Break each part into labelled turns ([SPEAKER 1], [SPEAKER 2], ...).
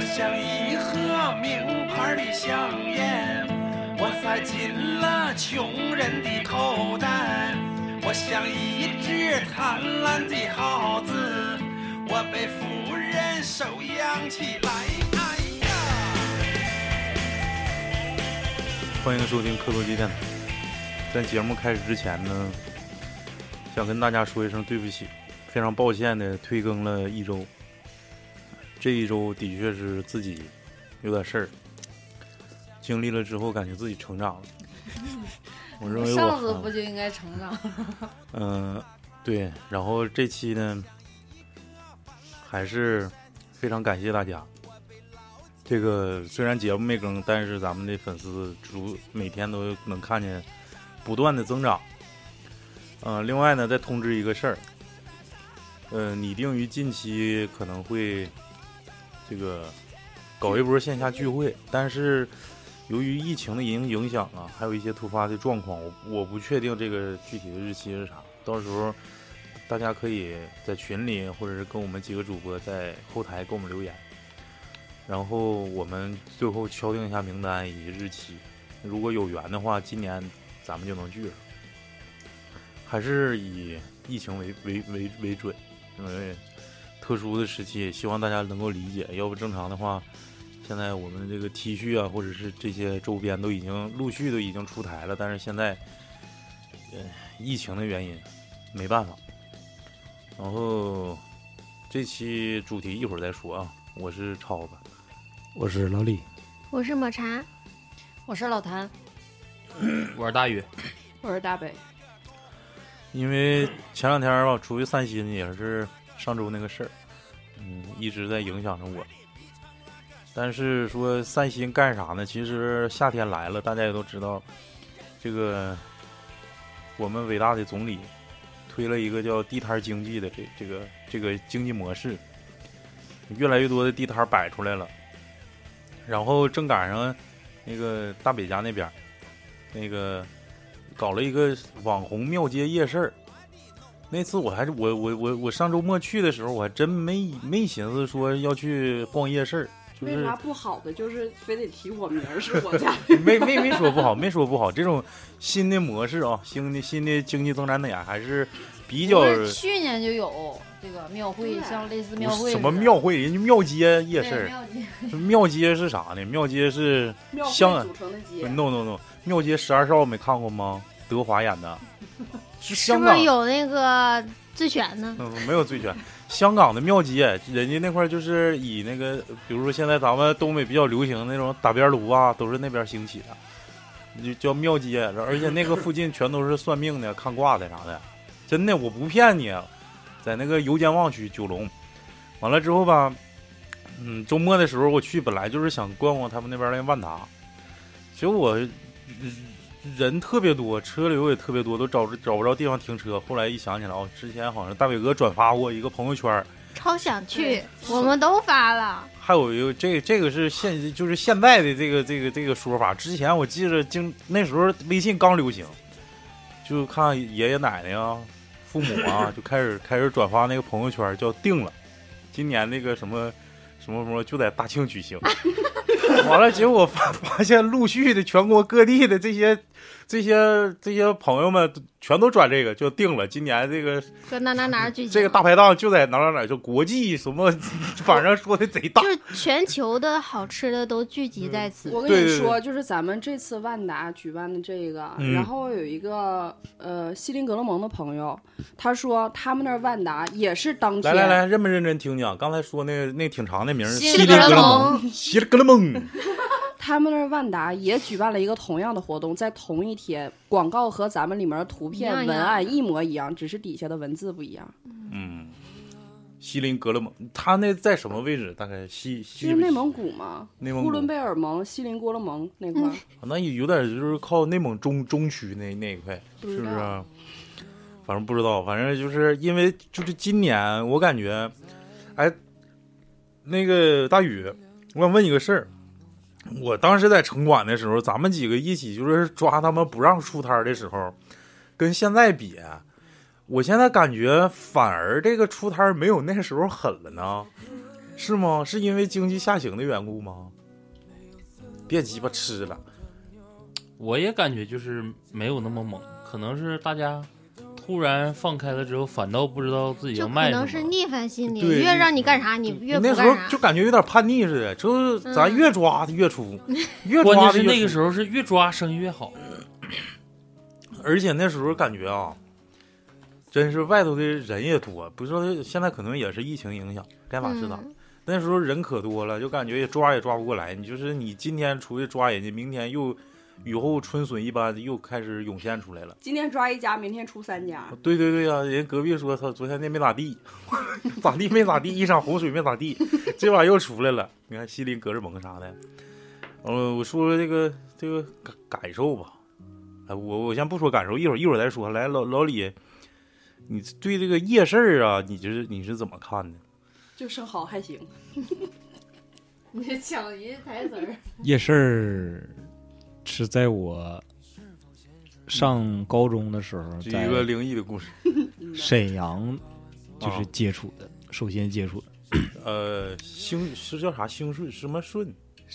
[SPEAKER 1] 像一盒名牌的香烟，我塞进了穷人的口袋。我像一只贪婪的耗子，我被富人收养起来。哎呀！
[SPEAKER 2] 欢迎收听科罗基电台。在节目开始之前呢，想跟大家说一声对不起，非常抱歉的退更了一周。这一周的确是自己有点事儿，经历了之后感觉自己成 长了。我认为我啊
[SPEAKER 3] 上次
[SPEAKER 2] 还
[SPEAKER 3] 不就应该成 长？
[SPEAKER 2] 嗯、对。然后这期呢，还是非常感谢大家。这个虽然节目没更，但是咱们的粉丝逐每天都能看见不断的增长。呃，另外呢，再通知一个事儿，呃，拟定于近期可能会这个搞一波线下聚会，但是由于疫情的影影响啊，还有一些突发的状况，我我不确定这个具体的日期是啥，到时候大家可以在群里或者是跟我们几个主播在后台给我们留言，然后我们最后敲定一下名单以及日期，如果有缘的话，今年咱们就能聚了。还是以疫情为为为为准，因为特殊的时期，希望大家能够理解。要不正常的话，现在我们这个 T 恤啊，或者是这些周边都已经陆续都已经出台了，但是现在，呃，疫情的原因，没办法。然后这期主题一会儿再说啊，我是超子，
[SPEAKER 4] 我是老李，
[SPEAKER 5] 我是抹茶，
[SPEAKER 3] 我是 老谭，
[SPEAKER 6] 我是大宇，
[SPEAKER 3] 我是大北。
[SPEAKER 2] 因为前两天吧，出去散心也是上周那个事儿，嗯，一直在影响着我。但是说散心干啥呢？其实夏天来了，大家也都知道，这个我们伟大的总理推了一个叫地摊经济的这这个这个经济模式，越来越多的地摊摆出来了。然后正赶上那个大北家那边儿，那个搞了一个网红庙街夜市儿。那次我还是我我我我上周末去的时候，我还真没没寻思说要去逛夜市儿，就
[SPEAKER 7] 为
[SPEAKER 2] 是
[SPEAKER 7] 啥不好的就是非得提我名儿是我家
[SPEAKER 2] 没没没说不好，没说不好。这种新的模式啊，新的新的经济增长点还是比较
[SPEAKER 3] 不是去年就有这个庙会，
[SPEAKER 5] 啊
[SPEAKER 7] 对
[SPEAKER 3] 像类似庙会
[SPEAKER 2] 什么
[SPEAKER 3] 似的
[SPEAKER 2] 庙会，人家庙街夜
[SPEAKER 3] 对
[SPEAKER 2] 市儿，
[SPEAKER 3] 庙街
[SPEAKER 2] 庙街是啥呢？庙街是
[SPEAKER 7] 庙
[SPEAKER 2] 香
[SPEAKER 7] 会
[SPEAKER 2] 啊
[SPEAKER 7] 组成的街，
[SPEAKER 2] no no no，庙街十二少没看过吗？德华演的，是
[SPEAKER 5] 是
[SPEAKER 2] 香啊
[SPEAKER 5] 不是
[SPEAKER 2] 港
[SPEAKER 5] 有那个自选呢？
[SPEAKER 2] 嗯，没有醉拳。香港的庙街，人家那块儿就是以那个，比如说现在咱们东北比较流行那种打边炉啊，都是那边兴起的，就叫庙街。然后而且那个附近全都是算命的、看卦的啥的，真的我不骗你，在那个油尖旺区九龙。完了之后吧，嗯，周末的时候我去，本来就是想逛逛他们那边的万达，结果我人特别多，车流也特别多，都找不找不着地方停车。后来一想起来，哦，之前好像大伟哥转发过一个朋友圈儿，
[SPEAKER 5] 超想去
[SPEAKER 7] 对，
[SPEAKER 5] 我们都发了。
[SPEAKER 2] 还有一个这这个是现就是现在的这个这个这个说法。之前我记着经那时候微信刚流行，就看爷爷奶奶啊、父母啊就开始开始转发那个朋友圈儿，叫定了，今年那个什么什么什么就在大庆举行。完了，结果发发现陆续的全国各地的这些这些这些朋友们全都转这个，就定了今年这个
[SPEAKER 5] 搁哪哪哪聚集，
[SPEAKER 2] 这个大排档就在哪儿哪儿哪儿，就国际什么，反正说的贼大
[SPEAKER 5] 就。是全球的好吃的都聚集
[SPEAKER 2] 嗯
[SPEAKER 5] 在此。
[SPEAKER 7] 我跟
[SPEAKER 2] 对
[SPEAKER 7] 你
[SPEAKER 2] 对
[SPEAKER 7] 说，就是咱们这次万达举办的这个，
[SPEAKER 2] 嗯
[SPEAKER 7] 然后有一个呃西林格勒蒙的朋友，他说他们那儿万达也是啊当
[SPEAKER 2] 来
[SPEAKER 7] 天
[SPEAKER 2] 来来，认不认真听讲？刚才说那个那挺长的名儿，
[SPEAKER 3] 西
[SPEAKER 2] 里
[SPEAKER 3] 格
[SPEAKER 2] 格
[SPEAKER 3] 勒
[SPEAKER 2] 勒
[SPEAKER 3] 蒙
[SPEAKER 2] 蒙，西里格勒蒙。
[SPEAKER 7] 他们那儿万达也举办了一个同样的活动，在同一天，广告和咱们里面的图片
[SPEAKER 5] 一样一样
[SPEAKER 7] 文案一模一样，只是底下的文字不一样。
[SPEAKER 2] 嗯，西林格勒蒙，他那在什么位置？大概西西
[SPEAKER 7] 就是内蒙古嘛，
[SPEAKER 2] 内蒙
[SPEAKER 7] 呼伦
[SPEAKER 2] 古，
[SPEAKER 7] 贝尔盟、锡林郭勒盟那 块儿，
[SPEAKER 2] 那有点就是靠内蒙中中区那那一块，
[SPEAKER 7] 不
[SPEAKER 2] 是
[SPEAKER 7] 知
[SPEAKER 2] 不是
[SPEAKER 7] 道
[SPEAKER 2] 啊？反正不知道，反正就是因为就是今年，我感觉，哎，那个大宇，我想问你个事儿。我当时在城管的时候，咱们几个一起就是抓他们不让出摊儿的时候，跟现在比，我现在感觉反而这个出摊儿没有那时候狠了呢，是吗？是因为经济下行的缘故吗？别鸡巴吃了，
[SPEAKER 6] 我也感觉就是没有那么猛，可能是大家突然放开了之后，反倒不知道自己
[SPEAKER 5] 就
[SPEAKER 6] 要
[SPEAKER 5] 可
[SPEAKER 6] 卖
[SPEAKER 5] 能是
[SPEAKER 6] 什么。
[SPEAKER 5] 逆反心理，
[SPEAKER 2] 对嗯
[SPEAKER 5] 越让你干啥你越不
[SPEAKER 2] 那
[SPEAKER 5] 干
[SPEAKER 2] 时候
[SPEAKER 5] 啥
[SPEAKER 2] 就。感觉有点叛逆似的，就是咱
[SPEAKER 5] 嗯
[SPEAKER 2] 越抓它越出， 越
[SPEAKER 6] 关
[SPEAKER 2] 抓它
[SPEAKER 6] 键是那
[SPEAKER 2] 越
[SPEAKER 6] 个
[SPEAKER 2] 出。
[SPEAKER 6] 时候是越抓生意越好，
[SPEAKER 2] 而且那时候感觉啊，真是外头的人也多，不知道现在可能也是疫情影响，该啊咋是咋。
[SPEAKER 5] 嗯
[SPEAKER 2] 那时候人可多了，就感觉也抓也抓不过来。你就是你今天出去抓人家，明天又雨后春笋一般又开始涌现出来了。
[SPEAKER 7] 今天抓一家，明天出三家，
[SPEAKER 2] 对对对呀、人隔壁说他昨天那没咋地， 咋地没咋地，一场洪水没咋地，这玩意儿又出来了。你看西林格尔蒙啥的，呃，我说说这个这个感感受吧。哎，我我先不说感受，一会儿一会儿再说。来，老老李，你对这个夜市儿啊，你就是你是怎么看的？
[SPEAKER 7] 就剩好还行。
[SPEAKER 3] 你这抢一台词儿，
[SPEAKER 4] 夜市儿是在我上高中的时候，
[SPEAKER 2] 这
[SPEAKER 4] 在
[SPEAKER 2] 一个灵异的故事，
[SPEAKER 7] 嗯
[SPEAKER 4] 沈阳就是
[SPEAKER 2] 啊
[SPEAKER 4] 接触的，首先接触的
[SPEAKER 2] 呃，兴是叫啥兴顺什么顺？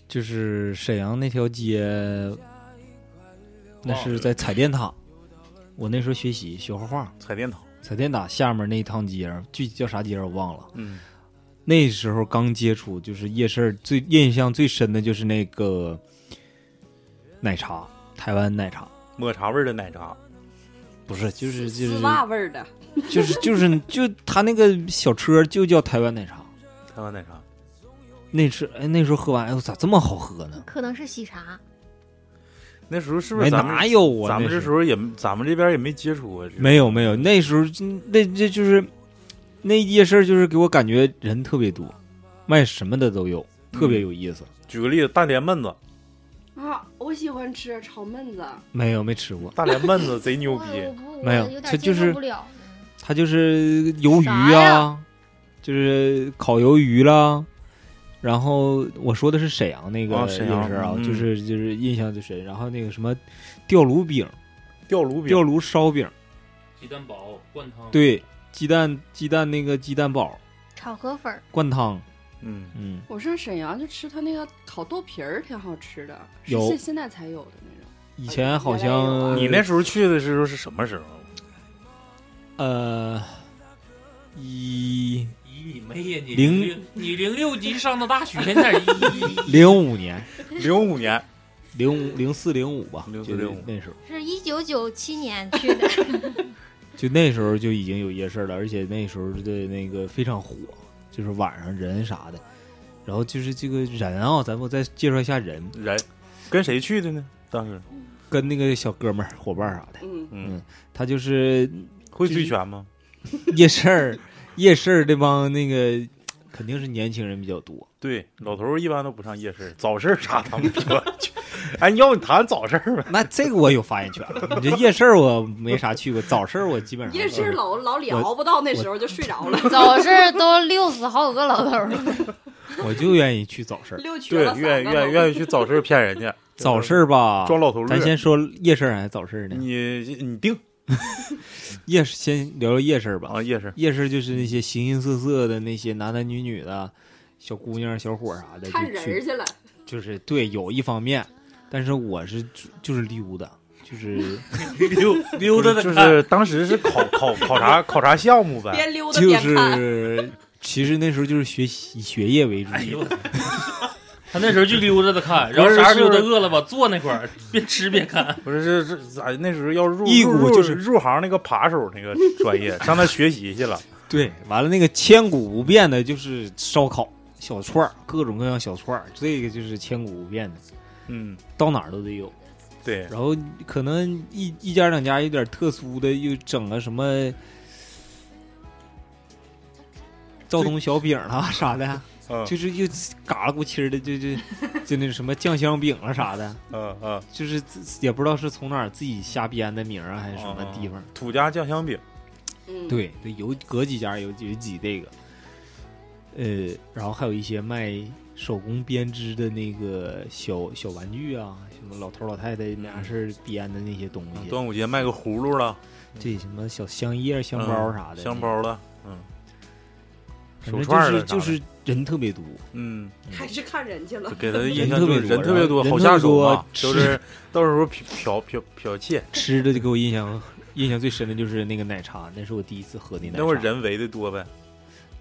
[SPEAKER 4] 就是沈阳那条街，那
[SPEAKER 2] 忘
[SPEAKER 4] 是在彩电塔。我那时候学习学画画，
[SPEAKER 2] 彩电塔。
[SPEAKER 4] 彩电塔下面那一趟街儿，具体叫啥街儿我忘了。
[SPEAKER 2] 嗯，
[SPEAKER 4] 那时候刚接触，就是夜市儿最印象最深的就是那个奶茶，台湾奶茶，
[SPEAKER 2] 抹茶味儿的奶茶。
[SPEAKER 4] 不是，就是就
[SPEAKER 7] 丝
[SPEAKER 4] 是
[SPEAKER 7] 袜味儿的，
[SPEAKER 4] 就是就是就他那个小车就叫台湾奶茶，
[SPEAKER 2] 台湾奶茶，
[SPEAKER 4] 那时哎那时候喝完，哎呦咋这么好喝呢？
[SPEAKER 5] 可能是喜茶，
[SPEAKER 2] 那时候是不
[SPEAKER 4] 没
[SPEAKER 2] 是咱们
[SPEAKER 4] 哪有啊？
[SPEAKER 2] 咱们
[SPEAKER 4] 那
[SPEAKER 2] 这时候也咱们这边也没接触过这个，
[SPEAKER 4] 没有没有，那时候那这就是那夜市就是给我感觉人特别多，卖什么的都有，特
[SPEAKER 2] 嗯
[SPEAKER 4] 别有意思。
[SPEAKER 2] 举个例子，大连焖子，
[SPEAKER 7] 啊，我喜欢吃炒焖子，
[SPEAKER 4] 没有没吃过，
[SPEAKER 2] 大连焖子贼牛 逼
[SPEAKER 5] 哇，我不我
[SPEAKER 4] 没有
[SPEAKER 5] 有
[SPEAKER 4] 它
[SPEAKER 5] 点
[SPEAKER 4] 就
[SPEAKER 5] 接受
[SPEAKER 4] 是
[SPEAKER 5] 不了。
[SPEAKER 4] 它就是鱿鱼
[SPEAKER 5] 啥
[SPEAKER 4] 啊，就是烤鱿鱼啦。然后我说的是沈阳那个
[SPEAKER 2] 啊
[SPEAKER 4] 夜市
[SPEAKER 2] 沈阳
[SPEAKER 4] 啊，
[SPEAKER 2] 嗯
[SPEAKER 4] 就是就是印象最深。然后那个什么吊炉饼、
[SPEAKER 2] 吊炉饼
[SPEAKER 4] 吊，炉烧饼，
[SPEAKER 6] 鸡蛋堡、灌汤，，
[SPEAKER 4] 对，鸡蛋鸡蛋那个鸡蛋堡
[SPEAKER 5] 炒河粉儿，
[SPEAKER 4] 灌汤，
[SPEAKER 2] 嗯，
[SPEAKER 4] 嗯，
[SPEAKER 7] 我上沈阳就吃他那个烤豆皮儿，挺好吃的，是
[SPEAKER 4] 有
[SPEAKER 7] 现现在才有的那种。
[SPEAKER 4] 以前好
[SPEAKER 7] 原来有啊
[SPEAKER 4] 像
[SPEAKER 2] 你那时候去的时候是什么 时候？
[SPEAKER 4] 呃一
[SPEAKER 6] 咦，你妹呀你
[SPEAKER 4] 零
[SPEAKER 6] 零你零六级上的大学，你哪儿一
[SPEAKER 4] 零五年
[SPEAKER 2] 零五年，
[SPEAKER 4] 零五零四零五吧，
[SPEAKER 2] 04
[SPEAKER 4] 就是
[SPEAKER 2] 05
[SPEAKER 4] 那时候
[SPEAKER 5] 是一九九七 年去的，
[SPEAKER 4] 就那时候就已经有夜市了，而且那时候的那个非常火，就是晚上人啥的。然后就是这个人啊，咱们再介绍一下人，
[SPEAKER 2] 人跟谁去的呢？当时，
[SPEAKER 4] 跟那个小哥们儿、伙伴儿啥的，
[SPEAKER 7] 嗯，
[SPEAKER 2] 嗯
[SPEAKER 4] 嗯，他就是
[SPEAKER 2] 会醉拳吗？
[SPEAKER 4] 夜市儿， 夜市儿这帮那个肯定是年轻人比较多，
[SPEAKER 2] 对，老头儿一般都不上夜市，早市啥他们 不去。哎，要不你谈早市 吧？
[SPEAKER 4] 那这个我有发言权了。你这夜市儿我没啥去过，早市儿我基本上
[SPEAKER 7] 夜市
[SPEAKER 4] 嗯
[SPEAKER 7] 老老李熬不到那时候就睡着 了，
[SPEAKER 3] 早市都六死好几个老头儿了。
[SPEAKER 4] 我就愿意去早市儿。
[SPEAKER 7] 六瘸
[SPEAKER 2] 对
[SPEAKER 7] 了，
[SPEAKER 2] 愿意愿意愿意去早市骗人家，
[SPEAKER 4] 早市儿吧，
[SPEAKER 2] 装老头
[SPEAKER 4] 咱
[SPEAKER 2] 乐。
[SPEAKER 4] 先说夜市儿还是早市儿呢？
[SPEAKER 2] 你你定
[SPEAKER 4] 夜市先聊聊夜市儿吧。
[SPEAKER 2] 啊夜 市，
[SPEAKER 4] 夜市儿就是那些形形色色的那些男男女女的小姑娘、小伙儿啥的，
[SPEAKER 7] 看
[SPEAKER 4] 就
[SPEAKER 7] 人
[SPEAKER 4] 去
[SPEAKER 7] 儿去了，
[SPEAKER 4] 就是对有一方面，但是我是就是溜达，就是
[SPEAKER 6] 溜溜达的
[SPEAKER 2] 就
[SPEAKER 6] 看
[SPEAKER 2] 是当时是考考考察考察项目呗，
[SPEAKER 7] 边溜达
[SPEAKER 4] 就
[SPEAKER 7] 边看。
[SPEAKER 4] 是其实那时候就是学习以学业 为主，
[SPEAKER 6] 哎呦我的， 他那时候就溜达着看，然后啥时候溜达饿了吧，坐那块儿边吃边看。
[SPEAKER 2] 不是是是咋那时候要入
[SPEAKER 4] 一
[SPEAKER 2] 入
[SPEAKER 4] 股
[SPEAKER 2] 入
[SPEAKER 4] 就是
[SPEAKER 2] 入行那个扒手那个专 业，上那学习去了。
[SPEAKER 4] 对，完了那个千古不变的就是烧烤、小串儿，各种各样小串儿，这个就是千古不变的，
[SPEAKER 2] 嗯，
[SPEAKER 4] 到哪儿都得有。
[SPEAKER 2] 对，
[SPEAKER 4] 然后可能一一家两家有点特殊的，又整个什么赵东小饼啦啥的，
[SPEAKER 2] 嗯
[SPEAKER 4] 就是又嘎啦咕叽儿的，就就就那什么酱香饼啦啥的，
[SPEAKER 2] 嗯嗯，
[SPEAKER 4] 就是自也不知道是从哪儿自己瞎编的名儿啊，还是什
[SPEAKER 2] 哦
[SPEAKER 4] 么地方。
[SPEAKER 2] 嗯土家酱香饼，
[SPEAKER 7] 嗯，
[SPEAKER 4] 对，对，有隔几家有有几这个，呃，然后还有一些卖手工编织的那个小小玩具啊，什么老头老太太没
[SPEAKER 2] 嗯
[SPEAKER 4] 啥事儿编的那些东西，
[SPEAKER 2] 端午节卖个葫芦了，
[SPEAKER 4] 对，什么小香叶、香
[SPEAKER 2] 嗯
[SPEAKER 4] 包啥的，
[SPEAKER 2] 香包了，嗯
[SPEAKER 4] 反正
[SPEAKER 2] 手串儿
[SPEAKER 4] 就是
[SPEAKER 2] 了啥
[SPEAKER 4] 就是人特别多，
[SPEAKER 2] 嗯，
[SPEAKER 7] 还是看人去了
[SPEAKER 2] 就。给他的印
[SPEAKER 4] 人
[SPEAKER 2] 象
[SPEAKER 4] 特
[SPEAKER 2] 就是
[SPEAKER 4] 别
[SPEAKER 2] 人
[SPEAKER 4] 多
[SPEAKER 2] 特别多，
[SPEAKER 4] 人
[SPEAKER 2] 好
[SPEAKER 4] 特
[SPEAKER 2] 下
[SPEAKER 4] 别
[SPEAKER 2] 手
[SPEAKER 4] 多
[SPEAKER 2] 啊，
[SPEAKER 4] 吃
[SPEAKER 2] 就是 到时候剽剽剽剽窃。
[SPEAKER 4] 吃的就给我印象印象最深的就是那个奶茶，那是我第一次喝的奶茶。
[SPEAKER 2] 那会儿人围的多呗，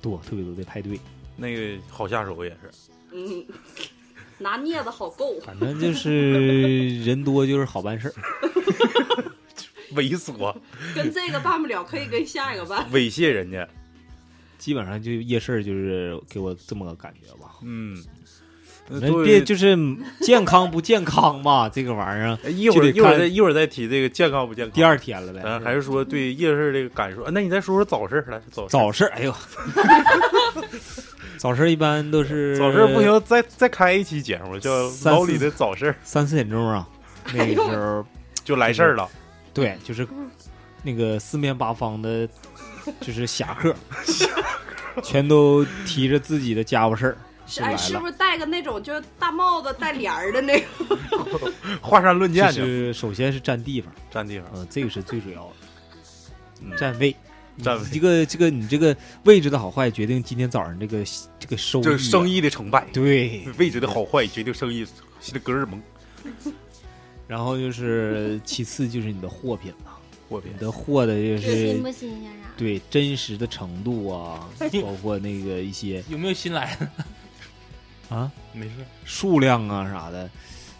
[SPEAKER 4] 多，特别多，得排队。
[SPEAKER 2] 那个好下手也是。
[SPEAKER 7] 嗯，拿镊子好够。
[SPEAKER 4] 反正就是人多就是好办事儿。
[SPEAKER 2] 猥琐、
[SPEAKER 7] 跟这个办不了，可以跟下一个办。
[SPEAKER 2] 猥亵人家。
[SPEAKER 4] 基本上就夜市儿就是给我这么个感觉吧。
[SPEAKER 2] 嗯，那
[SPEAKER 4] 那
[SPEAKER 2] 作为
[SPEAKER 4] 别就是 健康不健康吧，这个玩意儿
[SPEAKER 2] 哎一会儿
[SPEAKER 4] 就得
[SPEAKER 2] 一会儿
[SPEAKER 4] 看
[SPEAKER 2] 再一会儿再提这个健康不健康。
[SPEAKER 4] 第二，天了呗
[SPEAKER 2] 咱。还是说对夜市这个感受。啊那你再说说早市来，早市
[SPEAKER 4] 早市，哎呦，早市一般都是
[SPEAKER 2] 早市不，行，再再开一期节目叫
[SPEAKER 4] 三四
[SPEAKER 2] 老李的早市，
[SPEAKER 4] 三四点钟啊， 那
[SPEAKER 7] 哎
[SPEAKER 4] 个时候
[SPEAKER 2] 就来事儿了。
[SPEAKER 4] 对，就是那个四面八方的，就是侠 客，全都提着自己的家伙事儿
[SPEAKER 7] 是
[SPEAKER 4] 就来
[SPEAKER 7] 哎，
[SPEAKER 4] 了。
[SPEAKER 7] 是不是戴个那种就是大帽子带帘儿的那个？
[SPEAKER 2] 华山论剑
[SPEAKER 4] 就
[SPEAKER 2] 去
[SPEAKER 4] 是首先是占地方，
[SPEAKER 2] 占地方，
[SPEAKER 4] 嗯、这个是最主要的，
[SPEAKER 2] 嗯
[SPEAKER 4] 占位。
[SPEAKER 2] 占位
[SPEAKER 4] 这个这个你这个位置的好坏，决定今天早上这个这个收益啊。
[SPEAKER 2] 就是生意的嗯成败，
[SPEAKER 4] 对，
[SPEAKER 2] 位置的好坏决定生意的格尔蒙
[SPEAKER 4] 然后就是其次就是你的货品了，
[SPEAKER 2] 货品
[SPEAKER 4] 你。的货的就
[SPEAKER 5] 新不
[SPEAKER 4] 是
[SPEAKER 5] 新鲜啥？
[SPEAKER 4] 对真实的程度啊，
[SPEAKER 2] 哎
[SPEAKER 4] 包括那个一些
[SPEAKER 6] 有没有新来的？
[SPEAKER 4] 啊
[SPEAKER 6] 没事，
[SPEAKER 4] 数量啊啥的，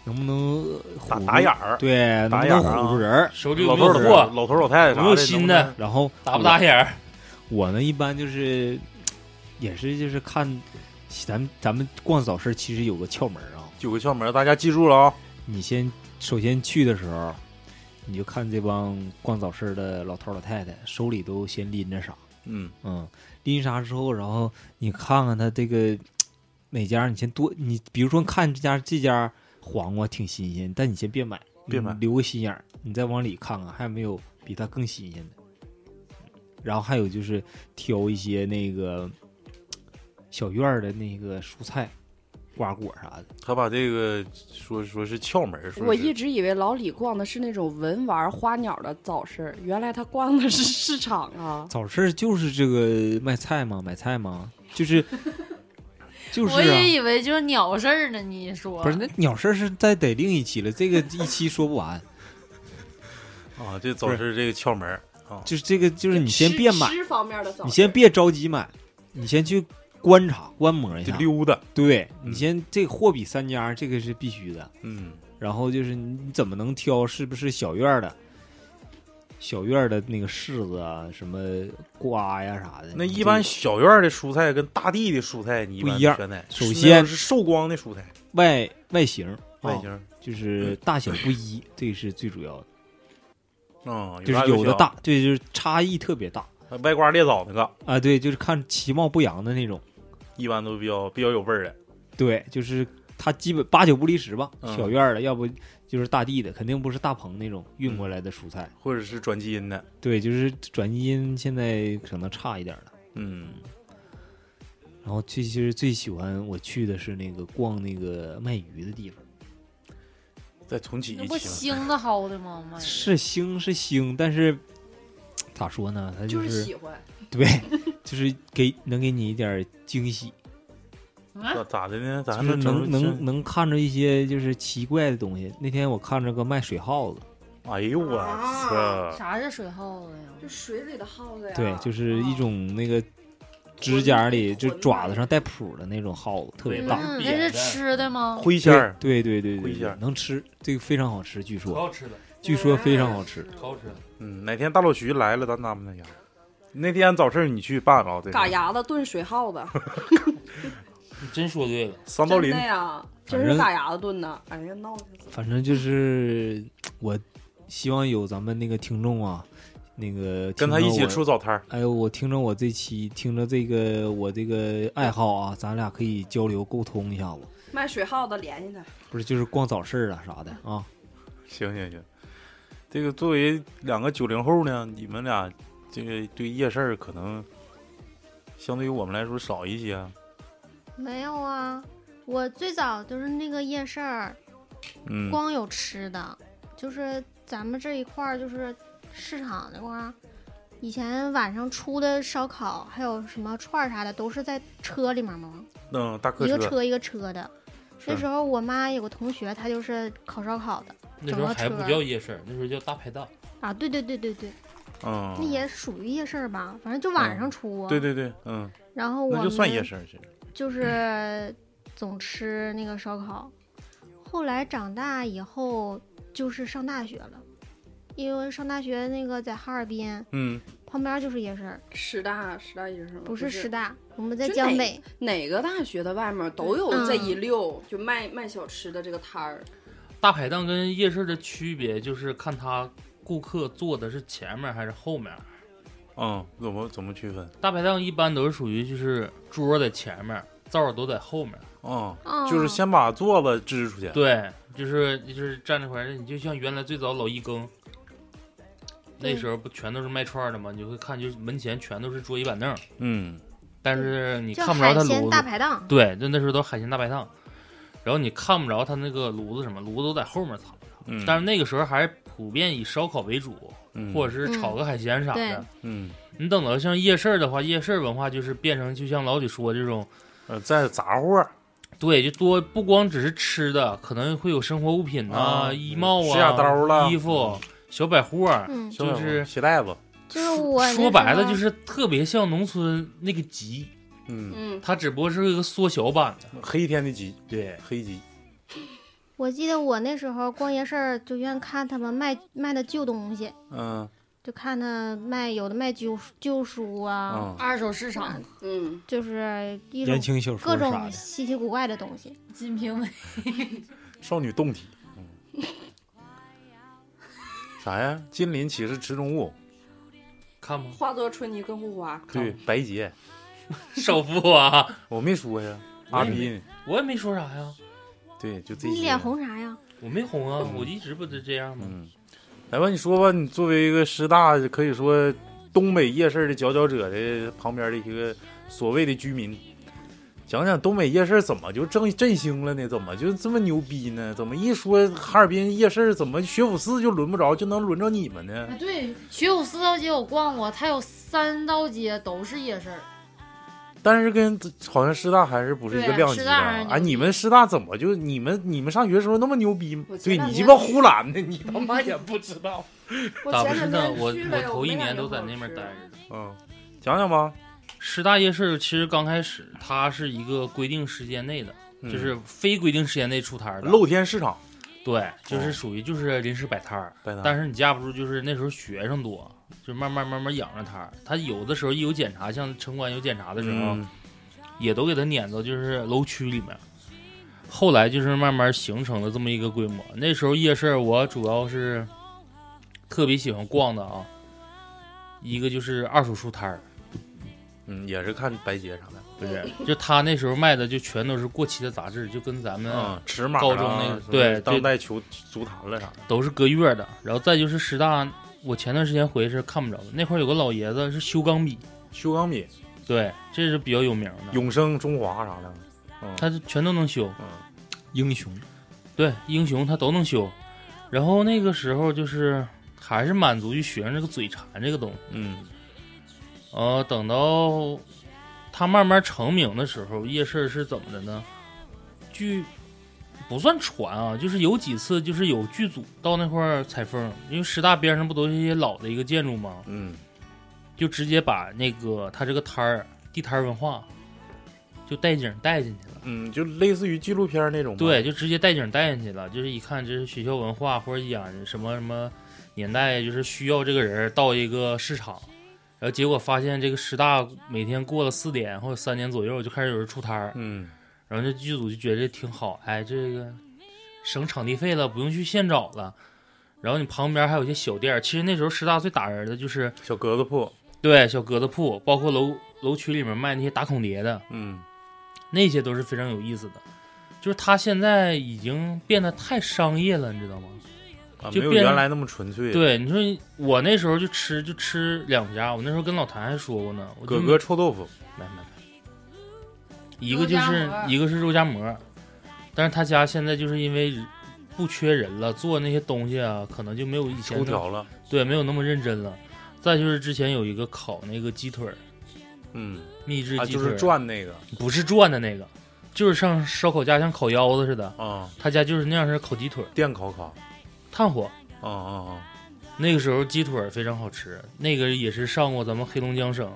[SPEAKER 4] 能不能呃
[SPEAKER 2] 打
[SPEAKER 4] 唬住
[SPEAKER 2] 打眼儿，
[SPEAKER 4] 对，
[SPEAKER 2] 打
[SPEAKER 4] 能不
[SPEAKER 2] 眼
[SPEAKER 4] 能
[SPEAKER 2] 儿啊
[SPEAKER 4] 唬住人儿？
[SPEAKER 6] 手里有
[SPEAKER 2] 老
[SPEAKER 6] 没
[SPEAKER 2] 头
[SPEAKER 6] 有
[SPEAKER 2] 儿
[SPEAKER 6] 货？
[SPEAKER 2] 老头儿老太太啥
[SPEAKER 6] 有没有新的
[SPEAKER 2] 能
[SPEAKER 4] 然后
[SPEAKER 6] 打不打眼儿？
[SPEAKER 4] 我呢，一般就是也是就是看，咱们咱们逛早市其实有个窍门儿啊，
[SPEAKER 2] 不能九个窍门，大家记住了啊！
[SPEAKER 4] 你先首先去的时候，你就看这帮逛早市的老头儿老太太手里都先拎着啥，
[SPEAKER 2] 嗯，
[SPEAKER 4] 嗯，拎啥之后，然后你看看他这个哪家，你先多你比如说看这家这家黄瓜挺新鲜，但你先别买，
[SPEAKER 2] 别买
[SPEAKER 4] 你留个心眼儿，你再往里看看啊还有没有比它更新鲜的。然后还有就是挑一些那个小院儿的那个蔬菜、瓜果啥的。
[SPEAKER 2] 他把这个说说是窍门，说是
[SPEAKER 7] 我一直以为老李逛的是那种文玩花鸟的早市，原来他逛的是市场啊。
[SPEAKER 4] 早市就是这个卖菜嘛，买菜嘛，就是 就是、啊。
[SPEAKER 5] 我也以为就是鸟事儿呢，你说
[SPEAKER 4] 不是，那鸟事儿是在得另一期了，这个一期说不完。
[SPEAKER 2] 啊，这早市这个窍门啊，
[SPEAKER 4] 就是这个，就是你先别买，
[SPEAKER 7] 吃方面的早市，
[SPEAKER 4] 你先别着急买，你先去观察、观摩一
[SPEAKER 2] 就
[SPEAKER 4] 下。
[SPEAKER 2] 溜达，
[SPEAKER 4] 对，
[SPEAKER 2] 嗯
[SPEAKER 4] 你先这个货比三家，这个是必须的。
[SPEAKER 2] 嗯，
[SPEAKER 4] 然后就是你怎么能挑是不是小院儿的？小院儿的那个柿子啊，什么瓜呀啥的，
[SPEAKER 2] 那
[SPEAKER 4] 你
[SPEAKER 2] 一
[SPEAKER 4] 就
[SPEAKER 2] 般小院儿的蔬菜跟大地的蔬菜你一般
[SPEAKER 4] 不一样
[SPEAKER 2] 选哪？
[SPEAKER 4] 首
[SPEAKER 2] 是那
[SPEAKER 4] 先啊
[SPEAKER 2] 种是寿光的蔬菜，
[SPEAKER 4] 外外形啊
[SPEAKER 2] 外形，
[SPEAKER 4] 就是大小不一，这个是最主要的，
[SPEAKER 2] 嗯，
[SPEAKER 4] 就是有的
[SPEAKER 2] 大
[SPEAKER 4] 大，对，就是差异特别大
[SPEAKER 2] 小，歪呃瓜裂枣那个，
[SPEAKER 4] 啊，对，就是看其貌不扬的那种。
[SPEAKER 2] 一般都比较比较有味儿的，
[SPEAKER 4] 对，就是它基本八九不离十吧，
[SPEAKER 2] 嗯
[SPEAKER 4] 小院儿的，要不就是大地的，肯定不是大棚那种运过来的蔬菜。
[SPEAKER 2] 或者是转基因的，
[SPEAKER 4] 对，就是转基因现在可能差一点儿了。
[SPEAKER 2] 嗯，
[SPEAKER 4] 然后最其实最喜欢我去的是那个逛那个卖鱼的地方，
[SPEAKER 2] 再重启
[SPEAKER 5] 那
[SPEAKER 2] 一
[SPEAKER 5] 不
[SPEAKER 2] 期吧。
[SPEAKER 5] 腥的薅的吗？
[SPEAKER 7] 哎
[SPEAKER 5] 妈呀！
[SPEAKER 4] 啊是腥是腥，但是咋说呢？它、
[SPEAKER 7] 就是是喜欢。
[SPEAKER 4] 对， 就是给能给你一点儿惊喜，
[SPEAKER 5] 啊
[SPEAKER 2] 咋咋的呢？咱
[SPEAKER 4] 就
[SPEAKER 2] 们
[SPEAKER 4] 是能能，能看着一些就是奇怪的东西。那天我看着个卖水耗子，
[SPEAKER 2] 哎呦我
[SPEAKER 7] 啊
[SPEAKER 2] 操！
[SPEAKER 5] 啥是水耗子呀？
[SPEAKER 7] 就水里的耗子呀。
[SPEAKER 6] 嗯
[SPEAKER 7] 啊
[SPEAKER 4] 对，就是一种那个指
[SPEAKER 7] 魂
[SPEAKER 4] 甲里就
[SPEAKER 7] 魂
[SPEAKER 4] 爪子
[SPEAKER 7] 类
[SPEAKER 4] 上带蹼的那种耗子，特别
[SPEAKER 6] 对
[SPEAKER 4] 大。
[SPEAKER 5] 嗯，那是吃的吗？
[SPEAKER 2] 灰仙儿，
[SPEAKER 4] 对对对
[SPEAKER 2] 灰
[SPEAKER 4] 对
[SPEAKER 2] 仙
[SPEAKER 4] 对
[SPEAKER 2] 儿，
[SPEAKER 4] 能吃，这个非常好吃，据
[SPEAKER 6] 可
[SPEAKER 4] 说
[SPEAKER 6] 好吃了，
[SPEAKER 4] 据说非常好吃。
[SPEAKER 6] 可好吃了。
[SPEAKER 2] 嗯，哪天大老徐来了，咱咱们那家。那天早市你去办了啊？对，
[SPEAKER 7] 嘎牙子炖水耗 子，
[SPEAKER 6] 你真说对了，
[SPEAKER 2] 三道
[SPEAKER 7] 真
[SPEAKER 2] 林
[SPEAKER 7] 的呀，真
[SPEAKER 4] 反
[SPEAKER 7] 是
[SPEAKER 4] 正
[SPEAKER 7] 嘎牙子炖的。哎呀，闹腾死了！
[SPEAKER 4] 反正就是我希望有咱们那个听众啊，那个
[SPEAKER 2] 跟他
[SPEAKER 4] 听
[SPEAKER 2] 一
[SPEAKER 4] 着
[SPEAKER 2] 起
[SPEAKER 4] 我
[SPEAKER 2] 出。早摊儿，
[SPEAKER 4] 哎呦，我听着我这期听着这个我这个爱好啊，咱俩可以交流沟通一下子，
[SPEAKER 7] 卖水耗子联系他。
[SPEAKER 4] 不是就是逛早市啊啥的啊。
[SPEAKER 2] 行行行，这个作为两个九零后呢，你们俩这个对夜市儿可能相对于我们来说少一些。啊
[SPEAKER 5] 没有啊，我最早就是那个夜市儿，
[SPEAKER 2] 嗯，
[SPEAKER 5] 光有吃的，就是咱们这一块儿就是市场这块儿，以前晚上出的烧烤，还有什么串儿啥的，都是在车里面吗？
[SPEAKER 2] 嗯，大客
[SPEAKER 5] 一个
[SPEAKER 2] 车
[SPEAKER 5] 车一个车的。那时
[SPEAKER 2] 是
[SPEAKER 5] 候我妈有个同学，她就是烤烧烤的
[SPEAKER 6] 那时候还不叫夜市，那时候叫大排档。
[SPEAKER 5] 啊，对对对对对，
[SPEAKER 2] 嗯
[SPEAKER 5] 那，也属于夜市儿吧，反正就晚上出啊。
[SPEAKER 2] 对对对，嗯，
[SPEAKER 5] 然后我
[SPEAKER 2] 那就算夜
[SPEAKER 5] 们
[SPEAKER 2] 市去。
[SPEAKER 5] 就是 总吃那个烧烤。后来长大以后就是上大学了，因为上大学那个在哈尔滨
[SPEAKER 2] 嗯，
[SPEAKER 5] 旁边就是夜市儿，
[SPEAKER 7] 师大师大医生
[SPEAKER 5] 不是师
[SPEAKER 7] 大，
[SPEAKER 5] 大，我们在
[SPEAKER 7] 就
[SPEAKER 5] 江
[SPEAKER 7] 哪
[SPEAKER 5] 北。
[SPEAKER 7] 哪个大学的外面都有
[SPEAKER 5] 嗯
[SPEAKER 7] 这一溜就卖卖小吃的这个摊儿。
[SPEAKER 6] 大排档跟夜市的区别就是看他顾客坐的是前面还是后面。
[SPEAKER 2] 嗯，怎么怎么区分？
[SPEAKER 6] 大排档一般都是属于就是桌在前面，灶儿都在后面。
[SPEAKER 2] 嗯，
[SPEAKER 5] 哦，
[SPEAKER 2] 就是先把座子支出去。
[SPEAKER 6] 对，就是就是站这块儿，你就像原来最早老一更，那
[SPEAKER 5] 对
[SPEAKER 6] 时候不全都是卖串儿的吗？你就会看，就是门前全都是桌椅板凳，
[SPEAKER 2] 嗯，
[SPEAKER 6] 但是你
[SPEAKER 5] 叫
[SPEAKER 6] 看不着
[SPEAKER 5] 海
[SPEAKER 6] 他
[SPEAKER 5] 鲜
[SPEAKER 6] 炉
[SPEAKER 5] 大
[SPEAKER 6] 子。
[SPEAKER 5] 排档。
[SPEAKER 6] 对，就那时候都是海鲜大排档，然后你看不着他那个炉子什么，炉子都在后面藏着。
[SPEAKER 2] 嗯
[SPEAKER 6] 但是那个时候还是普遍以烧烤为主，
[SPEAKER 2] 嗯
[SPEAKER 6] 或者是炒个海鲜啥的。
[SPEAKER 5] 对
[SPEAKER 2] 嗯，
[SPEAKER 6] 你等到像夜市儿的话，夜市儿文化就是变成就像老李说这种，
[SPEAKER 2] 呃，在杂货
[SPEAKER 6] 对，就多不光只是吃的，可能会有生活物品呐、
[SPEAKER 2] 啊
[SPEAKER 6] 衣帽啊、
[SPEAKER 2] 指甲刀了
[SPEAKER 6] 衣服、小百货儿。
[SPEAKER 5] 嗯，
[SPEAKER 2] 小小
[SPEAKER 6] 就是
[SPEAKER 2] 鞋带子。
[SPEAKER 5] 就是我那
[SPEAKER 6] 说白
[SPEAKER 5] 时
[SPEAKER 6] 了
[SPEAKER 5] 候
[SPEAKER 6] 就是特别像农村那个集，
[SPEAKER 2] 嗯，
[SPEAKER 7] 嗯，
[SPEAKER 6] 它只不过是一个缩小版
[SPEAKER 5] 嗯
[SPEAKER 6] 的。
[SPEAKER 2] 黑天的鸡，
[SPEAKER 6] 对，
[SPEAKER 2] 黑鸡。
[SPEAKER 5] 我记得我那时候逛夜市儿就愿看他们卖卖的旧东西，
[SPEAKER 2] 嗯
[SPEAKER 5] 就看他卖有的卖旧旧书啊，
[SPEAKER 2] 嗯，
[SPEAKER 3] 二手市场
[SPEAKER 7] 嗯，
[SPEAKER 5] 就是一
[SPEAKER 4] 言
[SPEAKER 5] 种
[SPEAKER 4] 情小说
[SPEAKER 5] 各
[SPEAKER 4] 啥
[SPEAKER 5] 种
[SPEAKER 4] 的，
[SPEAKER 5] 稀奇古怪的东西。
[SPEAKER 3] 《金瓶梅》
[SPEAKER 2] 少女动体。嗯，啥呀？金鳞岂是池中物？
[SPEAKER 6] 看吧，
[SPEAKER 7] 化作春泥更护花。
[SPEAKER 2] 对，白洁。
[SPEAKER 6] 首富啊，
[SPEAKER 2] 我没说呀，
[SPEAKER 6] 我
[SPEAKER 2] 阿
[SPEAKER 6] 也没
[SPEAKER 2] 斌。
[SPEAKER 6] 我也没说啥呀，
[SPEAKER 2] 对，就这些。
[SPEAKER 5] 你脸。红啥呀？
[SPEAKER 6] 我没红啊，我一直不都这样吗？
[SPEAKER 2] 嗯，来吧，你说吧，你作为一个师大，可以说东北夜市的佼佼者的旁边的一个所谓的居民，讲讲东北夜市怎么就振振兴了呢？怎么就这么牛逼呢？怎么一说哈尔滨夜市，怎么学府寺就轮不着，就能轮着你们呢？
[SPEAKER 3] 啊，对，学有四道街我逛过，它有三道街都是夜市儿。
[SPEAKER 2] 但是跟好像师大还是不是一个
[SPEAKER 3] 对
[SPEAKER 2] 量级
[SPEAKER 3] 师
[SPEAKER 2] 的
[SPEAKER 3] 大还是
[SPEAKER 2] 啊
[SPEAKER 3] 牛？逼
[SPEAKER 2] 哎，你们师大怎么就你们你们上学的时候那么牛逼
[SPEAKER 7] 我？前
[SPEAKER 2] 对
[SPEAKER 7] 两
[SPEAKER 2] 你鸡
[SPEAKER 7] 天
[SPEAKER 2] 巴呼兰呢？你他妈也不知道。
[SPEAKER 7] 我
[SPEAKER 6] 咋
[SPEAKER 7] 前
[SPEAKER 6] 不是
[SPEAKER 7] 两
[SPEAKER 6] 呢？
[SPEAKER 7] 天
[SPEAKER 6] 我
[SPEAKER 7] 去了
[SPEAKER 6] 我
[SPEAKER 7] 呀
[SPEAKER 6] 头一
[SPEAKER 7] 没
[SPEAKER 6] 年
[SPEAKER 7] 感觉
[SPEAKER 6] 都在
[SPEAKER 7] 好
[SPEAKER 6] 那边
[SPEAKER 7] 吃啊
[SPEAKER 6] 待着。
[SPEAKER 2] 嗯，讲讲吧。
[SPEAKER 6] 师大夜市其实刚开始它是一个规定时间内的，
[SPEAKER 2] 嗯
[SPEAKER 6] 就是非规定时间内出摊儿的。
[SPEAKER 2] 露天市场，
[SPEAKER 6] 对，就
[SPEAKER 2] 哦
[SPEAKER 6] 是
[SPEAKER 2] 嗯
[SPEAKER 6] 属于就是临时摆摊儿。
[SPEAKER 2] 白搭
[SPEAKER 6] 但是你架不住就是那时候学生多，就慢慢慢慢养着摊儿。他有的时候一有检查，像城管有检查的时候，
[SPEAKER 2] 嗯
[SPEAKER 6] 也都给他撵到就是楼区里面。后来就是慢慢形成了这么一个规模。那时候夜市儿我主要是特别喜欢逛的啊，一个就是二手书摊儿，
[SPEAKER 2] 嗯，也是看白洁啥的。
[SPEAKER 6] 不是，就他那时候卖的就全都是过期的杂志，就跟咱们
[SPEAKER 2] 嗯，尺码啊
[SPEAKER 6] 高中那个
[SPEAKER 2] 什么
[SPEAKER 6] 对
[SPEAKER 2] 当
[SPEAKER 6] 对
[SPEAKER 2] 代球足坛了啥的，
[SPEAKER 6] 都是隔月的。然后再就是师大，我前段时间回是看不着的，那块儿有个老爷子是修钢笔，
[SPEAKER 2] 修钢笔、
[SPEAKER 6] 对，这是比较有名的，
[SPEAKER 2] 永生中华啥的，嗯，
[SPEAKER 6] 他是全都能修，
[SPEAKER 2] 嗯
[SPEAKER 4] 英雄
[SPEAKER 6] 对，英雄他都能修。然后那个时候就是还是满足于学生这个嘴馋这个东西。
[SPEAKER 2] 嗯
[SPEAKER 6] 呃，等到他慢慢成名的时候，夜市是怎么的呢？据不算传啊，就是有几次就是有剧组到那块儿采风，因为师大边上不都是一些老的一个建筑吗？
[SPEAKER 2] 嗯，
[SPEAKER 6] 就直接把那个他这个摊儿地摊儿文化就带景带进去了。
[SPEAKER 2] 嗯，就类似于纪录片那种吧，
[SPEAKER 6] 对，就直接带景带进去了，就是一看这是学校文化或者演什么什么年代，就是需要这个人到一个市场，然后结果发现这个师大每天过了四点或者三点左右就开始有人出摊儿，
[SPEAKER 2] 嗯，
[SPEAKER 6] 然后这剧组就觉得这挺好，哎，这个省场地费了，不用去现找了。然后你旁边还有一些小店儿，其实那时候师大最打人的就是
[SPEAKER 2] 小格子铺，
[SPEAKER 6] 对小格子铺，包括楼楼区里面卖那些打孔碟的，
[SPEAKER 2] 嗯
[SPEAKER 6] 那些都是非常有意思的。就是它现在已经变得太商业了，你知道吗？
[SPEAKER 2] 啊，没
[SPEAKER 6] 就
[SPEAKER 2] 有
[SPEAKER 6] 变成
[SPEAKER 2] 原来那么纯粹，，
[SPEAKER 6] 对，你说我那时候就吃就吃两家，我那时候跟老谭还说过呢，我就
[SPEAKER 2] 葛格臭豆腐，
[SPEAKER 6] 买买买，一个就
[SPEAKER 3] 肉
[SPEAKER 6] 是
[SPEAKER 3] 夹馍
[SPEAKER 6] 一个是肉夹馍，但是他家现在就是因为不缺人了，做那些东西啊，可能就没有以前
[SPEAKER 2] 抽
[SPEAKER 6] 那
[SPEAKER 2] 条了，
[SPEAKER 6] 对没有那么认真了。再就是之前有一个烤那个鸡腿儿，
[SPEAKER 2] 嗯，
[SPEAKER 6] 秘制
[SPEAKER 2] 啊，
[SPEAKER 6] 鸡腿
[SPEAKER 2] 就
[SPEAKER 6] 儿，
[SPEAKER 2] 是转那个
[SPEAKER 6] 不是转的那个，就是上烧烤架像烤腰子似的，
[SPEAKER 2] 啊，
[SPEAKER 6] 他家就是那样式儿烤鸡腿儿，
[SPEAKER 2] 电烤烤，
[SPEAKER 6] 炭火。
[SPEAKER 2] 啊啊啊，
[SPEAKER 6] 那个时候鸡腿儿非常好吃，那个也是上过咱们黑龙江省，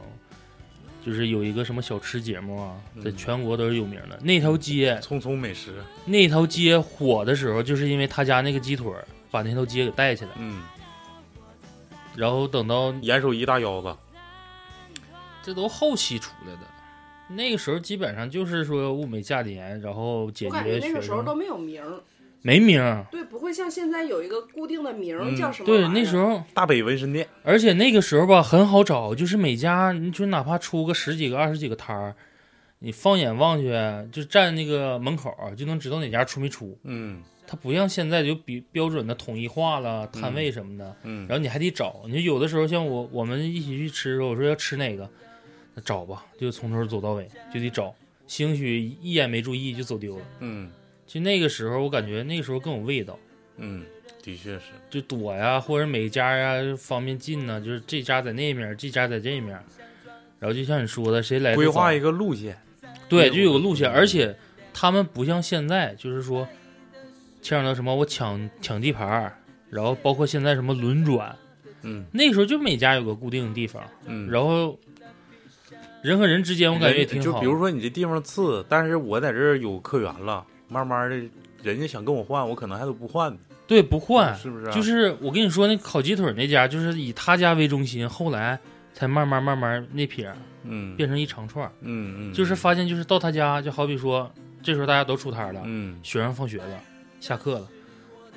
[SPEAKER 6] 就是有一个什么小吃节目啊，在
[SPEAKER 2] 嗯
[SPEAKER 6] 全国都是有名的。那条街，
[SPEAKER 2] 匆匆美食，
[SPEAKER 6] 那条街火的时候，就是因为他家那个鸡腿儿把那条街给带起来。
[SPEAKER 2] 嗯，
[SPEAKER 6] 然后等到
[SPEAKER 2] 严守一大腰子，
[SPEAKER 6] 这都后期出来的，那个时候基本上就是说物美价廉，然后解
[SPEAKER 7] 我感觉
[SPEAKER 6] 决
[SPEAKER 7] 那
[SPEAKER 6] 学
[SPEAKER 7] 个时候都
[SPEAKER 6] 生
[SPEAKER 7] 没有名儿，
[SPEAKER 6] 没名儿。
[SPEAKER 7] 对，不会像现在有一个固定的名儿
[SPEAKER 2] 嗯
[SPEAKER 7] 叫什么玩意
[SPEAKER 6] 对，
[SPEAKER 7] 儿。
[SPEAKER 6] 那时候
[SPEAKER 2] 大北纹身店，
[SPEAKER 6] 而且那个时候吧，很好找，就是每家你就哪怕出个十几个、二十几个摊儿，你放眼望去，就站那个门口儿就能知道哪家出没出。
[SPEAKER 2] 嗯
[SPEAKER 6] 它不像现在就比标准的统一化了，摊位什么的，
[SPEAKER 2] 嗯，
[SPEAKER 6] 然后你还得找。你就有的时候像我我们一起去吃，我说要吃哪个，那找吧，就从头走到尾，就得找，兴许一眼没注意就走丢了。
[SPEAKER 2] 嗯
[SPEAKER 6] 就那个时候，我感觉那个时候更有味道。
[SPEAKER 2] 嗯，的确是，
[SPEAKER 6] 就躲呀，或者每家呀方便进呢，就是这家在那面，这家在这面，然后就像你说的，谁来得
[SPEAKER 2] 规划
[SPEAKER 6] 早
[SPEAKER 2] 一个路线，
[SPEAKER 6] 对，
[SPEAKER 2] 规划
[SPEAKER 6] 就有个路线，
[SPEAKER 2] 嗯
[SPEAKER 6] 而且他们不像现在，就是说牵扯到什么我抢抢地盘儿，然后包括现在什么轮转，
[SPEAKER 2] 嗯
[SPEAKER 6] 那时候就每家有个固定的地方，
[SPEAKER 2] 嗯，
[SPEAKER 6] 然后人和人之间我感觉也挺
[SPEAKER 2] 就
[SPEAKER 6] 好，
[SPEAKER 2] 比如说你这地方次，但是我在这儿有客源了，慢慢的，人家想跟我换，我可能还都不换呢，
[SPEAKER 6] 对不换，
[SPEAKER 2] 是不是啊？
[SPEAKER 6] 就是我跟你说那烤鸡腿那家，就是以他家为中心，后来才慢慢慢慢那撇儿
[SPEAKER 2] 嗯
[SPEAKER 6] 变成一长串儿。
[SPEAKER 2] 嗯嗯，
[SPEAKER 6] 就是发现，就是到他家，就好比说，这时候大家都出摊了，
[SPEAKER 2] 嗯
[SPEAKER 6] 学生放学了，下课了，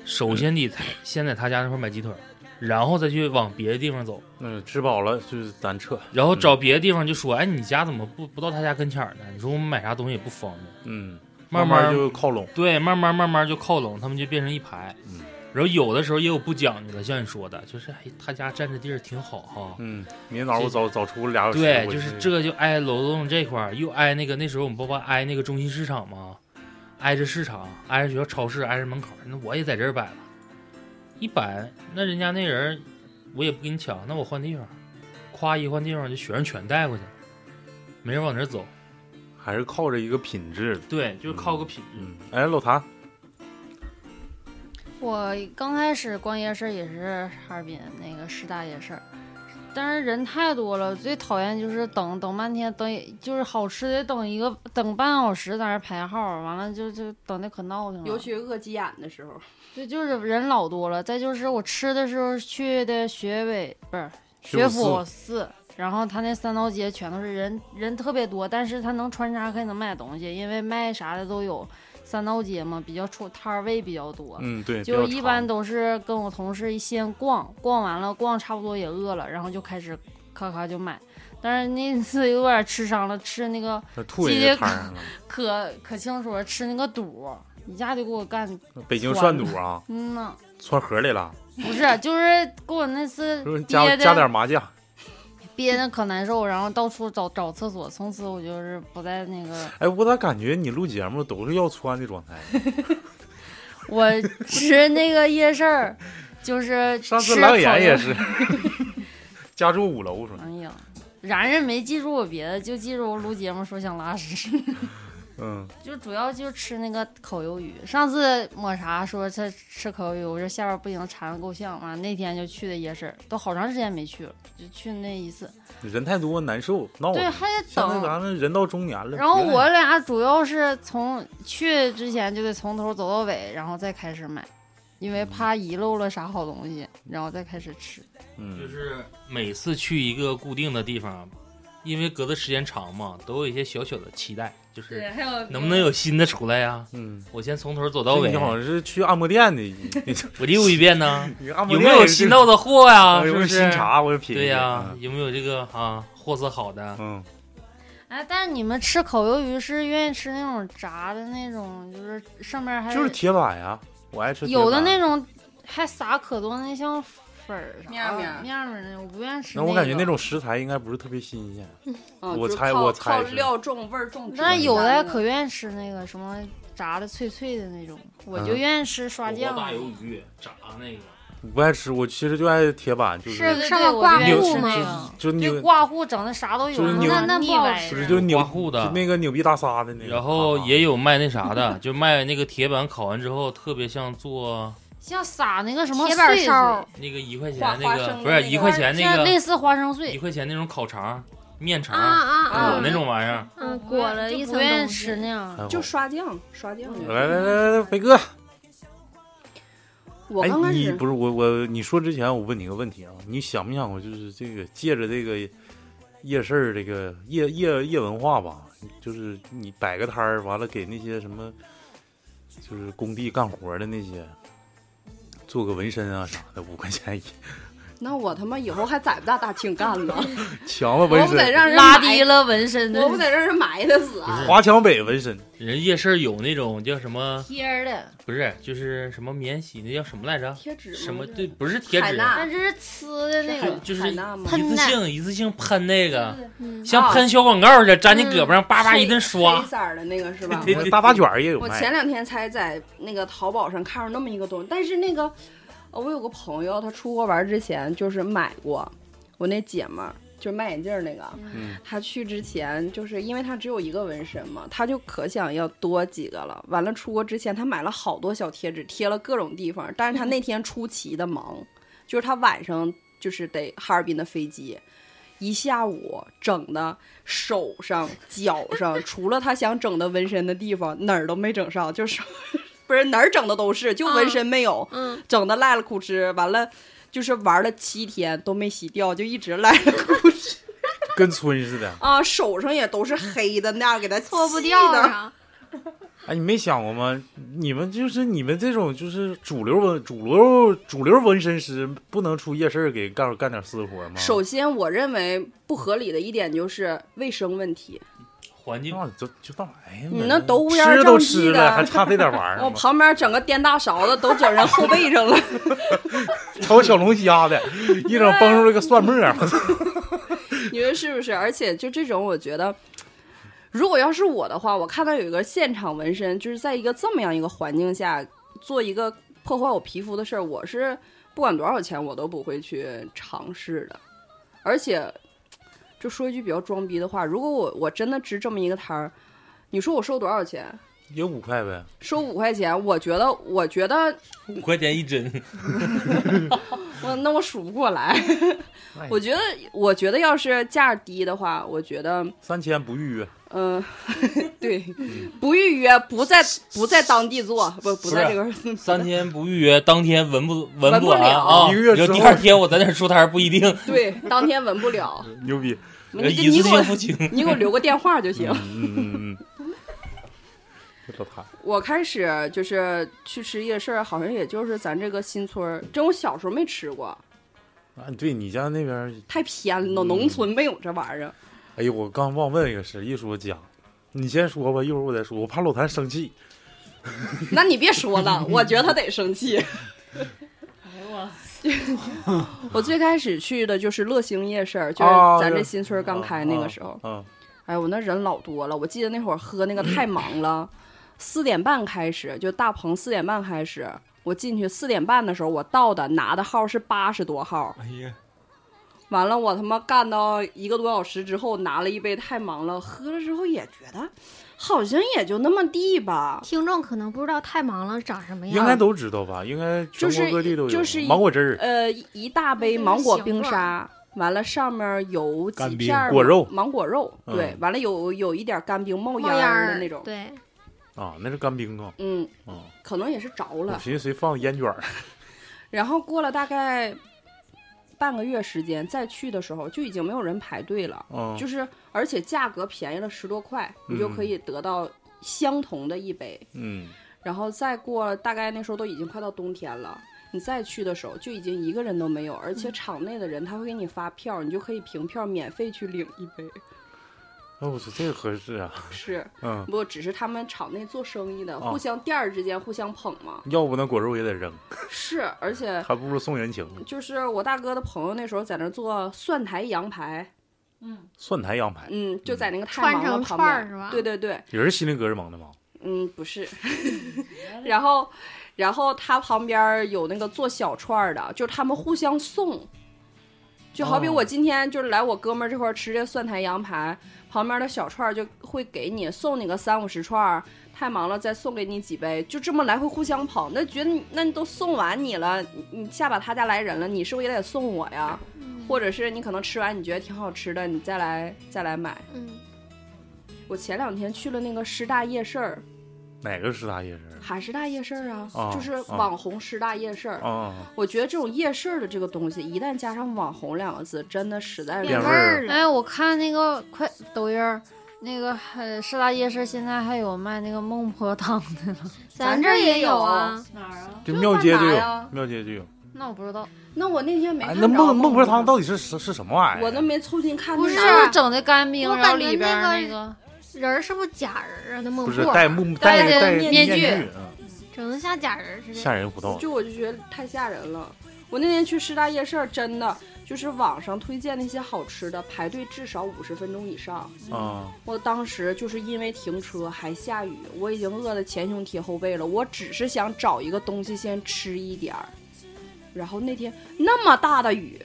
[SPEAKER 6] 首先得先在他家那块买鸡腿儿，然后再去往别的地方走，
[SPEAKER 2] 嗯，吃饱了就是咱撤，
[SPEAKER 6] 然后
[SPEAKER 2] 嗯
[SPEAKER 6] 找别的地方就说，哎，你家怎么不不到他家跟前儿呢？你说我们买啥东西也不方便，
[SPEAKER 2] 嗯，
[SPEAKER 6] 慢
[SPEAKER 2] 慢
[SPEAKER 6] 慢
[SPEAKER 2] 就靠拢，
[SPEAKER 6] 对，慢慢慢慢就靠拢，他们就变成一排
[SPEAKER 2] 嗯。
[SPEAKER 6] 然后有的时候也有不讲究的，像你说的，就是哎，他家占这地儿挺好哈。
[SPEAKER 2] 嗯，明天早上我早早出俩小时，
[SPEAKER 6] 对，
[SPEAKER 2] 我
[SPEAKER 6] 就是这就挨楼栋这块儿，又挨那个那时候我们不不挨那个中心市场吗？挨着市场，挨着学校超市，挨着门口儿，那我也在这儿摆了，一摆，那人家那人儿我也不给你抢，那我换地方，夸一换地方就学生全带过去了，没人往哪儿走，
[SPEAKER 2] 还是靠着一个品质，
[SPEAKER 6] 对，就是靠个品质。
[SPEAKER 2] 嗯，哎，老谭，
[SPEAKER 3] 我刚开始逛夜市也是哈尔滨那个师大夜市，但是人太多了，最讨厌就是等等半天，等也就是好吃的等一个等半小时在那儿排号，完了就就等的可闹腾了。
[SPEAKER 7] 尤其饿急眼的时候，
[SPEAKER 3] 对，就是人老多了。再就是我吃的时候去的学委不是学
[SPEAKER 2] 学
[SPEAKER 3] 府
[SPEAKER 2] 府
[SPEAKER 3] 四，然后他那三道街全都是人，人特别多，但是他能穿插开能买东西，因为卖啥的都有。三道街嘛，比较出摊儿位比较多，
[SPEAKER 2] 嗯，对，比
[SPEAKER 3] 就
[SPEAKER 2] 较
[SPEAKER 3] 一般
[SPEAKER 2] 长
[SPEAKER 3] 都是跟我同事一先逛，逛完了逛差不多也饿了，然后就开始咔咔就买。但是那次有点吃伤了，吃那个
[SPEAKER 2] 那吐人家摊上了，
[SPEAKER 3] 可可清楚了，吃那个肚儿，一下就给我干，
[SPEAKER 2] 北京涮肚啊，
[SPEAKER 3] 嗯呐，
[SPEAKER 2] 窜河里了，
[SPEAKER 3] 不是，就是给我那次
[SPEAKER 2] 说加
[SPEAKER 3] 憋
[SPEAKER 2] 加
[SPEAKER 3] 的
[SPEAKER 2] 点麻酱，
[SPEAKER 3] 憋的可难受，然后到处找找厕所，从此我就是不在那个，
[SPEAKER 2] 哎，我咋感觉你录节目都是要窜的状态？
[SPEAKER 3] 我吃那个夜市儿，就 是
[SPEAKER 2] 上次
[SPEAKER 3] 吃
[SPEAKER 2] 阑
[SPEAKER 3] 烤
[SPEAKER 2] 尾炎也
[SPEAKER 3] 肉
[SPEAKER 2] 是， 家住五楼是吧？
[SPEAKER 3] 哎呀，然人没记住我别的，就记住我录节目说想拉屎，
[SPEAKER 2] 嗯，
[SPEAKER 3] 就主要就吃那个烤鱿鱼。上次抹茶说他吃烤鱿鱼，我这下边不行，馋的够呛。完了那天就去的夜市，都好长时间没去了，就去那一次。
[SPEAKER 2] 人太多难受，闹
[SPEAKER 6] 哦
[SPEAKER 3] 对，
[SPEAKER 2] 腾。
[SPEAKER 3] 还得
[SPEAKER 2] 现在
[SPEAKER 3] 等。
[SPEAKER 2] 咱们人到中年了，
[SPEAKER 3] 然后
[SPEAKER 2] 别
[SPEAKER 3] 我俩主要是从去之前就得从头走到尾，然后再开始买，因
[SPEAKER 6] 嗯
[SPEAKER 3] 为怕遗漏了啥好东西，然后再开始吃。
[SPEAKER 6] 就
[SPEAKER 2] 嗯，
[SPEAKER 6] 是每次去一个固定的地方，因为隔的时间长嘛，都有一些小小的期待，就是，
[SPEAKER 3] 还有
[SPEAKER 6] 能不能有新的出来呀、
[SPEAKER 2] 嗯，
[SPEAKER 6] 我先从头走到尾
[SPEAKER 2] 你，好像是去按摩店的， 你
[SPEAKER 6] 我溜一遍 呢。
[SPEAKER 2] 你按摩
[SPEAKER 6] 有
[SPEAKER 2] 店
[SPEAKER 6] 没有新到的货呀、
[SPEAKER 2] 啊？
[SPEAKER 6] 是
[SPEAKER 2] 有没
[SPEAKER 6] 不
[SPEAKER 2] 有
[SPEAKER 6] 是？
[SPEAKER 2] 新茶？我品一
[SPEAKER 6] 对
[SPEAKER 2] 品
[SPEAKER 6] 呀、有没有这个啊货色好的？
[SPEAKER 2] 嗯，
[SPEAKER 3] 哎，但是你们吃烤鱿鱼是愿意吃那种炸的那种，就是上面还
[SPEAKER 2] 就是铁板呀，我爱吃铁板。啊
[SPEAKER 3] 有的那种还撒可多那像粉儿啥
[SPEAKER 7] 面儿面儿
[SPEAKER 3] 面儿面儿的，我不愿意吃、
[SPEAKER 2] 那
[SPEAKER 3] 个。
[SPEAKER 2] 我感觉那种食材应该不是特别新鲜，
[SPEAKER 7] 嗯，
[SPEAKER 2] 我
[SPEAKER 7] 就是
[SPEAKER 2] 猜
[SPEAKER 7] 靠
[SPEAKER 2] 我猜
[SPEAKER 7] 靠
[SPEAKER 2] 是
[SPEAKER 7] 料重味儿重。质
[SPEAKER 3] 但
[SPEAKER 7] 量
[SPEAKER 3] 是有的
[SPEAKER 7] 大
[SPEAKER 3] 可愿意吃那个什么炸的脆脆的那种，我
[SPEAKER 2] 嗯
[SPEAKER 5] 啊
[SPEAKER 3] 就愿意吃刷酱的。
[SPEAKER 6] 鱼炸那个，
[SPEAKER 2] 我不爱吃，我其实就爱铁板，就是
[SPEAKER 3] 对
[SPEAKER 5] 上
[SPEAKER 3] 对
[SPEAKER 5] 面挂
[SPEAKER 3] 我就
[SPEAKER 5] 户
[SPEAKER 3] 爱吃
[SPEAKER 5] 吗
[SPEAKER 3] 那个
[SPEAKER 2] 就
[SPEAKER 3] 这
[SPEAKER 2] 扭，
[SPEAKER 3] 挂户整的啥都有，
[SPEAKER 2] 就是扭
[SPEAKER 5] 那那不
[SPEAKER 3] 腻歪
[SPEAKER 5] 好吃
[SPEAKER 2] 不是
[SPEAKER 3] 着
[SPEAKER 2] 就
[SPEAKER 6] 刮
[SPEAKER 2] 扭
[SPEAKER 6] 户
[SPEAKER 2] 就
[SPEAKER 6] 的，
[SPEAKER 2] 那个扭逼大沙的那个。
[SPEAKER 6] 然后
[SPEAKER 2] 啊
[SPEAKER 6] 也有卖那啥的，就卖那个铁板烤完之后，特别像做
[SPEAKER 3] 像撒那个什么
[SPEAKER 5] 铁板
[SPEAKER 3] 碎
[SPEAKER 5] 烧
[SPEAKER 6] 那个一块钱
[SPEAKER 7] 花
[SPEAKER 6] 那
[SPEAKER 7] 花
[SPEAKER 6] 个，
[SPEAKER 7] 生
[SPEAKER 6] 不
[SPEAKER 7] 的
[SPEAKER 6] 是
[SPEAKER 7] 那
[SPEAKER 6] 一
[SPEAKER 7] 个
[SPEAKER 6] 块钱
[SPEAKER 3] 碎
[SPEAKER 6] 那
[SPEAKER 3] 像类
[SPEAKER 6] 个
[SPEAKER 3] 似花生
[SPEAKER 6] 一
[SPEAKER 3] 碎，
[SPEAKER 6] 块钱那种烤肠、面
[SPEAKER 5] 啊
[SPEAKER 6] 肠，
[SPEAKER 5] 啊
[SPEAKER 6] 裹
[SPEAKER 5] 啊！
[SPEAKER 6] 那种玩意儿。
[SPEAKER 5] 嗯，裹了一
[SPEAKER 3] 就
[SPEAKER 5] 层
[SPEAKER 3] 不愿
[SPEAKER 5] 东
[SPEAKER 3] 意
[SPEAKER 5] 西
[SPEAKER 3] 吃那样。
[SPEAKER 2] 哎呦
[SPEAKER 6] 哦
[SPEAKER 7] 就刷酱，刷酱。
[SPEAKER 6] 嗯
[SPEAKER 2] 来来来来，飞哥，
[SPEAKER 7] 我
[SPEAKER 2] 哎
[SPEAKER 7] 刚，开
[SPEAKER 2] 你
[SPEAKER 7] 始
[SPEAKER 2] 不是我我你说之前我问你个问题啊，你想没想过就是这个借着这个夜市儿这个夜夜夜文化吧，就是你摆个摊儿，完了给那些什么就是工地干活的那些做个纹身啊啥的，五块钱一
[SPEAKER 7] 那我他妈以后还在不大大庆干呢，
[SPEAKER 2] 强子
[SPEAKER 7] 我
[SPEAKER 2] 纹
[SPEAKER 7] 不得
[SPEAKER 2] 身，
[SPEAKER 7] 让人
[SPEAKER 3] 拉
[SPEAKER 7] 埋
[SPEAKER 3] 低，了纹身的
[SPEAKER 7] 我不得让人埋汰死啊！
[SPEAKER 2] 华强北纹身，
[SPEAKER 6] 人夜市有那种叫什么，
[SPEAKER 3] 贴儿的，
[SPEAKER 6] 不是就是什么免洗那叫什么来着？
[SPEAKER 7] 贴纸吗
[SPEAKER 6] 什么对，不是贴
[SPEAKER 7] 海
[SPEAKER 6] 纸，
[SPEAKER 7] 纳
[SPEAKER 3] 但这是呲的那个，
[SPEAKER 6] 就是
[SPEAKER 7] 海
[SPEAKER 6] 一
[SPEAKER 7] 纳吗？
[SPEAKER 6] 次性一次性喷那个，
[SPEAKER 5] 嗯
[SPEAKER 6] 像
[SPEAKER 7] 啊
[SPEAKER 6] 喷小广告似的，粘你胳膊上，叭叭
[SPEAKER 7] 黑
[SPEAKER 6] 一顿刷
[SPEAKER 7] 黑。色儿的那个是吧？
[SPEAKER 6] 对对
[SPEAKER 2] 大八卷儿也有
[SPEAKER 7] 我
[SPEAKER 2] 卖
[SPEAKER 7] 前。两天才在那个淘宝上看着那么一个东西，但是那个呃我有个朋友，他出国玩之前就是买过，我那姐们儿就是卖眼镜儿那个，
[SPEAKER 2] 嗯
[SPEAKER 7] 她去之前就是因为她只有一个纹身嘛，她就可想要多几个了。完了出国之前，她买了好多小贴纸，贴了各种地方，但是她那天出奇的忙，就是她晚上就是得哈尔滨的飞机。一下午整的手上、脚 上，除了她想整的纹身的地方，哪儿都没整上，就是 不是哪儿整的都是，就纹身没有，
[SPEAKER 5] 嗯，
[SPEAKER 7] 整的赖了哭哧。完了，就是玩了七天都没洗掉，就一直赖了哭哧。
[SPEAKER 2] 跟村似的。
[SPEAKER 7] 啊， 手上也都是黑的，那样给它
[SPEAKER 5] 脱嗯不
[SPEAKER 7] 气
[SPEAKER 5] 掉
[SPEAKER 7] 的。
[SPEAKER 5] 啊。
[SPEAKER 2] 哎，你没想过吗？你们就是你们这种就是主流纹主流主流纹身师，不能出夜市儿给干干点私活吗？
[SPEAKER 7] 首先，我认为不合理的一点就是卫生问题。
[SPEAKER 6] 环境
[SPEAKER 2] 那就就到哎呀，
[SPEAKER 7] 你那都乌烟
[SPEAKER 2] 吃都
[SPEAKER 7] 瘴气
[SPEAKER 2] 吃
[SPEAKER 7] 的
[SPEAKER 2] 了，还差这点玩意儿
[SPEAKER 7] 我
[SPEAKER 2] 吗？
[SPEAKER 7] 旁边整个颠大勺子都整人后背上了，
[SPEAKER 2] 瞅小龙虾的，一整崩
[SPEAKER 7] 啊
[SPEAKER 2] 出来个蒜末儿，
[SPEAKER 7] 你说是不是？而且就这种，我觉得，如果要是我的话，我看到有一个现场纹身，就是在一个这么样一个环境下做一个破坏我皮肤的事儿，我是不管多少钱我都不会去尝试的。而且，就说一句比较装逼的话，如果我我真的支这么一个摊儿，你说我收多少钱？
[SPEAKER 2] 也五块呗。
[SPEAKER 7] 收五块钱，我觉得，我觉得
[SPEAKER 6] 五块钱一针，
[SPEAKER 7] 我那我数不过来。
[SPEAKER 2] 那也
[SPEAKER 7] 我觉得，我觉得要是价低的话，我觉得。
[SPEAKER 2] 三千不啊预约，
[SPEAKER 7] 嗯， 对，
[SPEAKER 6] 嗯
[SPEAKER 7] 不预约，不在不在当地做，不不
[SPEAKER 6] 啊
[SPEAKER 7] 在这个
[SPEAKER 6] 三天不预约，当天纹不
[SPEAKER 7] 纹
[SPEAKER 6] 纹
[SPEAKER 7] 不
[SPEAKER 6] 完
[SPEAKER 7] 了
[SPEAKER 6] 啊？
[SPEAKER 2] 一个月
[SPEAKER 6] 你说
[SPEAKER 2] 之
[SPEAKER 6] 第
[SPEAKER 2] 后
[SPEAKER 6] 二天我在那儿出摊儿不一定，
[SPEAKER 7] 对，当天纹不 了，
[SPEAKER 2] 牛逼！
[SPEAKER 7] 你给
[SPEAKER 6] 呃一
[SPEAKER 7] 你
[SPEAKER 6] 次
[SPEAKER 7] 给我
[SPEAKER 6] 性付清。
[SPEAKER 7] 你给我留个电话就行。
[SPEAKER 2] 嗯嗯嗯嗯， 这老太
[SPEAKER 7] 我开始就是去吃夜市儿，好像也就是咱这个新村儿，这我小时候没吃过，
[SPEAKER 2] 啊，对你家那边儿，
[SPEAKER 7] 太偏了，
[SPEAKER 6] 嗯
[SPEAKER 7] 农村没有这玩意儿。
[SPEAKER 2] 哎呦，我刚忘问一个事，一说家，你先说吧，一会儿我再说，我怕老谭生气。
[SPEAKER 7] 那你别说了，我觉得他得生气。 我最开始去的就是乐兴夜市儿，就是
[SPEAKER 6] 哦
[SPEAKER 2] 啊
[SPEAKER 7] 咱这
[SPEAKER 2] 是
[SPEAKER 7] 新村儿刚开那个时候。
[SPEAKER 2] 嗯，
[SPEAKER 7] 哎，我那人老多了。我记得那会儿喝那个太忙了，四点半开始，就大棚四点半开始。我进去四点半的时候，我到的拿的号是八十多号。
[SPEAKER 6] 哎呀，
[SPEAKER 7] 完了，我他妈干到一个多小时之后，拿了一杯太忙了，喝了之后也觉得好像也就那么地吧。
[SPEAKER 5] 听众可能不知道太忙了长什么样，
[SPEAKER 2] 应该都知道吧？应该全
[SPEAKER 7] 哎就是
[SPEAKER 2] 国各地都有。
[SPEAKER 7] 就是一
[SPEAKER 2] 芒果汁儿、
[SPEAKER 7] 呃，一一大杯芒果冰沙，完了上面有
[SPEAKER 4] 干
[SPEAKER 7] 几
[SPEAKER 4] 冰
[SPEAKER 7] 片儿
[SPEAKER 2] 果肉
[SPEAKER 7] 芒果肉，
[SPEAKER 2] 嗯
[SPEAKER 7] 对，完了有有一点干冰冒
[SPEAKER 5] 冒
[SPEAKER 7] 烟
[SPEAKER 5] 烟
[SPEAKER 7] 儿
[SPEAKER 5] 儿
[SPEAKER 7] 的那种，
[SPEAKER 5] 对，
[SPEAKER 2] 啊，那是干冰啊。
[SPEAKER 7] 嗯，
[SPEAKER 2] 啊，
[SPEAKER 7] 可能也是着
[SPEAKER 2] 我
[SPEAKER 7] 了。
[SPEAKER 2] 寻思谁放烟卷儿？
[SPEAKER 7] 然后过了大概半个月时间，再去的时候就已经没有人排队了，
[SPEAKER 2] 嗯，
[SPEAKER 7] 就是而且价格便宜了十多块，你就
[SPEAKER 2] 嗯
[SPEAKER 7] 可以得到相同的一杯。
[SPEAKER 2] 嗯，
[SPEAKER 7] 然后再过大概那时候都已经快到冬天了。你再去的时候，就已经一个人都没有，而且场内的人他会给你发票，你就可以凭票免费去领一 杯。
[SPEAKER 2] 哎，我说这个合适啊。
[SPEAKER 7] 是，
[SPEAKER 2] 嗯，
[SPEAKER 7] 不，只是他们场内做生意的，
[SPEAKER 2] 哦
[SPEAKER 7] 互相店儿之间互相捧嘛。
[SPEAKER 2] 要不那果肉也得扔，
[SPEAKER 7] 是，而且
[SPEAKER 2] 还不如送人情。
[SPEAKER 7] 就是我大哥的朋友那时候在那儿做蒜苔羊排，
[SPEAKER 2] 蒜苔羊排，
[SPEAKER 7] 嗯，就在那个太
[SPEAKER 5] 串
[SPEAKER 7] 忙了
[SPEAKER 5] 成
[SPEAKER 7] 旁
[SPEAKER 5] 串儿
[SPEAKER 7] 边，
[SPEAKER 5] 是吧？
[SPEAKER 7] 对对对，
[SPEAKER 2] 也是锡林格日蒙的吗？
[SPEAKER 7] 嗯，不是。然后，然后他旁边儿有那个做小串儿的，就是他们互相送。就好比
[SPEAKER 5] 哦
[SPEAKER 7] 我今天就是来我哥们儿这块儿吃这蒜苔羊排，旁边的小串儿就会给你送你个三五十串儿，太忙了再送给你几杯，就这么来回互相跑。那觉得你那你都送完你了，你你下把他家来人了，你是不是也得送我呀？
[SPEAKER 5] 嗯
[SPEAKER 7] 或者是你可能吃完你觉得挺好吃的，你再来再来买。
[SPEAKER 5] 嗯，
[SPEAKER 7] 我前两天去了那个师大夜市儿，
[SPEAKER 2] 哪个师大夜市？
[SPEAKER 7] 哈师大夜市儿啊，
[SPEAKER 2] 啊
[SPEAKER 7] 就是
[SPEAKER 2] 啊
[SPEAKER 7] 网红师大夜市儿。
[SPEAKER 2] 啊，
[SPEAKER 7] 我觉得这种夜市儿的这个东西，一旦加上“网红”两个字，真的实在
[SPEAKER 2] 变
[SPEAKER 7] 是
[SPEAKER 2] 味
[SPEAKER 5] 味
[SPEAKER 2] 儿
[SPEAKER 5] 了。
[SPEAKER 3] 哎，我看那个快抖音儿，那个呃师大夜市现在还有卖那个孟婆汤的呢。
[SPEAKER 5] 咱
[SPEAKER 7] 这儿也
[SPEAKER 5] 也
[SPEAKER 7] 有
[SPEAKER 5] 啊，
[SPEAKER 3] 哪儿啊？
[SPEAKER 2] 就
[SPEAKER 7] 这
[SPEAKER 2] 庙街就
[SPEAKER 7] 干嘛
[SPEAKER 2] 有
[SPEAKER 7] 呀，
[SPEAKER 2] 庙街就有。
[SPEAKER 3] 那我不知道，
[SPEAKER 7] 那我那天没
[SPEAKER 2] 哎
[SPEAKER 7] 看，
[SPEAKER 2] 那
[SPEAKER 7] 着
[SPEAKER 2] 孟孟婆汤
[SPEAKER 7] 到，
[SPEAKER 2] 到底是是是什么玩意儿？啊
[SPEAKER 7] 我都没凑近看。
[SPEAKER 5] 不
[SPEAKER 7] 那
[SPEAKER 5] 是啊
[SPEAKER 7] 哪儿
[SPEAKER 3] 就是整的干冰，
[SPEAKER 5] 我
[SPEAKER 3] 然后
[SPEAKER 5] 感觉
[SPEAKER 3] 里边儿
[SPEAKER 5] 那个
[SPEAKER 3] 那个
[SPEAKER 5] 人儿是不是假人儿啊？那孟
[SPEAKER 2] 不是
[SPEAKER 5] 婆
[SPEAKER 2] 戴木
[SPEAKER 3] 戴
[SPEAKER 2] 戴
[SPEAKER 3] 着
[SPEAKER 2] 戴
[SPEAKER 3] 面具
[SPEAKER 2] 具，嗯
[SPEAKER 5] 整的像假人儿似的。
[SPEAKER 2] 吓人不到。
[SPEAKER 7] 就我就觉得太吓人了。我那天去师大夜市儿，真的就是网上推荐那些好吃的，排队至少五十分钟以上。
[SPEAKER 2] 啊，
[SPEAKER 7] 我当时就是因为停车还下雨，我已经饿得前胸贴后背了。我只是想找一个东西先吃一点儿。然后那天那么大的雨，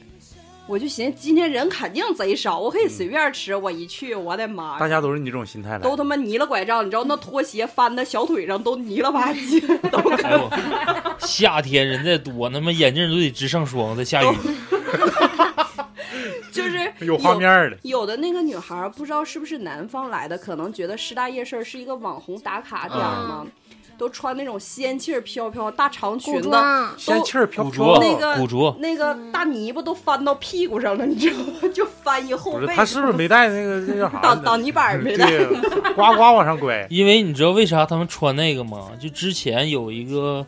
[SPEAKER 7] 我就寻思今天人肯定贼少，我可以
[SPEAKER 2] 嗯
[SPEAKER 7] 随便吃。我一去，我的妈
[SPEAKER 2] 大
[SPEAKER 7] 呀！
[SPEAKER 2] 家都是你这种心态来
[SPEAKER 7] 都
[SPEAKER 2] 的。
[SPEAKER 7] 他妈泥了拐杖，你知道那拖鞋翻的小腿上都泥了吧唧， 都
[SPEAKER 6] 哎呦， 夏天人再多，他妈眼镜都得直上霜，在下雨。
[SPEAKER 7] 就是
[SPEAKER 2] 有画面儿的，
[SPEAKER 7] 有的那个女孩儿不知道是不是南方来的，可能觉得师大夜市是一个网红打卡
[SPEAKER 2] 嗯
[SPEAKER 7] 点儿嘛，都穿那种仙气儿飘飘大长裙
[SPEAKER 5] 古
[SPEAKER 7] 子，
[SPEAKER 5] 装，
[SPEAKER 2] 仙气儿飘
[SPEAKER 6] 古
[SPEAKER 2] 飘
[SPEAKER 6] 着。
[SPEAKER 7] 那个
[SPEAKER 6] 古
[SPEAKER 2] 哦
[SPEAKER 6] 着，
[SPEAKER 7] 那个大泥巴都翻到屁股上了，你知道吗？就翻一后
[SPEAKER 2] 不是
[SPEAKER 7] 背，
[SPEAKER 2] 他是不是没带那个那叫啥
[SPEAKER 7] 挡
[SPEAKER 2] 呢？
[SPEAKER 7] 挡泥板儿没的。
[SPEAKER 2] 对，呱呱往上拐。
[SPEAKER 6] 因为你知道为啥他们穿那个吗？就之前有一个，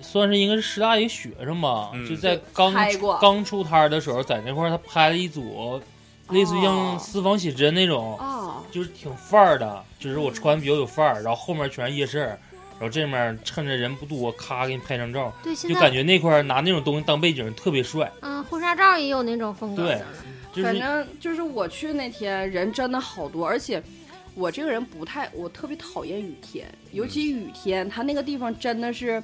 [SPEAKER 6] 算是应该是师大一个学生吧，
[SPEAKER 2] 嗯
[SPEAKER 6] 就在刚
[SPEAKER 7] 拍过
[SPEAKER 6] 刚出摊儿的时候，在那块儿他拍了一组，类似于像
[SPEAKER 7] 哦
[SPEAKER 6] 私房写真那种，
[SPEAKER 5] 哦
[SPEAKER 7] 啊，
[SPEAKER 6] 就是挺范儿的，就是我穿比较有范儿，然后后面全是夜市儿，然后这面趁着人不多，咔给你拍张照，
[SPEAKER 5] 对，现
[SPEAKER 6] 就感
[SPEAKER 5] 在
[SPEAKER 6] 觉那块儿拿那种东西当背景特别帅，
[SPEAKER 5] 嗯，婚纱照也有那种风格
[SPEAKER 6] 对
[SPEAKER 5] 的。
[SPEAKER 6] 就
[SPEAKER 7] 嗯反
[SPEAKER 6] 是
[SPEAKER 7] 正就是我去那天人真的好多，而且我这个人不太，我特别讨厌雨天，尤其雨天，它那个地方真的是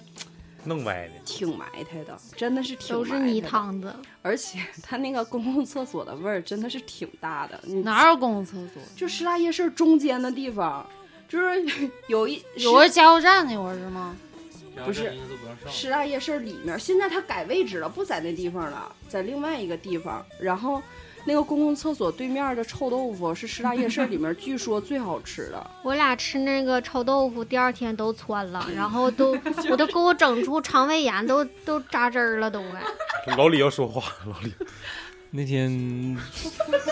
[SPEAKER 2] 弄歪的，
[SPEAKER 7] 挺埋汰的，真的是挺
[SPEAKER 5] 都
[SPEAKER 7] 埋
[SPEAKER 5] 是
[SPEAKER 7] 汰
[SPEAKER 5] 泥
[SPEAKER 7] 的。
[SPEAKER 5] 汤子，
[SPEAKER 7] 而且它那个公共厕所的味儿真的是挺大的，你
[SPEAKER 3] 哪有公共厕所？
[SPEAKER 7] 就师大夜市中间的地方，就是有一
[SPEAKER 3] 有
[SPEAKER 5] 啊
[SPEAKER 3] 个加油站那会儿是吗？
[SPEAKER 2] 哦
[SPEAKER 7] 不是师大夜市里面，现在它改位置了，不在那地方了，在另外一个地方。然后那个公共厕所对面的臭豆腐是师大夜市里 面据说最好吃的，
[SPEAKER 5] 我俩吃那个臭豆腐，第二天都窜了，然后都 我都给我整出肠胃炎，都都扎针儿了，都快。
[SPEAKER 2] 老李要说话，老李
[SPEAKER 4] 那天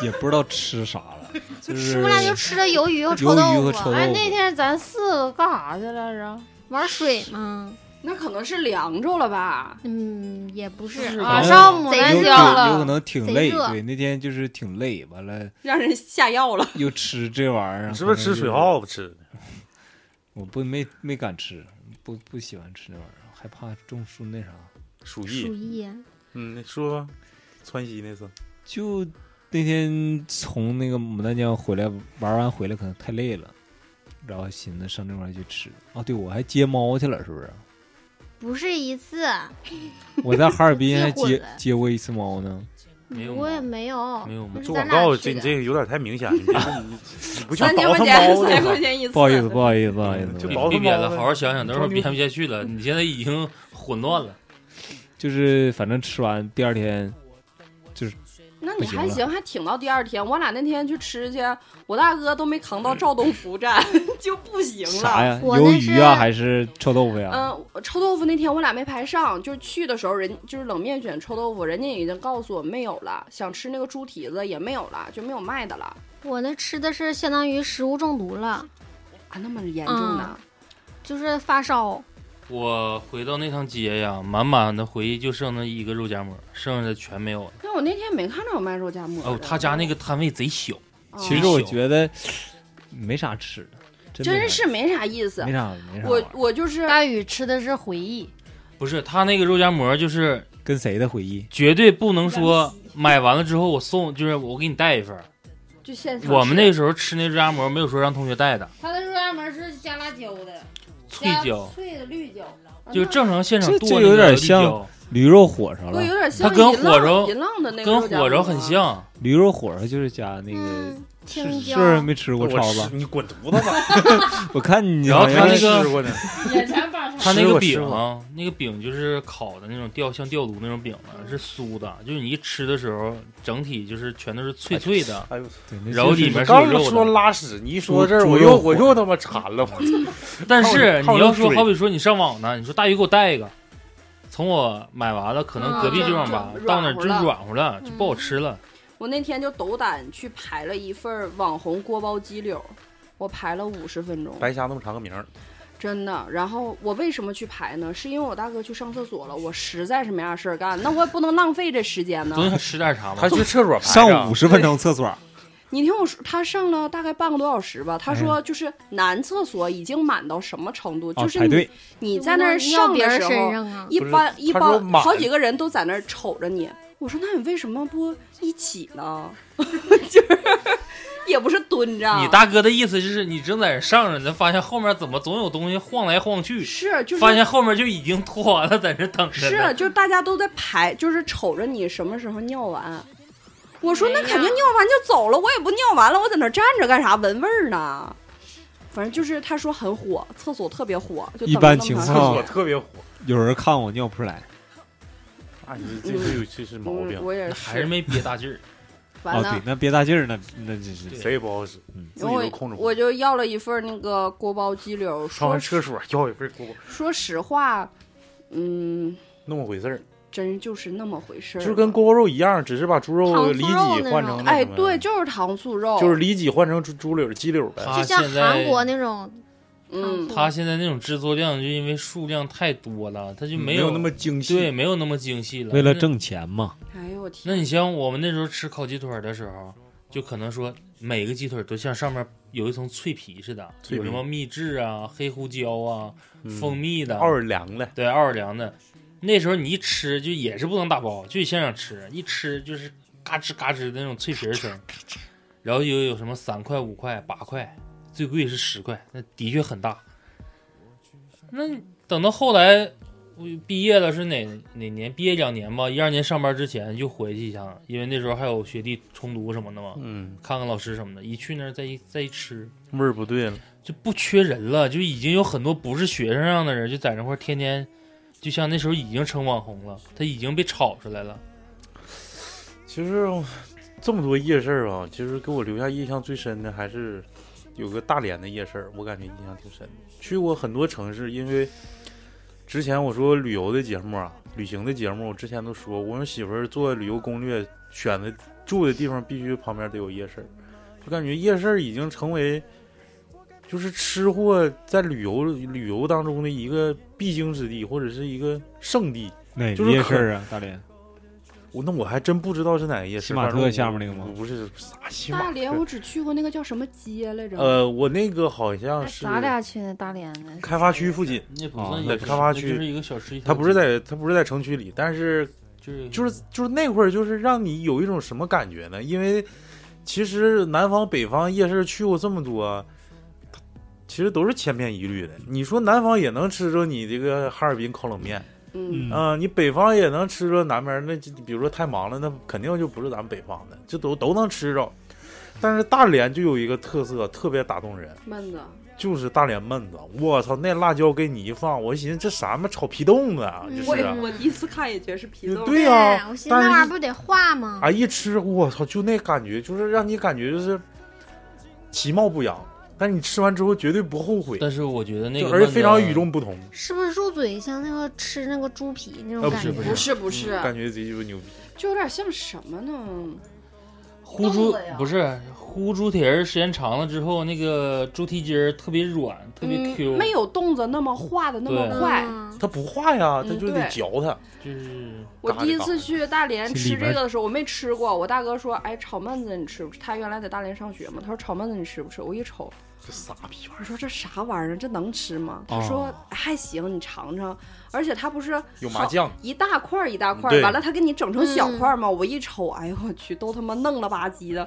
[SPEAKER 4] 也不知道吃啥了，就是
[SPEAKER 5] 我俩就吃了鱿鱼和臭
[SPEAKER 4] 鱿鱼
[SPEAKER 5] 豆
[SPEAKER 4] 和
[SPEAKER 5] 腐啊
[SPEAKER 4] 臭，
[SPEAKER 3] 哎，
[SPEAKER 4] 豆
[SPEAKER 3] 那
[SPEAKER 4] 腐
[SPEAKER 3] 天咱四个干啥去来着？
[SPEAKER 5] 玩水吗？
[SPEAKER 7] 那可能是凉着了吧？
[SPEAKER 5] 嗯，也不是，
[SPEAKER 3] 啊，
[SPEAKER 4] 嗯
[SPEAKER 3] 上牡丹
[SPEAKER 5] 有
[SPEAKER 4] 有
[SPEAKER 3] 江
[SPEAKER 5] 睡觉
[SPEAKER 4] 可有可
[SPEAKER 3] 了，
[SPEAKER 4] 能挺
[SPEAKER 5] 啊贼
[SPEAKER 4] 累，
[SPEAKER 5] 热
[SPEAKER 4] 对，那天就是挺累，完了
[SPEAKER 7] 让人下药了。
[SPEAKER 4] 又吃这玩意儿，
[SPEAKER 2] 你 是不是吃水
[SPEAKER 4] 泡？
[SPEAKER 2] 耗子吃的？
[SPEAKER 4] 我不没没敢吃，不不喜欢吃那玩意儿，害怕中暑那啥。
[SPEAKER 2] 鼠
[SPEAKER 5] 鼠
[SPEAKER 2] 疫，
[SPEAKER 5] 疫，
[SPEAKER 2] 嗯，你说吧，川西那次，
[SPEAKER 4] 就那天从那个牡丹江回来玩完回来，可能太累了，然后寻思上那块儿去吃。啊，对，我还接猫去了，是不是？
[SPEAKER 5] 不是一次，
[SPEAKER 4] 我在哈尔滨还
[SPEAKER 5] 接混
[SPEAKER 4] 接
[SPEAKER 5] 了
[SPEAKER 4] 接过一次猫呢。
[SPEAKER 6] 没有
[SPEAKER 5] 我也
[SPEAKER 6] 吗
[SPEAKER 5] 没有
[SPEAKER 6] 没，有吗
[SPEAKER 5] 不？是
[SPEAKER 2] 做
[SPEAKER 5] 咱
[SPEAKER 2] 广
[SPEAKER 5] 俩
[SPEAKER 2] 告，这
[SPEAKER 5] 去的
[SPEAKER 2] 你这个有点太明显了，你别你你不去
[SPEAKER 7] 三千
[SPEAKER 2] 倒
[SPEAKER 7] 块
[SPEAKER 2] 腾
[SPEAKER 7] 钱，
[SPEAKER 2] 猫
[SPEAKER 7] 三千块
[SPEAKER 2] 呢？
[SPEAKER 7] 钱一次。
[SPEAKER 4] 不好 意思，不好意思，不好意思，
[SPEAKER 2] 就
[SPEAKER 4] 不
[SPEAKER 2] 包
[SPEAKER 4] 好意思
[SPEAKER 6] 别编了，
[SPEAKER 2] 包
[SPEAKER 6] 好好想想，等会儿编不下去了。你现在已经混乱了，
[SPEAKER 4] 就是反正吃完第二天，
[SPEAKER 7] 那
[SPEAKER 4] 不
[SPEAKER 7] 你
[SPEAKER 4] 行
[SPEAKER 7] 还
[SPEAKER 4] 了
[SPEAKER 7] 行，还挺到第二天。我俩那天去吃去，我大哥都没扛到肇东服务站 就不行了。
[SPEAKER 4] 啥呀？
[SPEAKER 5] 我
[SPEAKER 4] 鱿
[SPEAKER 5] 那
[SPEAKER 4] 鱼啊，
[SPEAKER 5] 是
[SPEAKER 4] 还是臭豆腐呀？
[SPEAKER 7] 嗯，臭豆腐那天我俩没排上，就是去的时候人就是冷面卷臭豆腐，人家已经告诉我没有了，想吃那个猪蹄子也没有了，就没有卖的了
[SPEAKER 5] 我那吃的是相当于食物中毒了，
[SPEAKER 7] 啊，那么严重呢？
[SPEAKER 5] 就是发烧。
[SPEAKER 6] 我回到那趟街呀，满满的回忆就剩那一个肉夹馍，剩下的全没有了。
[SPEAKER 7] 那、我那天没看着有卖肉夹馍的。
[SPEAKER 6] 哦，他家那个摊位贼小，
[SPEAKER 7] 哦
[SPEAKER 4] 其实我觉得没啥吃的，真没
[SPEAKER 7] 真
[SPEAKER 4] 啥
[SPEAKER 7] 是没啥意思
[SPEAKER 4] 没。啥没啥玩
[SPEAKER 7] 我
[SPEAKER 4] 儿。
[SPEAKER 7] 我就是
[SPEAKER 3] 大宇吃的是回忆，
[SPEAKER 6] 不是他那个肉夹馍就是
[SPEAKER 4] 跟谁的回忆？
[SPEAKER 6] 绝对不能说买完了之后我送，就是我给你带一份儿。
[SPEAKER 7] 就现场吃
[SPEAKER 6] 我们那时候吃那肉夹馍没有说让同学带的，
[SPEAKER 3] 他的肉夹馍是加辣椒
[SPEAKER 8] 椒的，
[SPEAKER 6] 脆椒，
[SPEAKER 8] 脆的绿椒，
[SPEAKER 3] 嗯
[SPEAKER 6] 就正常现场
[SPEAKER 4] 这
[SPEAKER 6] 剁
[SPEAKER 4] 这
[SPEAKER 6] 那
[SPEAKER 4] 有
[SPEAKER 6] 个
[SPEAKER 4] 点
[SPEAKER 6] 绿
[SPEAKER 4] 像
[SPEAKER 6] 椒，
[SPEAKER 4] 驴肉火烧
[SPEAKER 7] 对，
[SPEAKER 4] 了
[SPEAKER 7] 有，点像
[SPEAKER 6] 它跟
[SPEAKER 7] 银
[SPEAKER 6] 火
[SPEAKER 7] 浪
[SPEAKER 6] 烧
[SPEAKER 7] 银浪的那个肉
[SPEAKER 6] 跟
[SPEAKER 7] 夹
[SPEAKER 6] 火烧
[SPEAKER 7] 馍
[SPEAKER 6] 很
[SPEAKER 7] 啊。
[SPEAKER 6] 像。
[SPEAKER 4] 驴肉火烧就是加那个
[SPEAKER 5] 嗯，
[SPEAKER 4] 是
[SPEAKER 5] 青椒，
[SPEAKER 4] 是没吃过超
[SPEAKER 2] 吃
[SPEAKER 4] 子，
[SPEAKER 2] 你滚犊子吧！
[SPEAKER 4] 我看你
[SPEAKER 6] 然后
[SPEAKER 4] 好像
[SPEAKER 6] 他那
[SPEAKER 4] 是
[SPEAKER 6] 个
[SPEAKER 2] 吃过呢，
[SPEAKER 8] 眼前巴上。
[SPEAKER 6] 它那
[SPEAKER 2] 吃
[SPEAKER 6] 个
[SPEAKER 2] 过
[SPEAKER 6] 饼
[SPEAKER 2] 吃过
[SPEAKER 6] 啊，那个饼就是烤的那种吊像吊炉那种饼啊，是酥的，就是你一吃的时候，整体就是全都是脆脆的。
[SPEAKER 2] 哎呦，
[SPEAKER 4] 对那
[SPEAKER 6] 然后
[SPEAKER 4] 就是
[SPEAKER 6] 里面是有
[SPEAKER 2] 刚
[SPEAKER 6] 肉
[SPEAKER 2] 说
[SPEAKER 6] 的，
[SPEAKER 2] 拉屎，你一说这儿，
[SPEAKER 4] 猪
[SPEAKER 2] 我
[SPEAKER 4] 猪肉
[SPEAKER 2] 又
[SPEAKER 4] 火
[SPEAKER 2] 我又他妈馋了，我
[SPEAKER 6] 但是
[SPEAKER 2] 哎靠
[SPEAKER 6] 你要
[SPEAKER 2] 着
[SPEAKER 6] 说
[SPEAKER 2] 嘴
[SPEAKER 6] 好比说你上网呢，你说大鱼给我带一个，从我买完了，可能隔壁
[SPEAKER 7] 嗯
[SPEAKER 6] 地方吧，
[SPEAKER 7] 软
[SPEAKER 6] 到那儿
[SPEAKER 7] 乎
[SPEAKER 6] 真
[SPEAKER 7] 了嗯
[SPEAKER 6] 软乎了，就不好吃了。
[SPEAKER 7] 我那天就斗胆去排了一份儿网红锅包鸡柳，我排了五十分钟，
[SPEAKER 2] 白瞎那么长个名儿，
[SPEAKER 7] 真的。然后我为什么去排呢？是因为我大哥去上厕所了，我实在是没啥事儿干，那我也不能浪费这时间呢。
[SPEAKER 6] 昨天想吃点啥吗
[SPEAKER 2] 他？去厕所排
[SPEAKER 4] 上五
[SPEAKER 2] 十，
[SPEAKER 4] 十分钟厕所，
[SPEAKER 7] 你听我说，他上了大概半个多小时吧。
[SPEAKER 2] 哎
[SPEAKER 7] 他说，就是男厕所已经满到什么程度？
[SPEAKER 4] 啊
[SPEAKER 7] 就是
[SPEAKER 4] 排
[SPEAKER 7] 你
[SPEAKER 4] 队，
[SPEAKER 7] 你
[SPEAKER 5] 你
[SPEAKER 7] 在那儿上
[SPEAKER 5] 别
[SPEAKER 7] 的
[SPEAKER 5] 人
[SPEAKER 7] 时
[SPEAKER 5] 身
[SPEAKER 7] 候，
[SPEAKER 5] 上啊，
[SPEAKER 2] 哦
[SPEAKER 7] 一
[SPEAKER 2] 不是
[SPEAKER 7] 般一
[SPEAKER 2] 他说
[SPEAKER 7] 帮
[SPEAKER 2] 满
[SPEAKER 7] 好几个人都在那儿瞅着你。我说，那你为什么不一起呢？ 就是也不是蹲着，啊
[SPEAKER 6] 你大哥的意思就是你正在这上着，你才发现后面怎么总有东西晃来晃去，
[SPEAKER 7] 是就是
[SPEAKER 6] 发现后面就已经拖完了，在这等着呢。
[SPEAKER 7] 是，就是啊大家都在排，就是瞅着你什么时候尿完。我说
[SPEAKER 8] 哎
[SPEAKER 7] 那
[SPEAKER 8] 呀
[SPEAKER 7] 肯定尿完就走了，我也不尿完了，我在那站着干啥？闻味儿呢？反正就是他说很火，厕所特别火，就
[SPEAKER 4] 一
[SPEAKER 7] 等了
[SPEAKER 4] 般
[SPEAKER 7] 那么
[SPEAKER 4] 情
[SPEAKER 7] 长
[SPEAKER 2] 厕
[SPEAKER 7] 时
[SPEAKER 4] 况
[SPEAKER 2] 所
[SPEAKER 7] 间
[SPEAKER 2] 特别火。
[SPEAKER 4] 有人看我尿不出来
[SPEAKER 2] 啊，你这是有这是毛
[SPEAKER 7] 嗯
[SPEAKER 2] 病，
[SPEAKER 7] 我也
[SPEAKER 6] 还是
[SPEAKER 7] 是。
[SPEAKER 6] 没憋 大劲儿。
[SPEAKER 7] 完
[SPEAKER 4] 啊，
[SPEAKER 7] 了，
[SPEAKER 4] 对，那憋大劲儿，那那真是
[SPEAKER 6] 对
[SPEAKER 2] 谁也不好使，嗯自
[SPEAKER 7] 然
[SPEAKER 2] 己
[SPEAKER 7] 后
[SPEAKER 2] 都
[SPEAKER 7] 我
[SPEAKER 2] 控制不
[SPEAKER 7] 我
[SPEAKER 2] 住。
[SPEAKER 7] 就要了一份那个锅包鸡柳。
[SPEAKER 2] 上
[SPEAKER 7] 说
[SPEAKER 2] 完厕所要一份锅包，
[SPEAKER 7] 说实话，嗯，
[SPEAKER 2] 那么回事儿，
[SPEAKER 7] 真就是那么回事儿
[SPEAKER 2] 就
[SPEAKER 7] 了。
[SPEAKER 2] 是跟锅包肉一样，只是把猪肉
[SPEAKER 5] 糖
[SPEAKER 2] 里
[SPEAKER 5] 醋肉
[SPEAKER 2] 脊
[SPEAKER 5] 那
[SPEAKER 2] 换
[SPEAKER 5] 种
[SPEAKER 2] 成那
[SPEAKER 7] 哎，
[SPEAKER 2] 什么
[SPEAKER 7] 对，就是糖醋肉，
[SPEAKER 2] 就是里脊换成猪猪柳鸡柳呗。
[SPEAKER 6] 他
[SPEAKER 5] 就像
[SPEAKER 6] 现在
[SPEAKER 5] 韩国那种
[SPEAKER 7] 嗯，
[SPEAKER 5] 糖醋
[SPEAKER 6] 他现在那种制作量，就因为数量太多了，他就
[SPEAKER 2] 嗯没
[SPEAKER 6] 有
[SPEAKER 2] 那么精细，
[SPEAKER 6] 对，没有那么精细了。
[SPEAKER 4] 为了
[SPEAKER 6] 那，
[SPEAKER 4] 挣钱嘛，
[SPEAKER 7] 哎呦我天，
[SPEAKER 6] 那你像我们那时候吃烤鸡腿的时候，就可能说每个鸡腿都像上面有一层脆皮似的，
[SPEAKER 2] 脆
[SPEAKER 6] 有
[SPEAKER 2] 皮
[SPEAKER 6] 什么蜜制啊、黑胡椒啊、
[SPEAKER 2] 嗯
[SPEAKER 6] 蜂蜜的、
[SPEAKER 2] 奥尔良的，
[SPEAKER 6] 对奥尔良的。那时候你一吃就也是不能打包，就现场吃，一吃就是嘎吱嘎吱的那种脆皮儿声，然后又有什么三块、五块、八块，最贵是十块，那的确很大。那等到后来我毕业了是哪哪年？毕业两年吧，一二年上班之前就回去一下，因为那时候还有学弟重读什么的嘛，
[SPEAKER 2] 嗯，
[SPEAKER 6] 看看老师什么的。一去那儿再一再一吃，
[SPEAKER 2] 味儿不对了。
[SPEAKER 6] 就不缺人了，就已经有很多不是学生样的人就在那块儿天天，就像那时候已经成网红了，他已经被炒出来了。
[SPEAKER 2] 其实这么多夜市儿啊，其实给我留下印象最深的还是有个大连的夜市儿，我感觉印象挺深的。去过很多城市，因为之前我说旅游的节目啊，旅行的节目，我之前都说，我让媳妇儿做旅游攻略，选的住的地方必须旁边得有夜市儿，就感觉夜市儿已经成为。就是吃货在旅游旅游当中的一个必经之地，或者是一个圣地。
[SPEAKER 4] 那
[SPEAKER 2] 就是
[SPEAKER 4] 夜
[SPEAKER 2] 可
[SPEAKER 4] 市啊，大连
[SPEAKER 2] 我那我还真不知道是哪个夜市，
[SPEAKER 4] 西马
[SPEAKER 2] 反正
[SPEAKER 4] 特
[SPEAKER 2] 我
[SPEAKER 4] 下面那个吗
[SPEAKER 2] 我不是啥西马特
[SPEAKER 7] 大连我只去过那个叫什么街来着？
[SPEAKER 2] 呃，我那个好像是
[SPEAKER 3] 咱俩去那大连的，
[SPEAKER 2] 开发区附近，
[SPEAKER 6] 那不
[SPEAKER 4] 啊
[SPEAKER 6] 算
[SPEAKER 2] 在
[SPEAKER 6] 夜市
[SPEAKER 2] 开发
[SPEAKER 6] 那
[SPEAKER 2] 区
[SPEAKER 6] 就是一个小吃一条街。
[SPEAKER 2] 它不是在它不是在城区里，但是
[SPEAKER 6] 就是
[SPEAKER 2] 就是就是那会儿就是让你有一种什么感觉呢？因为其实南方北方夜市去过这么多，其实都是千篇一律的。你说南方也能吃着你这个哈尔滨烤冷面，
[SPEAKER 7] 嗯，
[SPEAKER 2] 啊、你北方也能吃着南边那就，比如说太忙了，那肯定就不是咱们北方的，这都都能吃着。但是大连就有一个特色，特别打动人，
[SPEAKER 7] 闷子。
[SPEAKER 2] 就是大连焖子。我操，那辣椒给你一放，我寻思这啥嘛炒皮冻子啊，这
[SPEAKER 7] 我
[SPEAKER 2] 是
[SPEAKER 7] 也
[SPEAKER 2] 啊。
[SPEAKER 7] 我第一次看也觉得是皮冻。
[SPEAKER 2] 对呀、
[SPEAKER 5] 我寻思
[SPEAKER 2] 但
[SPEAKER 5] 那玩意儿
[SPEAKER 2] 是
[SPEAKER 5] 不得化吗？
[SPEAKER 2] 啊一吃，我操，就那感觉，就是让你感觉就是其貌不扬，但是你吃完之后绝对不后悔，
[SPEAKER 6] 但是我觉得那
[SPEAKER 2] 就
[SPEAKER 6] 个
[SPEAKER 2] 而且非常
[SPEAKER 6] 焖子
[SPEAKER 2] 与众不同，
[SPEAKER 5] 是不是入嘴像那个吃那个猪皮那
[SPEAKER 2] 呃不
[SPEAKER 5] 种感
[SPEAKER 2] 是
[SPEAKER 5] 觉？
[SPEAKER 2] 不
[SPEAKER 7] 不是不是，
[SPEAKER 2] 感觉这就是牛逼。
[SPEAKER 7] 就有点像什么呢？
[SPEAKER 6] 烀猪不是烀猪蹄儿，时间长了之后，那个猪蹄筋儿特别软，特别
[SPEAKER 7] 嗯
[SPEAKER 6] Q，、
[SPEAKER 7] 没有冻子那么化的那么
[SPEAKER 6] 对
[SPEAKER 7] 快。
[SPEAKER 5] 嗯
[SPEAKER 2] 它不化呀，
[SPEAKER 7] 嗯
[SPEAKER 2] 它就
[SPEAKER 7] 对
[SPEAKER 2] 得嚼它。
[SPEAKER 6] 就是
[SPEAKER 7] 我第一次去大连
[SPEAKER 4] 这
[SPEAKER 7] 吃
[SPEAKER 4] 里边
[SPEAKER 7] 这个的时候，我没吃过。我大哥说：“哎，炒焖子你吃不吃？”他原来在大连上学嘛，他说：“炒焖子你吃不吃？”我一瞅，
[SPEAKER 2] 这傻逼玩意
[SPEAKER 7] 我说：“这啥玩意儿？这能吃吗？”他
[SPEAKER 4] 哦
[SPEAKER 7] 说：“还行，你尝尝。”而且他不是
[SPEAKER 2] 儿有麻酱，
[SPEAKER 7] 一大块儿一大块
[SPEAKER 2] 对
[SPEAKER 7] 儿，完了他给你整成小块儿嘛，我一瞅，哎呦我去，都他妈弄了吧唧的。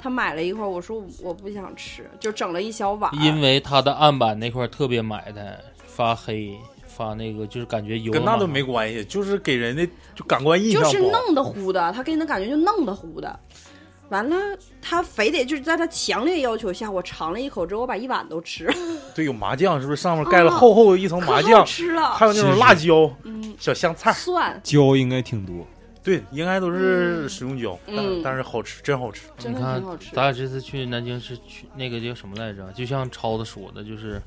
[SPEAKER 7] 他买了一块儿，我说我不想吃，就整了一小碗儿。
[SPEAKER 6] 因为它的案板那块儿特别埋汰，发黑，发那个就是感觉油
[SPEAKER 2] 跟那
[SPEAKER 6] 满
[SPEAKER 2] 都没关系，就是给人的就感官印象
[SPEAKER 7] 就
[SPEAKER 2] 不好。
[SPEAKER 7] 是弄的糊的，他给你的感觉就弄的糊的。完了，他非得就是在他强烈要求下，我尝了一口之后，我把一碗都吃，
[SPEAKER 2] 对，有麻酱，是不是上面盖了厚厚 一层麻
[SPEAKER 7] 啊可好
[SPEAKER 2] 酱，
[SPEAKER 7] 吃了
[SPEAKER 2] 还。有那种辣椒、
[SPEAKER 7] 嗯，
[SPEAKER 2] 小香菜，
[SPEAKER 7] 蒜
[SPEAKER 4] 胶应该挺多，
[SPEAKER 2] 对，应该都是食用胶，
[SPEAKER 7] 嗯
[SPEAKER 2] 但但是好吃，真好吃。
[SPEAKER 7] 真的
[SPEAKER 6] 你看
[SPEAKER 7] 挺好吃。
[SPEAKER 6] 咱俩这次去南京是去那个叫什么来着？就像超子说的，就是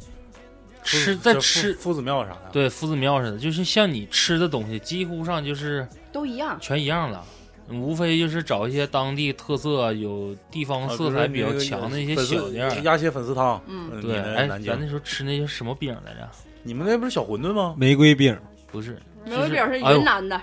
[SPEAKER 6] 吃
[SPEAKER 2] 夫
[SPEAKER 6] 在
[SPEAKER 2] 夫
[SPEAKER 6] 吃，
[SPEAKER 2] 夫子庙啥的，
[SPEAKER 6] 对夫子庙似的，就是像你吃的东西几乎上就是
[SPEAKER 7] 都一样，
[SPEAKER 6] 全一样了。无非就是找一些当地特色、有地方
[SPEAKER 2] 啊，
[SPEAKER 6] 色彩比较强的一些小店儿。
[SPEAKER 2] 鸭血粉丝汤，呃
[SPEAKER 7] 嗯
[SPEAKER 2] 你
[SPEAKER 6] 对，
[SPEAKER 2] 们
[SPEAKER 6] 哎，
[SPEAKER 2] 南
[SPEAKER 6] 咱那
[SPEAKER 2] 京，
[SPEAKER 6] 时候吃那些什么饼来着？
[SPEAKER 2] 你们那不是小馄饨吗？
[SPEAKER 4] 玫瑰饼，
[SPEAKER 6] 不是，
[SPEAKER 7] 没有表示
[SPEAKER 6] 哎呦
[SPEAKER 7] 云南的，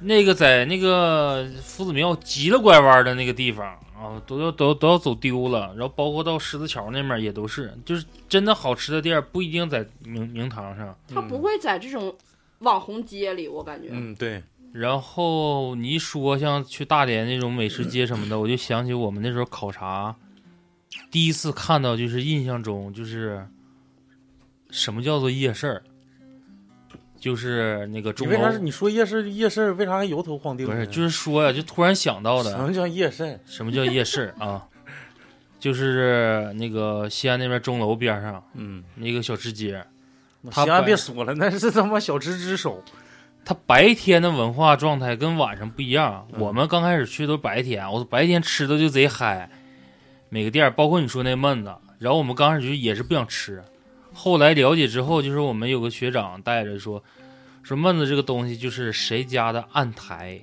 [SPEAKER 6] 那个在那个夫子庙急了拐弯的那个地方啊，都要都要都要走丢了。然后包括到狮子桥那面也都是，就是真的好吃的店儿不一定在名名堂上。
[SPEAKER 7] 他不会在这种网红街里，我感觉。
[SPEAKER 2] 嗯，对，
[SPEAKER 6] 然后你一说像去大连那种美食街什么的，我就想起我们那时候考察，第一次看到就是印象中就是什么叫做夜市儿，就是那个
[SPEAKER 2] 你
[SPEAKER 6] 钟
[SPEAKER 2] 为啥是
[SPEAKER 6] 楼，
[SPEAKER 2] 你说夜市夜市为啥还油头晃腚呢？
[SPEAKER 6] 不是就是说呀，就突然想到的
[SPEAKER 2] 什，么叫夜市？
[SPEAKER 6] 什么叫夜市啊？就是那个西安那边钟楼边上
[SPEAKER 2] 嗯，
[SPEAKER 6] 那个小吃街，他
[SPEAKER 2] 西安
[SPEAKER 6] 摆
[SPEAKER 2] 别说了，那是他妈小吃之首。
[SPEAKER 6] 它白天的文化状态跟晚上不一样。
[SPEAKER 2] 嗯
[SPEAKER 6] 我们刚开始去都是白天，我白天吃的就贼嗨，每个店儿包括你说那焖子，然后我们刚开始就也是不想吃，后来了解之后，就是我们有个学长带着说，说焖子这个东西就是谁家的案台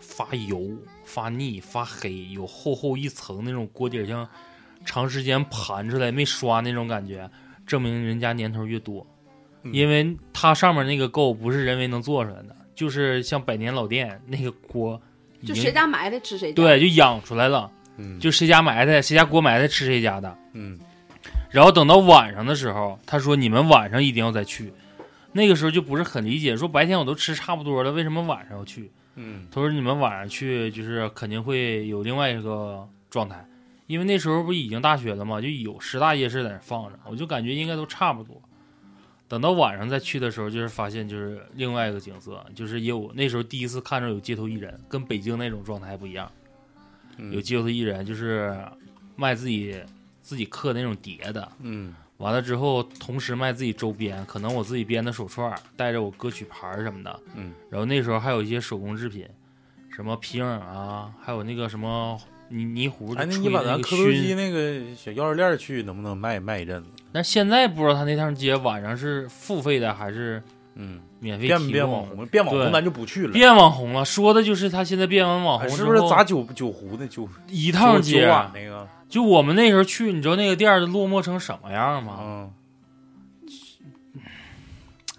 [SPEAKER 6] 发油、发腻、发黑，有厚厚一层那种锅底儿，像长时间盘出来没刷那种感觉，证明人家年头越多，
[SPEAKER 2] 嗯
[SPEAKER 6] 因为它上面那个垢不是人为能做出来的，就是像百年老店那个锅已
[SPEAKER 7] 就
[SPEAKER 6] 经，
[SPEAKER 7] 谁家埋汰吃谁家。
[SPEAKER 6] 对就养出来了，
[SPEAKER 2] 嗯，
[SPEAKER 6] 就谁家埋汰谁家锅埋汰吃谁家的。
[SPEAKER 2] 嗯，
[SPEAKER 6] 然后等到晚上的时候，他说你们晚上一定要再去。那个时候就不是很理解，说白天我都吃差不多了，为什么晚上要去？
[SPEAKER 2] 嗯，
[SPEAKER 6] 他说你们晚上去就是肯定会有另外一个状态，因为那时候不已经大学了嘛，就有十大夜市在那放着，我就感觉应该都差不多。等到晚上再去的时候，就是发现就是另外一个景色，就是也有那时候第一次看着有街头艺人，跟北京那种状态还不一样。
[SPEAKER 2] 嗯
[SPEAKER 6] 有街头艺人就是卖自己自己刻的那种碟的，
[SPEAKER 2] 嗯
[SPEAKER 6] 完了之后，同时卖自己周边，可能我自己编的手串儿，带着我歌曲牌儿什么的，
[SPEAKER 2] 嗯，
[SPEAKER 6] 然后那时候还有一些手工制品，什么皮影儿啊，还有那个什么泥泥糊
[SPEAKER 2] 哎，
[SPEAKER 6] 的
[SPEAKER 2] 那
[SPEAKER 6] 吹
[SPEAKER 2] 你把
[SPEAKER 6] 那
[SPEAKER 2] 咱
[SPEAKER 6] 个
[SPEAKER 2] 磕头机
[SPEAKER 6] 熏。
[SPEAKER 2] 那个小钥匙链儿去，能不能卖卖一阵子？
[SPEAKER 6] 但现在不知道他那趟街晚上是付费的还是
[SPEAKER 2] 嗯，
[SPEAKER 6] 免费
[SPEAKER 2] 变不
[SPEAKER 6] 提
[SPEAKER 2] 变
[SPEAKER 6] 供
[SPEAKER 2] 网？红？变网红
[SPEAKER 6] 对
[SPEAKER 2] 咱就不去了。
[SPEAKER 6] 变网红了，说的就是他现在变完网
[SPEAKER 2] 哎
[SPEAKER 6] 红
[SPEAKER 2] 是
[SPEAKER 6] 之
[SPEAKER 2] 不是
[SPEAKER 6] 后
[SPEAKER 2] 砸酒酒壶的酒
[SPEAKER 6] 一
[SPEAKER 2] 酒
[SPEAKER 6] 趟
[SPEAKER 2] 酒
[SPEAKER 6] 街？啊
[SPEAKER 2] 碗那个？
[SPEAKER 6] 就我们那时候去，你知道那个店儿落寞成什么样吗？
[SPEAKER 2] 嗯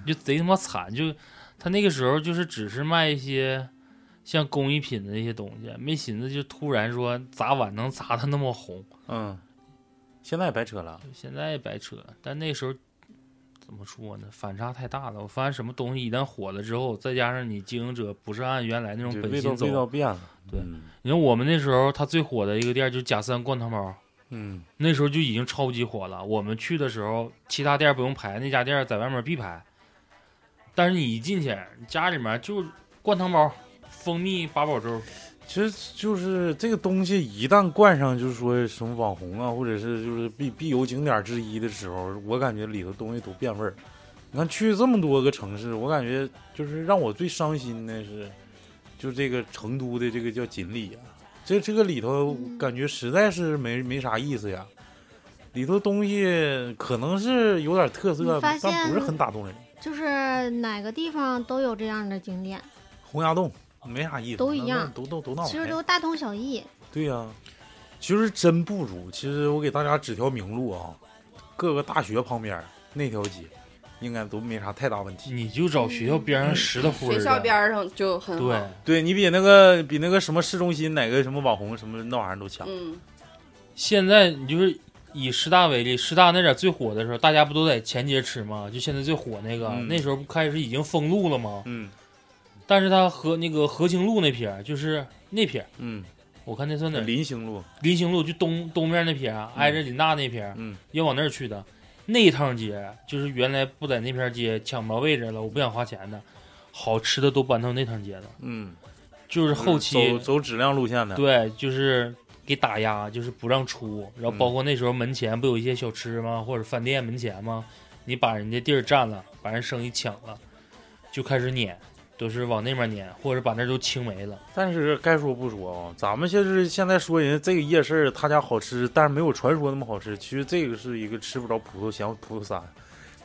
[SPEAKER 6] 就贼他妈惨，就他那个时候就是只是卖一些像工艺品的那些东西，没寻思就突然说砸碗能砸的那么红，
[SPEAKER 2] 嗯，现在白扯了。
[SPEAKER 6] 现在也白扯。但那时候怎么说呢？反差太大了。我发现什么东西一旦火了之后，再加上你经营者不是按原来那种
[SPEAKER 2] 对
[SPEAKER 6] 本
[SPEAKER 2] 味道
[SPEAKER 6] 心
[SPEAKER 2] 味道
[SPEAKER 6] 走，
[SPEAKER 2] 变了。
[SPEAKER 6] 对
[SPEAKER 2] 嗯
[SPEAKER 6] 你看我们那时候他最火的一个店就是假三灌汤包，
[SPEAKER 2] 嗯
[SPEAKER 6] 那时候就已经超级火了。我们去的时候，其他店不用排，那家店在外面必排。但是你一进去，家里面就灌汤包、蜂蜜八宝粥，
[SPEAKER 2] 其实就是这个东西一旦冠上，就是说什么网红啊，或者是就是必必游景点之一的时候，我感觉里头东西都变味儿。你看去这么多个城市，我感觉就是让我最伤心的是，就这个成都的这个叫锦里啊，这这个里头感觉实在是没没啥意思呀。里头东西可能是有点特色
[SPEAKER 5] 你发，现
[SPEAKER 2] 但不是很打动人。
[SPEAKER 5] 就是哪个地方都有这样的景点，
[SPEAKER 2] 洪崖洞没啥意思，
[SPEAKER 5] 都一
[SPEAKER 2] 那那
[SPEAKER 5] 样
[SPEAKER 2] 都都都那玩
[SPEAKER 5] 其
[SPEAKER 2] 意
[SPEAKER 5] 实
[SPEAKER 2] 儿
[SPEAKER 5] 都大同小异。
[SPEAKER 2] 对呀、其实真不如。其实我给大家指条明路啊，各个大学旁边儿那条街，应该都没啥太大问题。
[SPEAKER 6] 你就找学校边上拾掇乎
[SPEAKER 7] 嗯学校边儿嗯上就很好。
[SPEAKER 6] 对，
[SPEAKER 2] 对你比那个比那个什么市中心哪个什么网红什么那玩意儿都强。
[SPEAKER 7] 嗯，
[SPEAKER 6] 现在你就是以师大为例，师大那点最火的时候，大家不都在前街吃吗？就现在最火那个，
[SPEAKER 2] 嗯
[SPEAKER 6] 那时候不开始已经封路了吗？
[SPEAKER 2] 嗯
[SPEAKER 6] 但是它和那个和兴路那撇儿，就是那撇儿
[SPEAKER 2] 嗯，
[SPEAKER 6] 我看那算哪儿？
[SPEAKER 2] 林兴路，
[SPEAKER 6] 林兴路就东东面那撇儿，挨着林大那撇儿，
[SPEAKER 2] 嗯，
[SPEAKER 6] 要往那儿去的。那一趟街就是原来不在那片儿街抢不着位置了，我不想花钱的，好吃的都搬到那趟街了。
[SPEAKER 2] 嗯，
[SPEAKER 6] 就是后期
[SPEAKER 2] 走走质量路线的，
[SPEAKER 6] 对，就是给打压，就是不让出。然后包括那时候门前不有一些小吃吗？或者饭店门前吗？你把人家地儿占了，把人生意抢了，就开始撵，都是往那边撵，或者把那儿都清没了。
[SPEAKER 2] 但是该说不说啊、咱们现在现在说人家这个夜市他家好吃，但是没有传说那么好吃。其实这个是一个吃不着葡萄香、葡萄酸、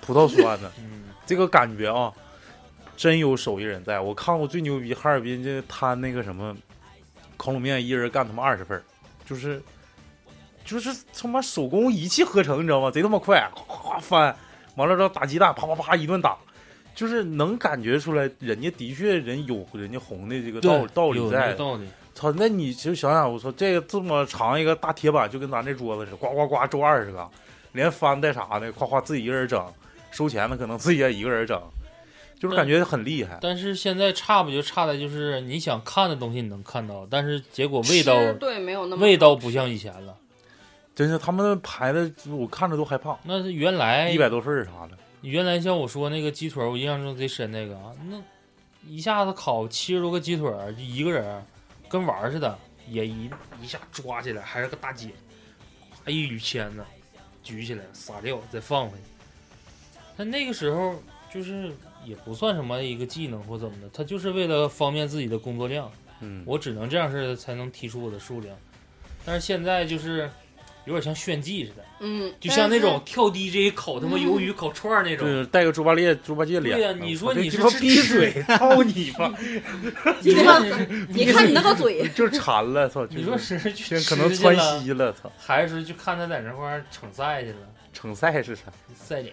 [SPEAKER 2] 葡萄酸的
[SPEAKER 6] 嗯，
[SPEAKER 2] 这个感觉啊，真有手艺人在。我看过最牛逼哈尔滨这摊那个什么烤冷面，一人干他妈二十份儿就是就是他妈手工一气呵成，你知道吗？贼他妈快，啊哗哗翻，完了之后打鸡蛋，啪啪啪一顿打。就是能感觉出来，人家的确人有人家红的这个道道理
[SPEAKER 6] 有
[SPEAKER 2] 在
[SPEAKER 6] 那
[SPEAKER 2] 的
[SPEAKER 6] 个，道理。
[SPEAKER 2] 操，那你就想想，我操，这个这么长一个大铁板，就跟咱这桌子似的，呱呱呱周二十个，连翻带啥的，夸夸自己一个人整，收钱的可能自己也一个人整，就是感觉很厉害。
[SPEAKER 6] 但是现在差不就差在就是你想看的东西你能看到，但是结果味道
[SPEAKER 7] 吃对没有那么
[SPEAKER 6] 味道
[SPEAKER 7] 好
[SPEAKER 6] 不像以前了。
[SPEAKER 2] 真是他们排的，我看着都害怕，
[SPEAKER 6] 那是原来
[SPEAKER 2] 一百多份儿啥的，
[SPEAKER 6] 原来哎像我说那个鸡腿儿，我印象中贼深那个啊，那一下子烤七十多个鸡腿儿，就一个人儿跟玩儿似的，也一一下抓起来，还是个大姐，哎一捋签子举起来撒掉，再放回去。但那个时候就是也不算什么一个技能或怎么的，他就是为了方便自己的工作量，
[SPEAKER 2] 嗯，
[SPEAKER 6] 我只能这样式的才能提出我的数量。但是现在就是有点像炫技似的，
[SPEAKER 7] 嗯，
[SPEAKER 6] 就像那
[SPEAKER 7] 但
[SPEAKER 6] 种
[SPEAKER 7] 是嗯
[SPEAKER 6] 跳 DJ 烤他妈鱿鱼、烤串儿那种
[SPEAKER 2] 就。是带个猪八戒，猪八戒脸。
[SPEAKER 6] 对呀你说
[SPEAKER 2] 我这
[SPEAKER 6] 你是
[SPEAKER 2] 鸡巴
[SPEAKER 6] 吃
[SPEAKER 2] 闭嘴，操你吧，
[SPEAKER 7] 你
[SPEAKER 6] 你说
[SPEAKER 7] 看你看你那个嘴，
[SPEAKER 2] 就馋了，操，
[SPEAKER 6] 你
[SPEAKER 2] 就
[SPEAKER 6] 说
[SPEAKER 2] 是
[SPEAKER 6] 是去
[SPEAKER 2] 现在
[SPEAKER 6] 吃
[SPEAKER 2] 可能
[SPEAKER 6] 去
[SPEAKER 2] 窜
[SPEAKER 6] 了，
[SPEAKER 2] 稀了，操，
[SPEAKER 6] 还是去看他在那块儿逞赛去了，
[SPEAKER 2] 成赛是啥？
[SPEAKER 6] 赛脸。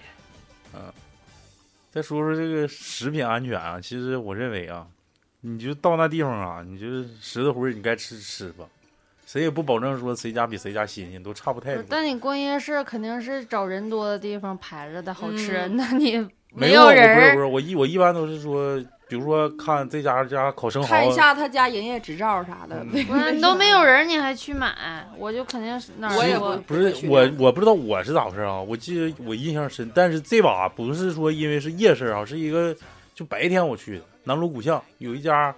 [SPEAKER 2] 再说说这个食品安全啊，其实我认为啊，你就到那地方啊，你就拾掇回你该吃吃吧，谁也不保证说谁家比谁家新鲜，都差不太多。
[SPEAKER 3] 呃但你逛夜市肯定是找人多的地方排着的好吃，
[SPEAKER 7] 嗯
[SPEAKER 3] 那你
[SPEAKER 2] 没
[SPEAKER 3] 有
[SPEAKER 2] 我
[SPEAKER 3] 人
[SPEAKER 2] 不是不
[SPEAKER 3] 儿
[SPEAKER 2] 是，我一我一般都是说，比如说看这家家烤生蚝，啊
[SPEAKER 7] 看一下他家营业执照啥的。
[SPEAKER 2] 嗯
[SPEAKER 3] 不是，你都没有人儿你还去买，我就肯定是哪儿
[SPEAKER 7] 我也
[SPEAKER 3] 多
[SPEAKER 2] 不
[SPEAKER 7] 不会
[SPEAKER 2] 是
[SPEAKER 7] 去
[SPEAKER 2] 我
[SPEAKER 7] 那，
[SPEAKER 2] 我不知道我是咋回事啊。我记得我印象深，但是这把啊不是说因为是夜市啊，是一个就白天我去的南锣鼓巷有一家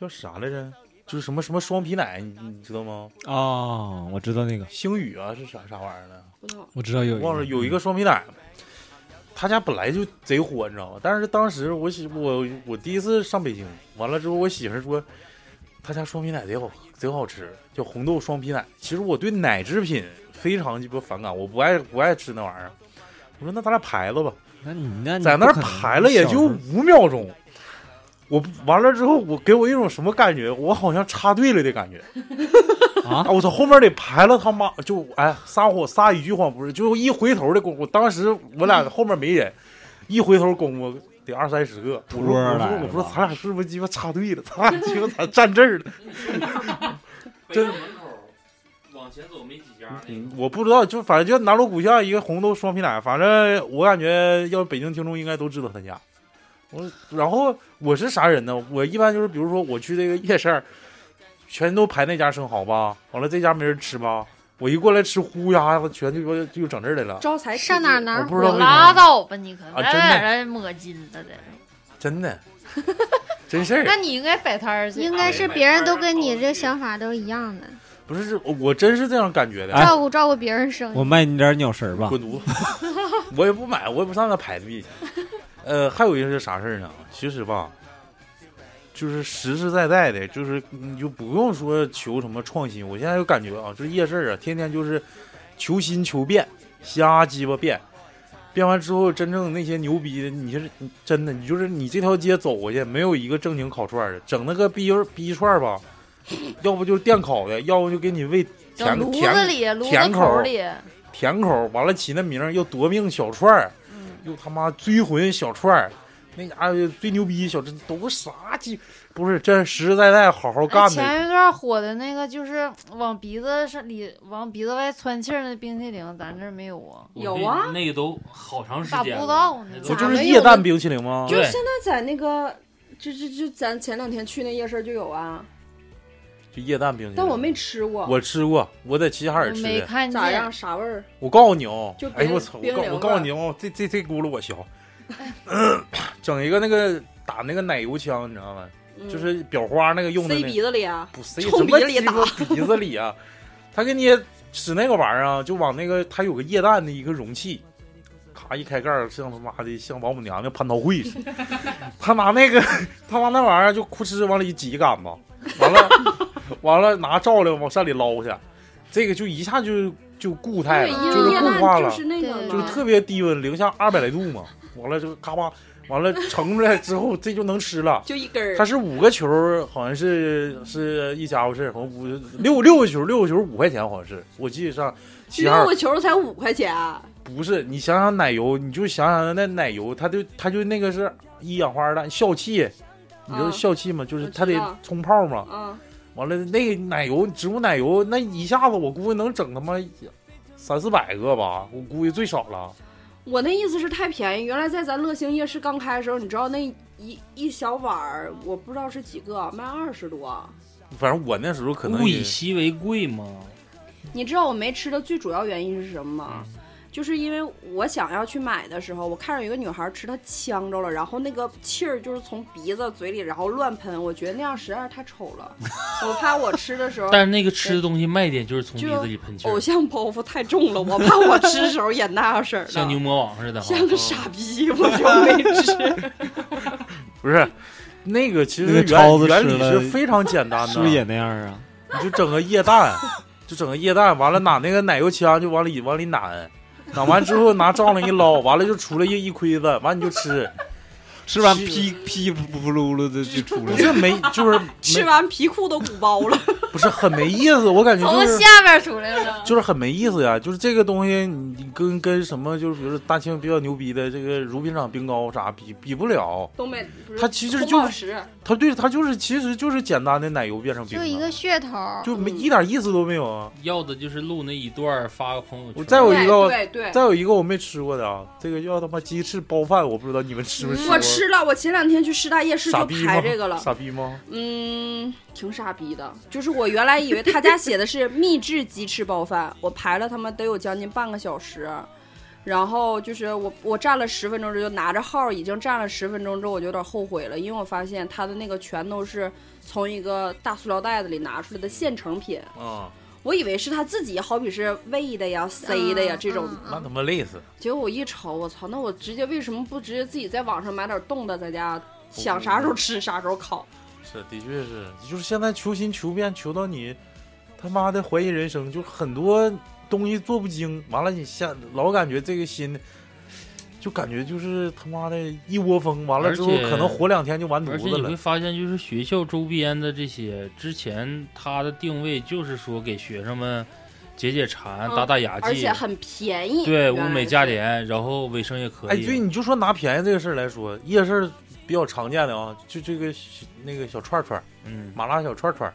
[SPEAKER 2] 叫啥来着，就是什么什么双皮奶，你你知道吗？
[SPEAKER 9] 哦
[SPEAKER 4] 啊，我知道那个，
[SPEAKER 2] 星宇啊是啥啥玩意儿呢？
[SPEAKER 7] 不知道
[SPEAKER 4] 我知道有
[SPEAKER 2] 忘了有一个双皮奶，他家本来就贼火，你知道吗？但是当时我媳我我第一次上北京，完了之后我媳妇儿说，他家双皮奶贼好贼好吃，叫红豆双皮奶。其实我对奶制品非常鸡巴反感，我不爱不爱吃那玩意儿。我说那咱俩排了吧，
[SPEAKER 4] 那你那你
[SPEAKER 2] 在那儿
[SPEAKER 4] 不可能
[SPEAKER 2] 排了也就
[SPEAKER 4] 小时候
[SPEAKER 2] 五秒钟。我不完了之后，我给我一种什么感觉？我好像插队了的感觉。
[SPEAKER 4] 啊
[SPEAKER 2] 啊！我操，后面得排了他妈就哎撒谎撒一句谎不是，就一回头的功夫，当时我俩后面没人，一回头功夫得二三十个。我说
[SPEAKER 4] 托
[SPEAKER 2] 我
[SPEAKER 4] 儿来
[SPEAKER 2] 说
[SPEAKER 4] 了
[SPEAKER 2] 我说咱俩是不是鸡巴插队了？咱俩鸡巴咋站这儿了？真
[SPEAKER 6] 北大门口往前走没几家那个
[SPEAKER 2] 嗯我不知道，就反正就南锣鼓巷一个红豆双皮奶，反正我感觉要是北京听众应该都知道他家。我然后我是啥人呢？我一般就是比如说我去这个夜市儿，全都排那家生蚝吧，完了这家没人吃吧，我一过来吃呼呀，全就就就整这儿来了。
[SPEAKER 7] 招财
[SPEAKER 5] 上哪儿哪
[SPEAKER 2] 我
[SPEAKER 5] 儿
[SPEAKER 2] 不知道
[SPEAKER 5] 火
[SPEAKER 2] 为啥
[SPEAKER 3] 拉倒吧，你可
[SPEAKER 2] 啊
[SPEAKER 3] 咱
[SPEAKER 2] 真的
[SPEAKER 3] 俩在这抹金了的。
[SPEAKER 2] 真的，真事儿。
[SPEAKER 3] 那你应该摆摊儿去，
[SPEAKER 5] 应该是别人都跟
[SPEAKER 2] 哦
[SPEAKER 5] 你这想法都一样的，
[SPEAKER 2] 不是，是我真是这样感觉的。
[SPEAKER 4] 哎
[SPEAKER 5] 照顾照顾别人生
[SPEAKER 4] 我
[SPEAKER 5] 意。
[SPEAKER 4] 卖你点鸟食儿吧，
[SPEAKER 2] 滚犊子！ 我也不买，我也不上那排队去。 呃，还有一个是啥事儿呢？其实吧，就是实实在在的，就是你就不用说求什么创新。我现在就感觉啊，就是夜市啊，天天就是求新求变，瞎鸡巴变。变完之后，真正那些牛逼的，你是你真的，你就是你这条街走过去，没有一个正经烤串儿的，整那个逼逼串儿 吧，要不就是电烤的，要不就给你喂
[SPEAKER 3] 整
[SPEAKER 2] 甜
[SPEAKER 3] 炉
[SPEAKER 2] 甜
[SPEAKER 3] 子里、炉
[SPEAKER 2] 甜
[SPEAKER 3] 子
[SPEAKER 2] 口
[SPEAKER 3] 口里，
[SPEAKER 2] 甜口，完了起那名儿又夺命小串儿，
[SPEAKER 3] 嗯，
[SPEAKER 2] 又他妈追魂小串儿，那家伙最牛逼小这都啥鸡？不是，这实实在在好好
[SPEAKER 3] 哎
[SPEAKER 2] 干的。
[SPEAKER 3] 前一段火的那个就是嗯往鼻子上里、往鼻子外窜气儿那冰淇淋，咱这儿没有啊。
[SPEAKER 6] 我
[SPEAKER 7] 有啊
[SPEAKER 6] 那那个都好长时
[SPEAKER 3] 咋
[SPEAKER 6] 间
[SPEAKER 3] 不知
[SPEAKER 6] 了，
[SPEAKER 3] 道呢
[SPEAKER 6] 那
[SPEAKER 2] 不
[SPEAKER 6] 都
[SPEAKER 2] 嗯
[SPEAKER 7] 咋
[SPEAKER 2] 就是
[SPEAKER 7] 没
[SPEAKER 2] 液
[SPEAKER 7] 有
[SPEAKER 2] 氮
[SPEAKER 7] 呢
[SPEAKER 2] 冰淇淋吗？
[SPEAKER 7] 就
[SPEAKER 6] 对
[SPEAKER 7] 现在在那个，就就就咱前两天去那夜市就有啊，
[SPEAKER 2] 就液氮冰淇淋。
[SPEAKER 7] 但我没吃过，
[SPEAKER 2] 嗯我吃过，我在齐齐哈尔
[SPEAKER 3] 我
[SPEAKER 2] 吃
[SPEAKER 3] 没
[SPEAKER 2] 的。
[SPEAKER 3] 看
[SPEAKER 7] 咋样？
[SPEAKER 3] 见，
[SPEAKER 7] 啥味儿？
[SPEAKER 2] 我告诉你哦
[SPEAKER 7] 就，
[SPEAKER 2] 哎
[SPEAKER 7] 冰
[SPEAKER 2] 我操！我
[SPEAKER 7] 冰
[SPEAKER 2] 告
[SPEAKER 7] 凉
[SPEAKER 2] 我告诉
[SPEAKER 7] 的
[SPEAKER 2] 你哦，这这这轱辘我削。
[SPEAKER 7] 哎
[SPEAKER 2] 整一个那个打那个奶油枪，你知道吗？
[SPEAKER 7] 嗯
[SPEAKER 2] 就是裱花那个用的
[SPEAKER 7] 塞
[SPEAKER 2] 那
[SPEAKER 7] 鼻子里啊？
[SPEAKER 2] 不塞
[SPEAKER 7] 冲
[SPEAKER 2] 什么
[SPEAKER 7] 鼻子里
[SPEAKER 2] 鸡巴鼻子里啊， 他给你使那个玩意儿啊，就往那个它有个液氮的一个容器，咔一开盖儿，像他妈的像王母娘娘蟠桃会似的。 他拿那个， 他往那玩意儿就哭哧往里挤一杆子，完了 完了拿照料往山里捞去，这个就一下就就固态
[SPEAKER 7] 对，
[SPEAKER 2] 了，
[SPEAKER 7] 因
[SPEAKER 2] 就是
[SPEAKER 7] 为液
[SPEAKER 2] 固
[SPEAKER 7] 氮
[SPEAKER 2] 化
[SPEAKER 7] 就
[SPEAKER 2] 了，
[SPEAKER 7] 是那个
[SPEAKER 5] 对
[SPEAKER 7] 嘛
[SPEAKER 2] 就是特别低温，零下二百来度嘛。完了就咔吧，完了盛出来之后这就能吃了。
[SPEAKER 7] 就一根儿
[SPEAKER 2] 它。是五个球儿，好像是是一家伙事，好像五六六个球儿，六个球儿五块钱，好像是我记得上齐齐哈
[SPEAKER 7] 六
[SPEAKER 2] 尔
[SPEAKER 7] 个球才五块钱，啊
[SPEAKER 2] 不是，你想想奶油，你就想想那奶油，它就它就那个是一氧化二氮笑气，你知道
[SPEAKER 7] 啊
[SPEAKER 2] 笑气吗？就是
[SPEAKER 7] 我知
[SPEAKER 2] 它得
[SPEAKER 7] 道
[SPEAKER 2] 冲泡嘛。
[SPEAKER 7] 啊，
[SPEAKER 2] 完了那个奶油植物奶油，那一下子我估计能整他妈三四百个吧，我估计最少了。
[SPEAKER 7] 我那意思是太便宜。原来在咱乐兴夜市刚开的时候，你知道那一一小碗儿，我不知道是几个，卖二十多。
[SPEAKER 2] 反正我那时候可能
[SPEAKER 6] 物
[SPEAKER 2] 也
[SPEAKER 6] 以稀为贵嘛。
[SPEAKER 7] 你知道我没吃的最主要原因是什么吗？
[SPEAKER 2] 嗯
[SPEAKER 7] 就是因为我想要去买的时候，我看着有个女孩吃，她呛着了，然后那个气儿就是从鼻子、嘴里，然后乱喷。我觉得那样实在是太丑 了，我怕我吃的时候
[SPEAKER 6] 但是那个吃的东西卖点就是从鼻
[SPEAKER 7] 就
[SPEAKER 6] 子里喷 气儿
[SPEAKER 7] 偶，像包袱太重了，我怕我吃的时候也那样式儿的，
[SPEAKER 6] 像牛魔王似的哈。
[SPEAKER 2] 嗯
[SPEAKER 7] 像个傻逼，我就没吃。
[SPEAKER 2] 不是那个，其实
[SPEAKER 4] 那个
[SPEAKER 2] 原
[SPEAKER 4] 超子
[SPEAKER 2] 原
[SPEAKER 4] 吃
[SPEAKER 2] 理
[SPEAKER 4] 了
[SPEAKER 2] 是非常简单的，
[SPEAKER 4] 是不是也那样啊？
[SPEAKER 2] 你就整个液氮，就整个液氮，完了拿那个奶油枪就往里往里攮，攮完之后拿帐篷一捞，完了就出来一一盔子，完你就吃，
[SPEAKER 4] 吃完
[SPEAKER 2] 是
[SPEAKER 4] 噼噼不不噜噜的就出
[SPEAKER 2] 不
[SPEAKER 4] 来了，
[SPEAKER 2] 是没 就是
[SPEAKER 7] 吃
[SPEAKER 2] 没
[SPEAKER 7] 完皮裤都鼓 包了，
[SPEAKER 2] 不是很没意思，我感觉
[SPEAKER 3] 从
[SPEAKER 2] 就是
[SPEAKER 3] 下边出来了。
[SPEAKER 2] 就是很没意思呀，就是这个东西你跟跟什么就是比如说大庆比较牛逼的这个乳品厂冰糕啥比比不了，
[SPEAKER 7] 东北不是
[SPEAKER 2] 它其实
[SPEAKER 7] 红
[SPEAKER 2] 就
[SPEAKER 7] 宝石
[SPEAKER 2] 它对它就是其实就是简单的奶油变成冰
[SPEAKER 5] 就一
[SPEAKER 2] 的
[SPEAKER 5] 个。噱头儿，
[SPEAKER 2] 就没
[SPEAKER 7] 嗯
[SPEAKER 2] 一点意思都没有啊！
[SPEAKER 6] 要的就是录那一段儿发个朋友圈。
[SPEAKER 2] 我再有一个
[SPEAKER 7] 对对
[SPEAKER 2] 再有一个我没吃过的啊，这个叫他妈鸡翅包饭，我不知道你们吃没吃
[SPEAKER 5] 嗯
[SPEAKER 2] 过。
[SPEAKER 7] 我吃了，我前两天去师大夜市
[SPEAKER 2] 傻
[SPEAKER 7] 就
[SPEAKER 2] 逼
[SPEAKER 7] 排
[SPEAKER 2] 吗？
[SPEAKER 7] 这个了，
[SPEAKER 2] 傻逼吗？
[SPEAKER 7] 嗯，挺傻逼的。就是我原来以为他家写的是秘制鸡翅包饭，我排了他妈得有将近半个小时，然后就是我我站了十分钟之后，就拿着号已经站了十分钟之后，我就有点后悔了，因为我发现他的那个全都是从一个大塑料袋子里拿出来的现成品，
[SPEAKER 2] 啊，
[SPEAKER 7] 我以为是他自己，好比是喂的呀、塞的呀
[SPEAKER 5] 嗯
[SPEAKER 7] 这种
[SPEAKER 5] 嗯
[SPEAKER 2] 那他妈累死！
[SPEAKER 7] 结果我一瞅，我操，那我直接为什么不直接自己在网上买点冻的，在家
[SPEAKER 5] 嗯
[SPEAKER 7] 想啥时候吃啥时候烤？
[SPEAKER 2] 是，的确是，就是现在求新求变，求到你他妈的怀疑人生，就很多东西做不精，完了你下老感觉这个新。就感觉就是他妈的一窝蜂，完了之后
[SPEAKER 6] 而且
[SPEAKER 2] 可能活两天就完
[SPEAKER 6] 而
[SPEAKER 2] 犊
[SPEAKER 6] 且
[SPEAKER 2] 子
[SPEAKER 6] 你会
[SPEAKER 2] 了。
[SPEAKER 6] 发现，就是学校周边的这些，之前它的定位就是说给学生们解解馋、
[SPEAKER 7] 嗯
[SPEAKER 6] 打打牙
[SPEAKER 7] 而
[SPEAKER 6] 祭
[SPEAKER 7] 且，很便宜，
[SPEAKER 6] 对
[SPEAKER 7] 原
[SPEAKER 6] 物
[SPEAKER 7] 来
[SPEAKER 6] 美
[SPEAKER 7] 是
[SPEAKER 6] 价。廉，然后卫生也可
[SPEAKER 2] 哎，
[SPEAKER 6] 以。
[SPEAKER 2] 对，你就说拿便宜这个事儿来说，夜市比较常见的啊，就这个小那个小串串儿，
[SPEAKER 6] 嗯，
[SPEAKER 2] 麻辣小串串儿。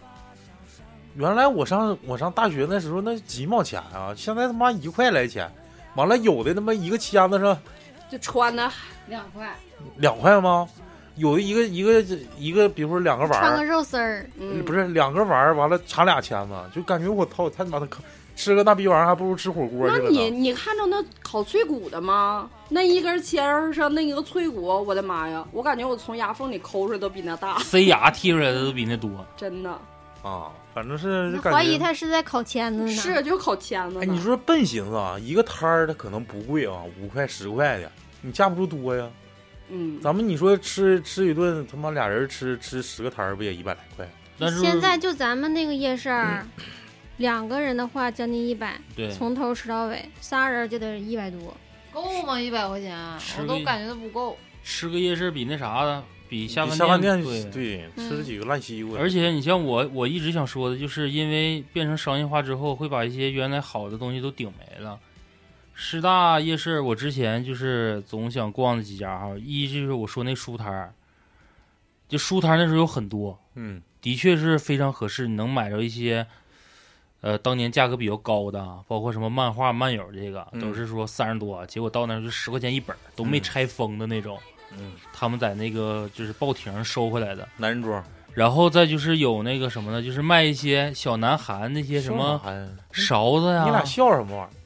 [SPEAKER 2] 原来我上我上大学那时候那几毛钱啊，现在他妈一块来钱，完了有的他妈一个签子上
[SPEAKER 7] 就穿的
[SPEAKER 8] 两块，
[SPEAKER 2] 两块吗？有的一个一个一个，比如说两个丸
[SPEAKER 5] 穿个
[SPEAKER 2] 儿，
[SPEAKER 5] 肉丝儿，
[SPEAKER 7] 嗯，
[SPEAKER 2] 不是两个丸儿，完了缠俩签子，就感觉我操，太他妈的坑吃个那逼玩意儿还不如吃火锅
[SPEAKER 7] 那
[SPEAKER 2] 去了
[SPEAKER 7] 你
[SPEAKER 2] 呢。
[SPEAKER 7] 你看着那烤脆骨的吗？那一根签儿上那一个脆骨，我的妈呀！我感觉我从牙缝里抠出来都比那大，
[SPEAKER 6] 塞牙剔出来的都比那多。
[SPEAKER 7] 真的
[SPEAKER 2] 啊，反正是就
[SPEAKER 5] 那
[SPEAKER 2] 感
[SPEAKER 5] 怀
[SPEAKER 2] 觉。
[SPEAKER 5] 疑他是在烤签子呢。
[SPEAKER 7] 是就烤签子呢。
[SPEAKER 2] 哎，你说笨寻思啊，一个摊儿它可能不贵啊，五块十块的，你架不住多呀。
[SPEAKER 7] 嗯，
[SPEAKER 2] 咱们你说吃吃一顿，他妈俩人吃吃十个摊儿，不也一百来块？
[SPEAKER 6] 但是
[SPEAKER 5] 现在就咱们那个夜市儿，两个人的话将近一百，
[SPEAKER 2] 嗯
[SPEAKER 6] 对
[SPEAKER 5] 从头吃到尾，仨人就得一百多。
[SPEAKER 3] 够吗？一百块钱，啊我
[SPEAKER 6] 吃个
[SPEAKER 3] 都感觉都不够。
[SPEAKER 6] 吃个夜市比那啥的，比下
[SPEAKER 2] 比
[SPEAKER 6] 饭
[SPEAKER 2] 下饭店
[SPEAKER 6] 对。
[SPEAKER 2] 对
[SPEAKER 7] 嗯
[SPEAKER 2] 吃几个烂西瓜，
[SPEAKER 6] 而且你像我，我一直想说的就是，因为变成商业化之后，会把一些原来好的东西都顶没了。师大夜市，我之前就是总想逛的几家哈，一就是我说那书摊儿，就书摊儿那时候有很多，
[SPEAKER 2] 嗯，
[SPEAKER 6] 的确是非常合适，你能买着一些，呃，当年价格比较高的啊，包括什么漫画、漫友这个，
[SPEAKER 2] 嗯
[SPEAKER 6] 都是说三十多，结果到那儿就十块钱一本儿，都没
[SPEAKER 2] 嗯
[SPEAKER 6] 拆封的那种。
[SPEAKER 2] 嗯，
[SPEAKER 6] 他们在那个就是报亭收回来的，
[SPEAKER 2] 男人装
[SPEAKER 6] 然后再就是有那个什么呢，就是卖一些小南韩那些什么嗯
[SPEAKER 2] 玩意儿
[SPEAKER 6] 勺子
[SPEAKER 2] 嗯
[SPEAKER 6] 呀、
[SPEAKER 2] 你俩笑什么玩意儿？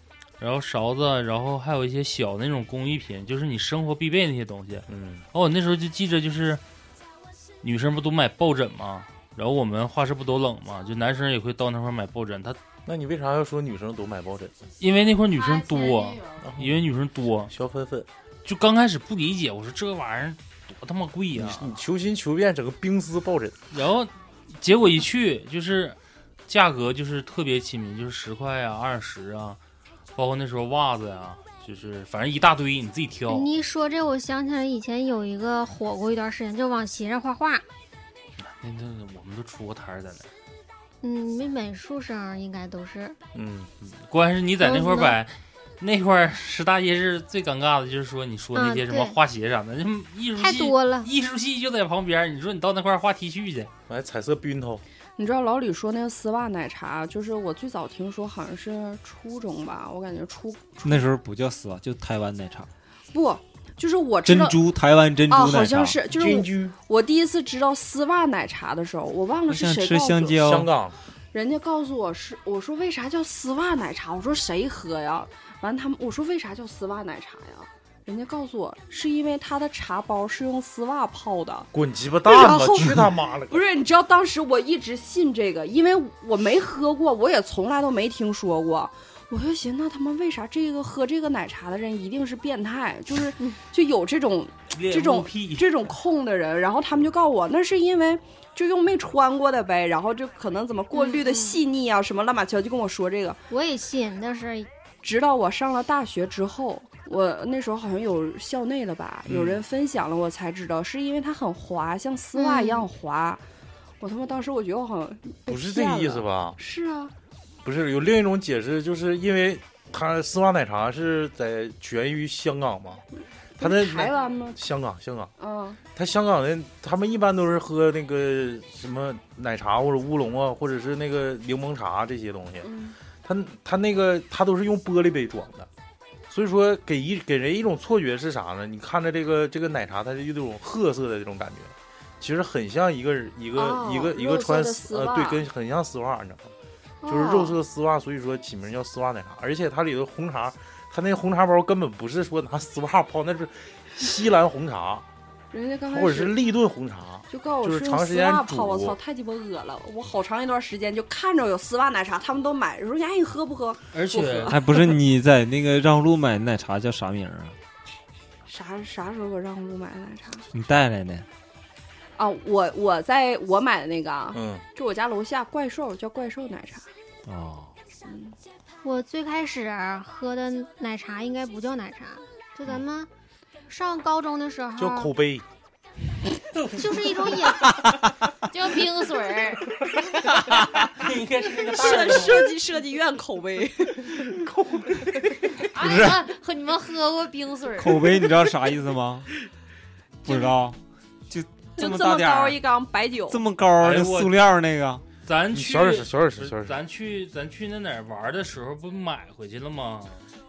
[SPEAKER 6] 然后勺子，然后还有一些小那种工艺品，就是你生活必备那些东西。
[SPEAKER 2] 嗯，
[SPEAKER 6] 哦，我那时候就记着，就是女生不都买抱枕吗？然后我们画室不都冷吗？就男生也会到那块儿买抱枕，他
[SPEAKER 2] 那你为啥要说女生都买抱枕？
[SPEAKER 6] 因为那块儿女
[SPEAKER 8] 女
[SPEAKER 6] 生多，，因为女生多，
[SPEAKER 2] 小粉粉，
[SPEAKER 6] 就刚开始不理解，我说这玩意儿多他妈贵
[SPEAKER 2] 你
[SPEAKER 6] 哎呀、
[SPEAKER 2] 你求新求变，整个冰丝抱枕，
[SPEAKER 6] 然后结果一去就是价格就是特别亲民，就是十块啊、二十啊，包括那时候袜子呀、就是反正一大堆，你自己挑。
[SPEAKER 5] 你一说这，我想起来以前有一个火过一段时间，就往鞋上画画。
[SPEAKER 6] 那那我们都出过摊儿在那儿。
[SPEAKER 5] 嗯，那美术生应该都是
[SPEAKER 2] 嗯，
[SPEAKER 6] 关键是你在那块儿
[SPEAKER 5] 嗯
[SPEAKER 6] 摆，那块儿十大街是最尴尬的，就是说你说那些什么
[SPEAKER 5] 嗯对
[SPEAKER 6] 画鞋啥的，那艺术
[SPEAKER 5] 太
[SPEAKER 6] 系
[SPEAKER 5] 多了。
[SPEAKER 6] 艺术系就在旁边儿，你说你到那块儿画 T 恤去，
[SPEAKER 2] 哎，彩色避孕套，
[SPEAKER 7] 你知道老李说那个丝袜奶茶，就是我最早听说好像是初中吧，我感觉初
[SPEAKER 9] 那时候不叫丝袜，就台湾奶茶，
[SPEAKER 7] 不就是我知
[SPEAKER 9] 珍
[SPEAKER 7] 道
[SPEAKER 9] 珠台湾珍珠
[SPEAKER 7] 啊，
[SPEAKER 9] 奶茶，
[SPEAKER 7] 好像是就是
[SPEAKER 2] 珍
[SPEAKER 7] 我
[SPEAKER 2] 珠，
[SPEAKER 7] 我第一次知道丝袜奶茶的时候，我忘
[SPEAKER 9] 我
[SPEAKER 7] 了是
[SPEAKER 9] 想
[SPEAKER 7] 谁
[SPEAKER 9] 吃
[SPEAKER 7] 告诉
[SPEAKER 9] 香
[SPEAKER 7] 我，
[SPEAKER 9] 蕉，
[SPEAKER 2] 香港
[SPEAKER 7] 人家告诉我是我说为啥叫丝袜奶茶，我说谁喝呀？完他们我说为啥叫丝袜奶茶呀？人家告诉我是因为它的茶包是用丝袜泡的。
[SPEAKER 2] 滚鸡巴蛋
[SPEAKER 7] 然
[SPEAKER 2] 吧，
[SPEAKER 7] 后
[SPEAKER 2] 去他妈了！
[SPEAKER 7] 不是，你知道当时我一直信这个，因为我没喝过，我也从来都没听说过。我就寻思，那他妈为啥这个喝这个奶茶的人一定是变态？就是就有这种这种
[SPEAKER 6] 屁
[SPEAKER 7] 这种控的人，然后他们就告我，那是因为就用没穿过的呗，然后就可能怎么过滤的细腻啊，什么乱七八糟，就跟我说这个。
[SPEAKER 5] 我也信，那是
[SPEAKER 7] 直到我上了大学之后，我那时候好像有校内的吧，有
[SPEAKER 5] 嗯
[SPEAKER 7] 人分享了，我才知道是因为它很滑，像丝
[SPEAKER 5] 嗯
[SPEAKER 7] 袜一样滑。我他妈当时我觉得我好像被
[SPEAKER 2] 不是这个
[SPEAKER 7] 骗
[SPEAKER 2] 意
[SPEAKER 7] 了
[SPEAKER 2] 思？吧？
[SPEAKER 7] 是啊，
[SPEAKER 2] 不是，有另一种解释，就是因为它丝袜奶茶是在起源于香港嘛，它
[SPEAKER 7] 不
[SPEAKER 2] 的
[SPEAKER 7] 是台湾吗？
[SPEAKER 2] 香港香港，
[SPEAKER 7] 嗯，
[SPEAKER 2] 它香港人他们一般都是喝那个什么奶茶或者乌龙啊，或者是那个柠檬茶这些东西，
[SPEAKER 7] 嗯
[SPEAKER 2] 它它那个它都是用玻璃杯装的。所以说，给一给人一种错觉是啥呢？你看着这个这个奶茶，它是一种褐色的这种感觉，其实很像一个一个、
[SPEAKER 7] 哦
[SPEAKER 2] 一个一
[SPEAKER 7] 肉
[SPEAKER 2] 个
[SPEAKER 7] 色
[SPEAKER 2] 穿
[SPEAKER 7] 的
[SPEAKER 2] 丝
[SPEAKER 7] 丝
[SPEAKER 2] 呃
[SPEAKER 7] 袜
[SPEAKER 2] 对，跟很像丝袜，你知道吗？就是
[SPEAKER 7] 哦
[SPEAKER 2] 肉色丝袜，所以说起名叫丝袜奶茶。而且它里头红茶，它那红茶包根本不是说拿丝袜泡，那是西兰红茶
[SPEAKER 7] 人家刚
[SPEAKER 2] 或
[SPEAKER 7] 开
[SPEAKER 2] 者是
[SPEAKER 7] 始
[SPEAKER 2] 立顿红茶。
[SPEAKER 7] 就告诉我
[SPEAKER 2] 就是
[SPEAKER 7] 是
[SPEAKER 2] 长
[SPEAKER 7] 用
[SPEAKER 2] 时
[SPEAKER 7] 丝
[SPEAKER 2] 间
[SPEAKER 7] 袜泡，我
[SPEAKER 2] 煮
[SPEAKER 7] 操，太鸡巴恶了！我好长一段时间就看着有丝袜奶茶，他们都买，说呀，你喝不喝？
[SPEAKER 6] 而且
[SPEAKER 9] 哎，不是你在那个让路买奶茶叫啥名儿啊？
[SPEAKER 7] 啥啥时候我让路买的奶茶
[SPEAKER 9] 你带来的？
[SPEAKER 7] 啊？我我在我买的那个啊，
[SPEAKER 2] 嗯，
[SPEAKER 7] 就我家楼下怪兽叫怪兽奶茶。
[SPEAKER 9] 哦，
[SPEAKER 5] 我最开始喝的奶茶应该不叫奶茶，就咱们上高中的时候，
[SPEAKER 2] 叫
[SPEAKER 3] 啊
[SPEAKER 2] 口碑，
[SPEAKER 5] 就是一 种 饮，
[SPEAKER 3] 叫冰水儿，
[SPEAKER 6] 应该是那个
[SPEAKER 7] 设设计设计院口碑，
[SPEAKER 3] 啊，你们和你们喝过冰水儿？
[SPEAKER 9] 口碑你知道啥意思 吗？不知道，就
[SPEAKER 7] 就
[SPEAKER 9] 么
[SPEAKER 7] 这
[SPEAKER 9] 大
[SPEAKER 7] 么
[SPEAKER 9] 点儿
[SPEAKER 7] 高一缸白酒
[SPEAKER 9] 这，么高
[SPEAKER 6] 哎
[SPEAKER 9] 的
[SPEAKER 6] 我
[SPEAKER 9] 塑料那个，
[SPEAKER 6] 咱
[SPEAKER 2] 你
[SPEAKER 6] 去
[SPEAKER 2] 小点声，小点
[SPEAKER 6] 不
[SPEAKER 2] 声，
[SPEAKER 6] 是
[SPEAKER 2] 小点声。
[SPEAKER 6] 咱去咱去那哪儿玩的时候不买回去了吗？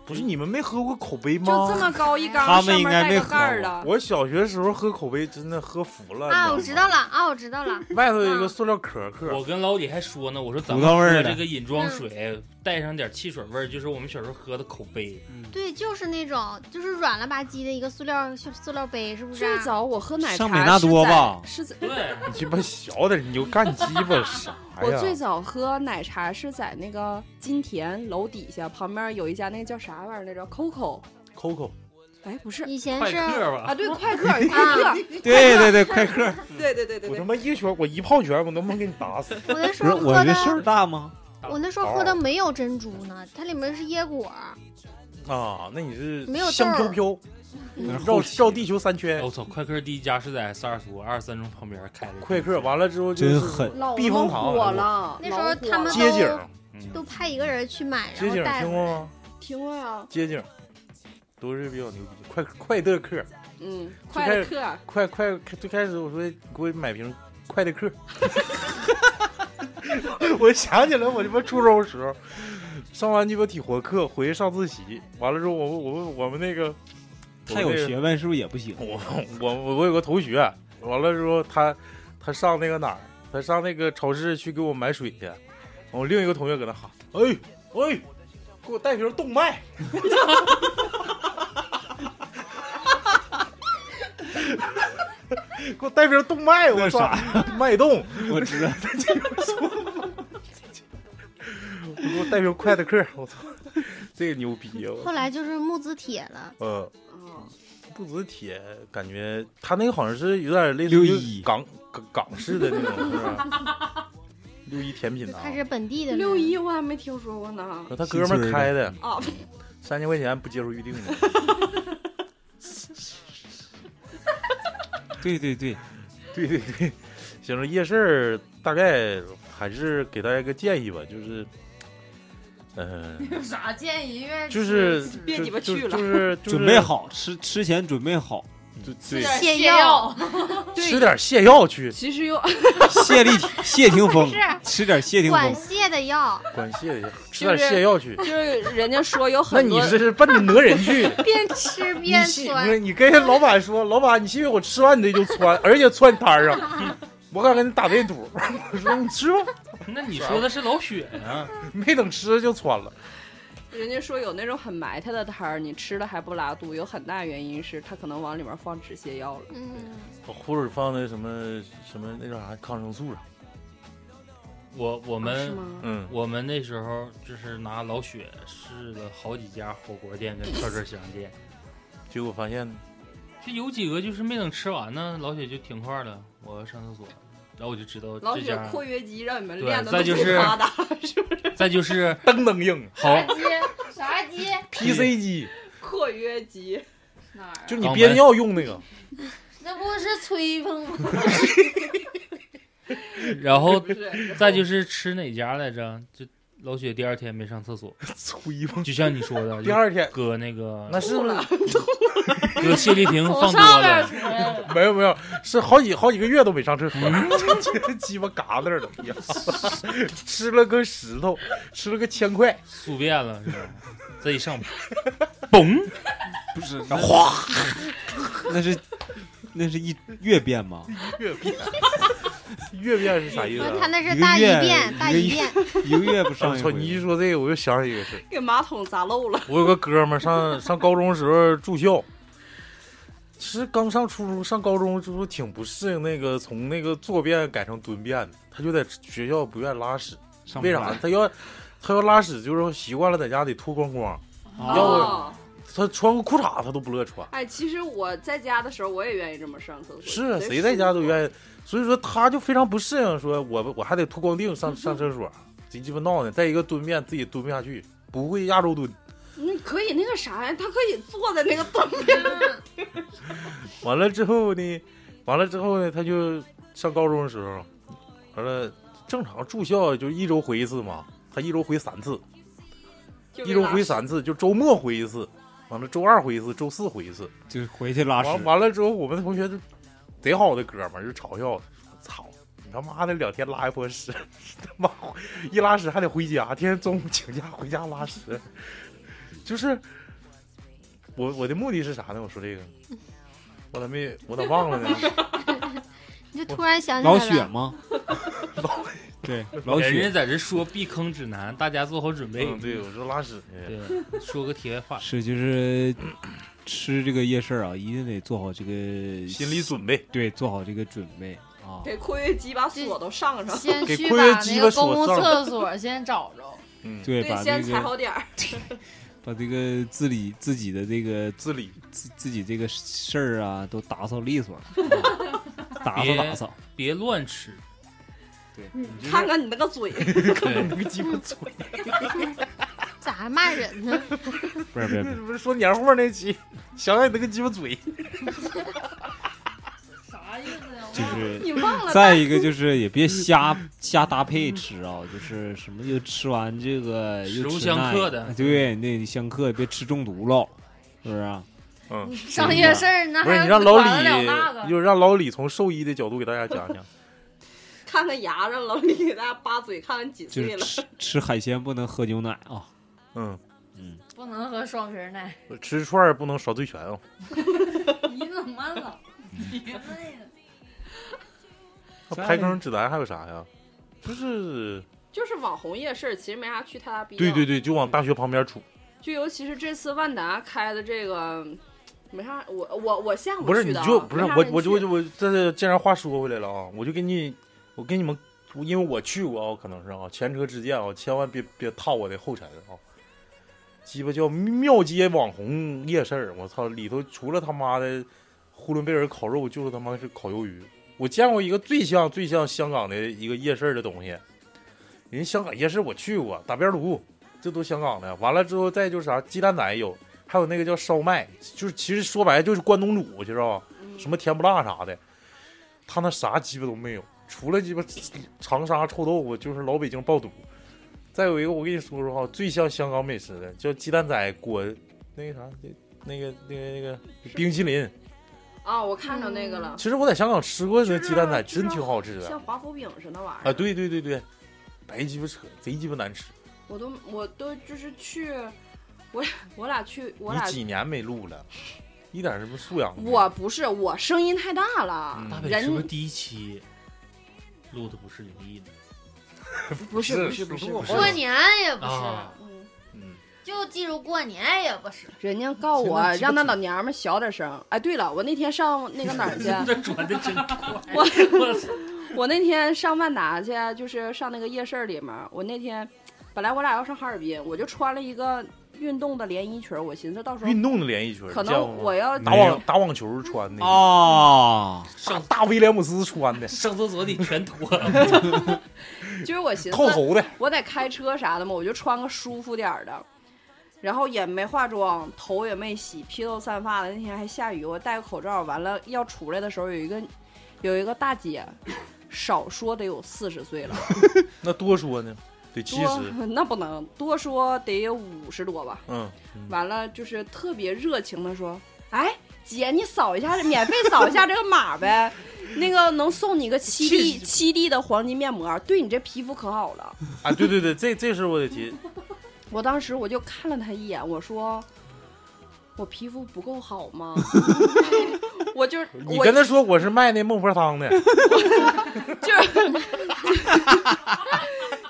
[SPEAKER 2] 不是你们没喝过口碑
[SPEAKER 7] 就
[SPEAKER 2] 吗？
[SPEAKER 7] 这么高一缸，
[SPEAKER 9] 他们
[SPEAKER 7] 上
[SPEAKER 9] 应
[SPEAKER 7] 面
[SPEAKER 9] 该
[SPEAKER 7] 带
[SPEAKER 9] 没
[SPEAKER 7] 个
[SPEAKER 9] 喝
[SPEAKER 7] 盖儿
[SPEAKER 9] 过
[SPEAKER 7] 的。
[SPEAKER 2] 我小学时候喝口碑真的喝服了
[SPEAKER 5] 啊，我
[SPEAKER 2] 你
[SPEAKER 5] 知道了，
[SPEAKER 6] 嗯
[SPEAKER 5] 啊，我知道了，
[SPEAKER 2] 外头有一个塑料壳壳，
[SPEAKER 6] 我跟老李还说呢，我说咱
[SPEAKER 9] 葡萄味儿
[SPEAKER 6] 们喝
[SPEAKER 9] 的
[SPEAKER 6] 这个饮装水
[SPEAKER 7] 嗯
[SPEAKER 6] 带上点汽水味儿，就是我们小时候喝的口碑。
[SPEAKER 5] 对，就是那种就是软了吧唧的一个塑料塑料杯，是不是、
[SPEAKER 7] 最
[SPEAKER 5] 啊？
[SPEAKER 7] 早我喝奶茶
[SPEAKER 9] 上美纳多吧
[SPEAKER 7] 是在是在。
[SPEAKER 6] 对，
[SPEAKER 2] 你鸡巴小点，你就干鸡巴啥
[SPEAKER 7] 我最
[SPEAKER 2] 哎呀？
[SPEAKER 7] 早喝奶茶是在那个金田楼底下旁边有一家那个叫啥玩意儿来着？Coco，
[SPEAKER 2] Coco，
[SPEAKER 7] 哎不是
[SPEAKER 5] 以前
[SPEAKER 6] 快
[SPEAKER 5] 是
[SPEAKER 6] 客
[SPEAKER 7] 啊
[SPEAKER 6] 吧，
[SPEAKER 7] 对快客快客，
[SPEAKER 9] 对对对，快客。
[SPEAKER 7] 对对对对
[SPEAKER 2] 我他
[SPEAKER 7] 对，
[SPEAKER 2] 妈一拳，我一炮拳，我能不能给你打死？
[SPEAKER 5] 我那时
[SPEAKER 9] 不是
[SPEAKER 5] 候
[SPEAKER 9] 我
[SPEAKER 5] 喝
[SPEAKER 9] 这
[SPEAKER 5] 的，
[SPEAKER 9] 事儿大吗？
[SPEAKER 5] 我那时候喝的没有珍珠呢，它里面是椰果儿，
[SPEAKER 2] 啊，那你是
[SPEAKER 5] 没有
[SPEAKER 2] 香
[SPEAKER 5] 豆
[SPEAKER 2] 飘
[SPEAKER 5] 儿
[SPEAKER 2] 飘，
[SPEAKER 9] 那是
[SPEAKER 2] 绕
[SPEAKER 9] 后期
[SPEAKER 2] 绕地球三圈
[SPEAKER 6] 我，操，快客第一家是在萨尔苏二十三中旁边开的。
[SPEAKER 2] 快客，完了之后就
[SPEAKER 9] 真
[SPEAKER 2] 是
[SPEAKER 9] 狠
[SPEAKER 7] 老
[SPEAKER 2] 避风塘
[SPEAKER 7] 火了。
[SPEAKER 5] 那时候
[SPEAKER 7] 老火
[SPEAKER 5] 他们
[SPEAKER 7] 了
[SPEAKER 2] 街景儿，
[SPEAKER 6] 嗯
[SPEAKER 5] 都派一个人去买，
[SPEAKER 2] 街
[SPEAKER 5] 然后
[SPEAKER 2] 景儿
[SPEAKER 5] 带
[SPEAKER 2] 听
[SPEAKER 5] 回
[SPEAKER 2] 过
[SPEAKER 5] 来。
[SPEAKER 2] 吗？
[SPEAKER 7] 听过呀，
[SPEAKER 2] 街景儿都是比较牛逼，快快乐客，
[SPEAKER 7] 嗯，
[SPEAKER 2] 开
[SPEAKER 7] 快
[SPEAKER 2] 始
[SPEAKER 7] 客
[SPEAKER 2] 快快最开始我说你给我买瓶快乐客， 我想起来我他妈初中时候上完鸡巴体活课回去上自习，完了之后我我我我们那个
[SPEAKER 9] 太有学 问是不是也不行？
[SPEAKER 2] 我我我有个同学，完了之后他他上那个哪儿，他上那个超市去给我买水去，我另一个同学搁那喊：“哎哎，给我带瓶冻脉。 给我带瓶冻脉，我
[SPEAKER 9] 那
[SPEAKER 2] 操
[SPEAKER 9] 啥，
[SPEAKER 2] 脉动，
[SPEAKER 9] 我知道，
[SPEAKER 2] 给 我带瓶快的克，我操，这个牛逼啊！我
[SPEAKER 5] 后来就是木子铁了，
[SPEAKER 2] 嗯，
[SPEAKER 7] 嗯，
[SPEAKER 2] 不止铁，感觉他那个好像是有点类似
[SPEAKER 4] 六
[SPEAKER 2] 于
[SPEAKER 4] 一
[SPEAKER 2] 港港港式的那种，是吧？ 六一甜品
[SPEAKER 5] 就
[SPEAKER 2] 啊，
[SPEAKER 5] 开始本地的
[SPEAKER 7] 六
[SPEAKER 5] 了
[SPEAKER 7] 一我还没听说过呢。
[SPEAKER 2] 他哥们儿开的，
[SPEAKER 7] 啊，
[SPEAKER 2] 三千块钱不接受预定的。
[SPEAKER 9] 对对对，
[SPEAKER 2] 对对对，行了，夜市儿大概还是给大家一个建议吧，就是，嗯、
[SPEAKER 8] 有啥建议？因为
[SPEAKER 2] 就是
[SPEAKER 8] 吃
[SPEAKER 7] 别
[SPEAKER 2] 就
[SPEAKER 7] 鸡巴
[SPEAKER 2] 就
[SPEAKER 7] 去了
[SPEAKER 2] 就是就是
[SPEAKER 9] 准备好吃吃前准备好，
[SPEAKER 2] 对
[SPEAKER 8] 吃
[SPEAKER 2] 对
[SPEAKER 8] 点
[SPEAKER 5] 泻
[SPEAKER 8] 泻
[SPEAKER 5] 药
[SPEAKER 8] 药，
[SPEAKER 2] 吃点泻药去
[SPEAKER 7] 其实有
[SPEAKER 9] 谢丽谢霆锋吃点谢霆
[SPEAKER 5] 管
[SPEAKER 9] 锋，
[SPEAKER 5] 泻的药，
[SPEAKER 2] 管泻一下，吃
[SPEAKER 7] 就
[SPEAKER 2] 点
[SPEAKER 7] 是。
[SPEAKER 2] 泻药去
[SPEAKER 7] 就是人家 说有
[SPEAKER 2] 那
[SPEAKER 7] 很
[SPEAKER 2] 你
[SPEAKER 7] 多，
[SPEAKER 2] 这是奔着讹人去的，
[SPEAKER 5] 边 吃
[SPEAKER 2] 你
[SPEAKER 5] 边
[SPEAKER 2] 信
[SPEAKER 5] 酸
[SPEAKER 2] 不。是你跟老板说，老板，你信不信我吃完你这就窜，而且窜摊儿上，我敢跟你打这赌。 我说你吃吧，
[SPEAKER 6] 那你说的是老雪啊呀？
[SPEAKER 2] 没等吃就窜了。
[SPEAKER 7] 人家说有那种很埋汰的摊儿，你吃了还不拉肚，有很大原因是他可能往里面放止泻药了。
[SPEAKER 5] 嗯，
[SPEAKER 2] 或者放的什么什么那叫啥抗生素啥？
[SPEAKER 6] 我我
[SPEAKER 7] 哦是
[SPEAKER 6] 们
[SPEAKER 7] 吗？
[SPEAKER 2] 嗯，
[SPEAKER 6] 我们那时候就是拿老雪试了好几家火锅店跟串串香 店，
[SPEAKER 2] 结果发现
[SPEAKER 6] 就有几个就是没等吃完呢，老雪就停筷了，我要上厕所，然后我就知道
[SPEAKER 7] 老
[SPEAKER 6] 这
[SPEAKER 7] 雪
[SPEAKER 6] 家。
[SPEAKER 7] 括约肌让你们
[SPEAKER 6] 对
[SPEAKER 7] 练的
[SPEAKER 6] 再就
[SPEAKER 7] 都
[SPEAKER 6] 是
[SPEAKER 7] 发达， 是不是？
[SPEAKER 6] 再就是
[SPEAKER 2] 噔噔硬
[SPEAKER 6] 好
[SPEAKER 8] 啥鸡？啥鸡？
[SPEAKER 2] ，PC 机
[SPEAKER 7] 括约肌，
[SPEAKER 8] 哪儿啊？
[SPEAKER 2] 就你憋尿用 那个，
[SPEAKER 8] 那不是吹风吗？
[SPEAKER 6] 然后
[SPEAKER 7] 不是？
[SPEAKER 6] 再就是吃哪家来着？就老雪第二天没上厕所，
[SPEAKER 2] 吹吧。
[SPEAKER 6] 就像你说的，
[SPEAKER 2] 第二天
[SPEAKER 6] 搁那个
[SPEAKER 2] 那是不是
[SPEAKER 6] 搁谢丽萍
[SPEAKER 8] 从
[SPEAKER 6] 放多
[SPEAKER 8] 上面
[SPEAKER 6] 了，
[SPEAKER 8] 出来了。
[SPEAKER 2] 没有没有，是好几好几个月都没上厕所， 鸡巴嘎那儿了，哎呀 吃了个石头，吃了个千块，
[SPEAKER 6] 宿便了是吧？这一上，嘣，
[SPEAKER 9] 不是哗，那是那是一月变吗？
[SPEAKER 2] 月变， 月变是啥意思
[SPEAKER 5] 说
[SPEAKER 2] 啊？
[SPEAKER 5] 他那
[SPEAKER 9] 一
[SPEAKER 5] 是
[SPEAKER 9] 个
[SPEAKER 5] 大
[SPEAKER 9] 月
[SPEAKER 5] 便，大
[SPEAKER 9] 一个
[SPEAKER 5] 一便，
[SPEAKER 9] 一个月不上
[SPEAKER 2] 我
[SPEAKER 9] 一
[SPEAKER 2] 操！
[SPEAKER 9] 回，
[SPEAKER 2] 你一说这个，我又想起一个事儿。
[SPEAKER 7] 给马桶砸漏了，
[SPEAKER 2] 我有个哥们儿上上高中时候住校，其实刚上初中、上高中就是挺不适应那个从那个坐便改成蹲便的，他就在学校不愿意拉屎，
[SPEAKER 9] 上不
[SPEAKER 2] 为
[SPEAKER 9] 来
[SPEAKER 2] 啥？他要他要拉屎就是习惯了在家得脱光光，
[SPEAKER 6] 啊
[SPEAKER 2] 要不
[SPEAKER 7] 哦，
[SPEAKER 2] 他穿个裤衩他都不乐意穿。
[SPEAKER 7] 哎，其实我在家的时候，我也愿意这么上厕所。
[SPEAKER 2] 是啊，谁在家都
[SPEAKER 7] 意。
[SPEAKER 2] 愿意，所以说他就非常不适应，说我我还得脱光腚上上厕所，贼鸡巴闹呢。再一个蹲便自己蹲不下去，不会亚洲蹲，
[SPEAKER 7] 你可以那个啥呀，他可以坐在那个凳子。
[SPEAKER 6] 嗯
[SPEAKER 2] 完了之后呢，完了之后呢，他就上高中的时候，完了正常住校就一周回一次嘛，他一周回三次，
[SPEAKER 7] 就
[SPEAKER 2] 一
[SPEAKER 7] 给
[SPEAKER 2] 周
[SPEAKER 7] 拉
[SPEAKER 2] 回三次，就周末回一次，完了周二回一次，周四回一次。
[SPEAKER 9] 就是回去拉屎
[SPEAKER 2] 完，完了之后，我们同学就贼好的哥们儿就嘲笑他，说操。你他妈的两天拉一坨屎， 他妈一拉屎还得回家，天天中午请假回家拉屎， 就是我我的目的是啥呢？我说这个，我咋没我咋忘了呢？
[SPEAKER 5] 你就突然想起
[SPEAKER 9] 老
[SPEAKER 5] 来
[SPEAKER 9] 雪
[SPEAKER 5] 了。
[SPEAKER 9] 吗？对，老
[SPEAKER 6] 人家
[SPEAKER 9] 雪
[SPEAKER 6] 在这说避坑指南，大家做好准备。
[SPEAKER 2] 嗯，对，我说拉屎哎去，
[SPEAKER 6] 对，说个题外话，
[SPEAKER 9] 是就是吃这个夜市啊，一定得做好这个
[SPEAKER 2] 心理准备。
[SPEAKER 9] 对，做好这个准备啊。
[SPEAKER 7] 给括约肌把锁都上上，
[SPEAKER 3] 先
[SPEAKER 2] 给
[SPEAKER 3] 去
[SPEAKER 2] 括
[SPEAKER 3] 把
[SPEAKER 2] 约肌
[SPEAKER 3] 那
[SPEAKER 2] 和
[SPEAKER 3] 个
[SPEAKER 2] 锁
[SPEAKER 3] 公共
[SPEAKER 2] 上
[SPEAKER 3] 厕所先找 着，
[SPEAKER 2] 嗯，
[SPEAKER 9] 对，把这
[SPEAKER 7] 先踩
[SPEAKER 9] 个
[SPEAKER 7] 好点儿。
[SPEAKER 9] 把这个自理自己的这个
[SPEAKER 2] 自 理。
[SPEAKER 9] 自自己这个事儿啊，都打扫利索，啊打扫
[SPEAKER 6] 别
[SPEAKER 9] 打扫。
[SPEAKER 6] 别乱吃。
[SPEAKER 7] 看看你那 个嘴，
[SPEAKER 2] 那个鸡巴嘴，
[SPEAKER 5] 咋还骂人呢？
[SPEAKER 9] 不是不是不
[SPEAKER 2] 那
[SPEAKER 9] 是，
[SPEAKER 2] 不是说年货那 期，想想你那个鸡巴嘴，
[SPEAKER 8] 啥意思呀？
[SPEAKER 9] 就
[SPEAKER 8] 我
[SPEAKER 9] 是
[SPEAKER 7] 你忘了？嗯
[SPEAKER 9] 再一个就是也别瞎瞎搭配吃啊，就是什么又吃完这个
[SPEAKER 6] 食
[SPEAKER 9] 又
[SPEAKER 6] 物
[SPEAKER 9] 吃
[SPEAKER 6] 相
[SPEAKER 9] 那
[SPEAKER 6] 克
[SPEAKER 9] 个
[SPEAKER 6] 的
[SPEAKER 9] 对，那你相克别吃中毒了，是不是啊？
[SPEAKER 2] 嗯，
[SPEAKER 3] 上夜市儿那
[SPEAKER 2] 不是
[SPEAKER 3] 还
[SPEAKER 2] 你让老
[SPEAKER 3] 管得了那
[SPEAKER 2] 李，
[SPEAKER 3] 个，
[SPEAKER 2] 就是让老李从兽医的角度给大家讲 讲，
[SPEAKER 7] 看看牙上了，你给大家扒嘴，看看几
[SPEAKER 9] 就
[SPEAKER 7] 岁
[SPEAKER 9] 是
[SPEAKER 7] 了。
[SPEAKER 9] 吃吃海鲜不能喝牛奶啊。
[SPEAKER 2] 嗯，
[SPEAKER 3] 不能喝双皮奶，
[SPEAKER 2] 吃串儿不能耍醉拳啊。
[SPEAKER 6] 嗯
[SPEAKER 8] 你怎么了？别那个，
[SPEAKER 2] 那排坑指南还有啥呀？就是
[SPEAKER 7] 就是网红夜市，其实没啥去太大必要。
[SPEAKER 2] 对对对，就往大学旁边杵。
[SPEAKER 7] 就尤其是这次万达开的这个，没啥，我我我下午
[SPEAKER 2] 不是，
[SPEAKER 7] 去
[SPEAKER 2] 你
[SPEAKER 7] 的啊
[SPEAKER 2] 就不是
[SPEAKER 7] 没啥
[SPEAKER 2] 我
[SPEAKER 7] 人，
[SPEAKER 2] 我就我
[SPEAKER 7] 去
[SPEAKER 2] 就我这这既然话说回来了啊，我就给你，我给你们，因为我去过啊，可能是啊，前车之鉴啊，千万别别踏我的后尘啊。鸡巴叫庙街网红夜市儿我操，里头除了他妈的呼伦贝尔烤肉，就是他妈是烤鱿鱼。我见过一个最像最像香港的一个夜市儿的东西，人香港夜市我去过，打边炉，这都香港的。完了之后再就是啥鸡蛋仔有，还有那个叫烧麦，就是其实说白了就是关东煮，知道吧？
[SPEAKER 7] 嗯
[SPEAKER 2] 什么甜不辣啥的，他那啥鸡巴都没有，除了鸡巴 长沙臭豆腐，就是老北京爆肚。再有一个，我跟你说说哈，最像香港美食的叫鸡蛋仔裹那个啥，那个那个那个冰淇淋。
[SPEAKER 7] 啊，我看着那个了，
[SPEAKER 2] 其实我在香港吃过那
[SPEAKER 7] 就是
[SPEAKER 2] 鸡蛋仔，
[SPEAKER 7] 就是
[SPEAKER 2] 真挺好吃的
[SPEAKER 7] 像华夫饼似的那玩意儿
[SPEAKER 2] 嗯啊！对对对对，白鸡巴扯，贼鸡巴难吃。
[SPEAKER 7] 我都我都就是去，我我俩去我
[SPEAKER 2] 你
[SPEAKER 7] 俩。
[SPEAKER 2] 几年没录了，一点什么素养都没有？
[SPEAKER 7] 我不是我声音太大了，
[SPEAKER 6] 大
[SPEAKER 2] 嗯
[SPEAKER 6] 北是不是
[SPEAKER 7] 人
[SPEAKER 6] 第一期录的不是灵异的？
[SPEAKER 7] 不是不是不
[SPEAKER 2] 不
[SPEAKER 7] 是
[SPEAKER 2] 是
[SPEAKER 7] 不
[SPEAKER 2] 不
[SPEAKER 7] 是，
[SPEAKER 8] 过年也不是，
[SPEAKER 6] 啊
[SPEAKER 7] 嗯
[SPEAKER 2] 嗯，
[SPEAKER 8] 就记住过年也不是。
[SPEAKER 7] 人家告我
[SPEAKER 2] 现在
[SPEAKER 7] 让那老娘们小点声。哎，对了，我那天上那个哪儿去？啊
[SPEAKER 6] 这转的真快，
[SPEAKER 7] 我
[SPEAKER 6] 我操！
[SPEAKER 7] 我那天上万达去，啊就是上那个夜市儿里面儿。我那天本来我俩要上哈尔滨，我就穿了一个运动的连衣裙儿，我寻思到时候
[SPEAKER 2] 运动的连衣裙儿，
[SPEAKER 7] 可
[SPEAKER 2] 见过
[SPEAKER 7] 能
[SPEAKER 2] 吗
[SPEAKER 7] 我要
[SPEAKER 2] 打网打网球穿的
[SPEAKER 5] 哦
[SPEAKER 9] 啊，
[SPEAKER 2] 大大威廉姆斯穿的，
[SPEAKER 6] 上厕所得全脱了，
[SPEAKER 7] 就是我寻
[SPEAKER 2] 套
[SPEAKER 7] 思
[SPEAKER 2] 头的，
[SPEAKER 7] 我得开车啥的嘛，我就穿个舒服点儿的，然后也没化妆，头也没洗，披头散发的。那天还下雨，我戴个口罩，完了要出来的时候有一个有一个大姐，少说得有四十岁了，
[SPEAKER 2] 那多说呢，得七
[SPEAKER 7] 多
[SPEAKER 5] 啊
[SPEAKER 2] 十，
[SPEAKER 7] 那不能多说得有五十多吧。
[SPEAKER 2] 嗯，
[SPEAKER 7] 完了就是特别热情的说：“哎，姐，你扫一下，免费扫一下这个码 呗，那个能送你个七 D 七 D 的黄金面膜，对你这皮肤可好了。
[SPEAKER 2] 啊，对对对，这这事我得 提，”
[SPEAKER 7] 我当时我就看了他一眼，我说：“我皮肤不够好吗？” 我就是
[SPEAKER 2] 你
[SPEAKER 7] 我
[SPEAKER 2] 跟他说我是卖那孟婆汤 的，
[SPEAKER 7] 就是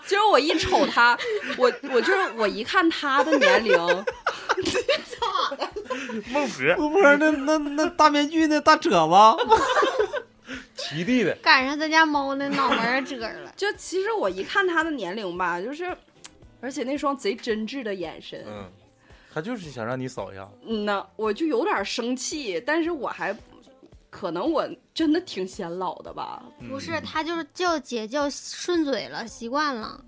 [SPEAKER 7] 就是我一瞅他，我我就是我一看他的年龄，
[SPEAKER 2] 孟婆
[SPEAKER 9] 不不是那那那大面具那大褶子，
[SPEAKER 2] 齐地的，
[SPEAKER 5] 赶上咱家猫那脑门儿褶儿
[SPEAKER 7] ，
[SPEAKER 5] 了
[SPEAKER 7] 就其实我一看他的年龄吧，就是。而且那双贼真挚的眼神，
[SPEAKER 2] 嗯，他就是想让你扫一下，
[SPEAKER 7] 嗯呐，我就有点生气，但是我还可能我真的挺显老的吧？
[SPEAKER 2] 嗯
[SPEAKER 5] 不是，他就是叫姐叫顺嘴了，习惯了。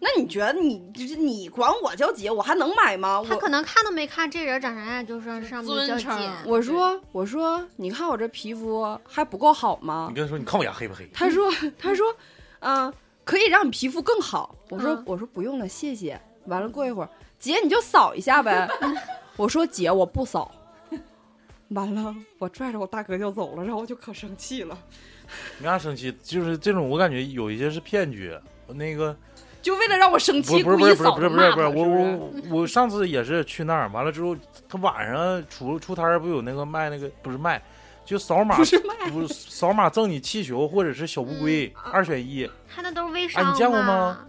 [SPEAKER 7] 那你觉得你就是你管我叫姐，我还能买吗？
[SPEAKER 5] 他
[SPEAKER 7] 我
[SPEAKER 5] 可能看都没看这人长啥样，就说上面
[SPEAKER 8] 尊
[SPEAKER 5] 叫
[SPEAKER 8] 称
[SPEAKER 5] 姐。
[SPEAKER 7] 我说我说，你看我这皮肤还不够好吗
[SPEAKER 2] 你？跟他说你看我牙黑不黑？
[SPEAKER 7] 他说他说，嗯、可以让你皮肤更好。我说、
[SPEAKER 5] 嗯
[SPEAKER 7] 我说不用了，谢谢。完了过一会儿，姐你就扫一下 呗。我说姐我不扫。 完了，我拽着我大哥就走了，然后我就可生气了。
[SPEAKER 2] 没啥生气，就是这种我感觉有一些是骗局，那个。
[SPEAKER 7] 就为了让我生
[SPEAKER 2] 不
[SPEAKER 7] 气，
[SPEAKER 2] 是不是
[SPEAKER 7] 故
[SPEAKER 2] 不是
[SPEAKER 7] 意
[SPEAKER 2] 不是
[SPEAKER 7] 扫
[SPEAKER 2] 不
[SPEAKER 7] 着
[SPEAKER 2] 是不是
[SPEAKER 7] 骂
[SPEAKER 2] 不是
[SPEAKER 7] 我
[SPEAKER 2] 我
[SPEAKER 7] 是
[SPEAKER 2] 我我上次也是去那儿，完了之后，他晚上出出摊儿不有那个卖那个不是卖，就扫码
[SPEAKER 7] 不是卖
[SPEAKER 2] 不是扫码赠你气球或者是小乌龟、二选一，
[SPEAKER 5] 他那都是微
[SPEAKER 2] 啊
[SPEAKER 5] 商、
[SPEAKER 2] 你见过吗？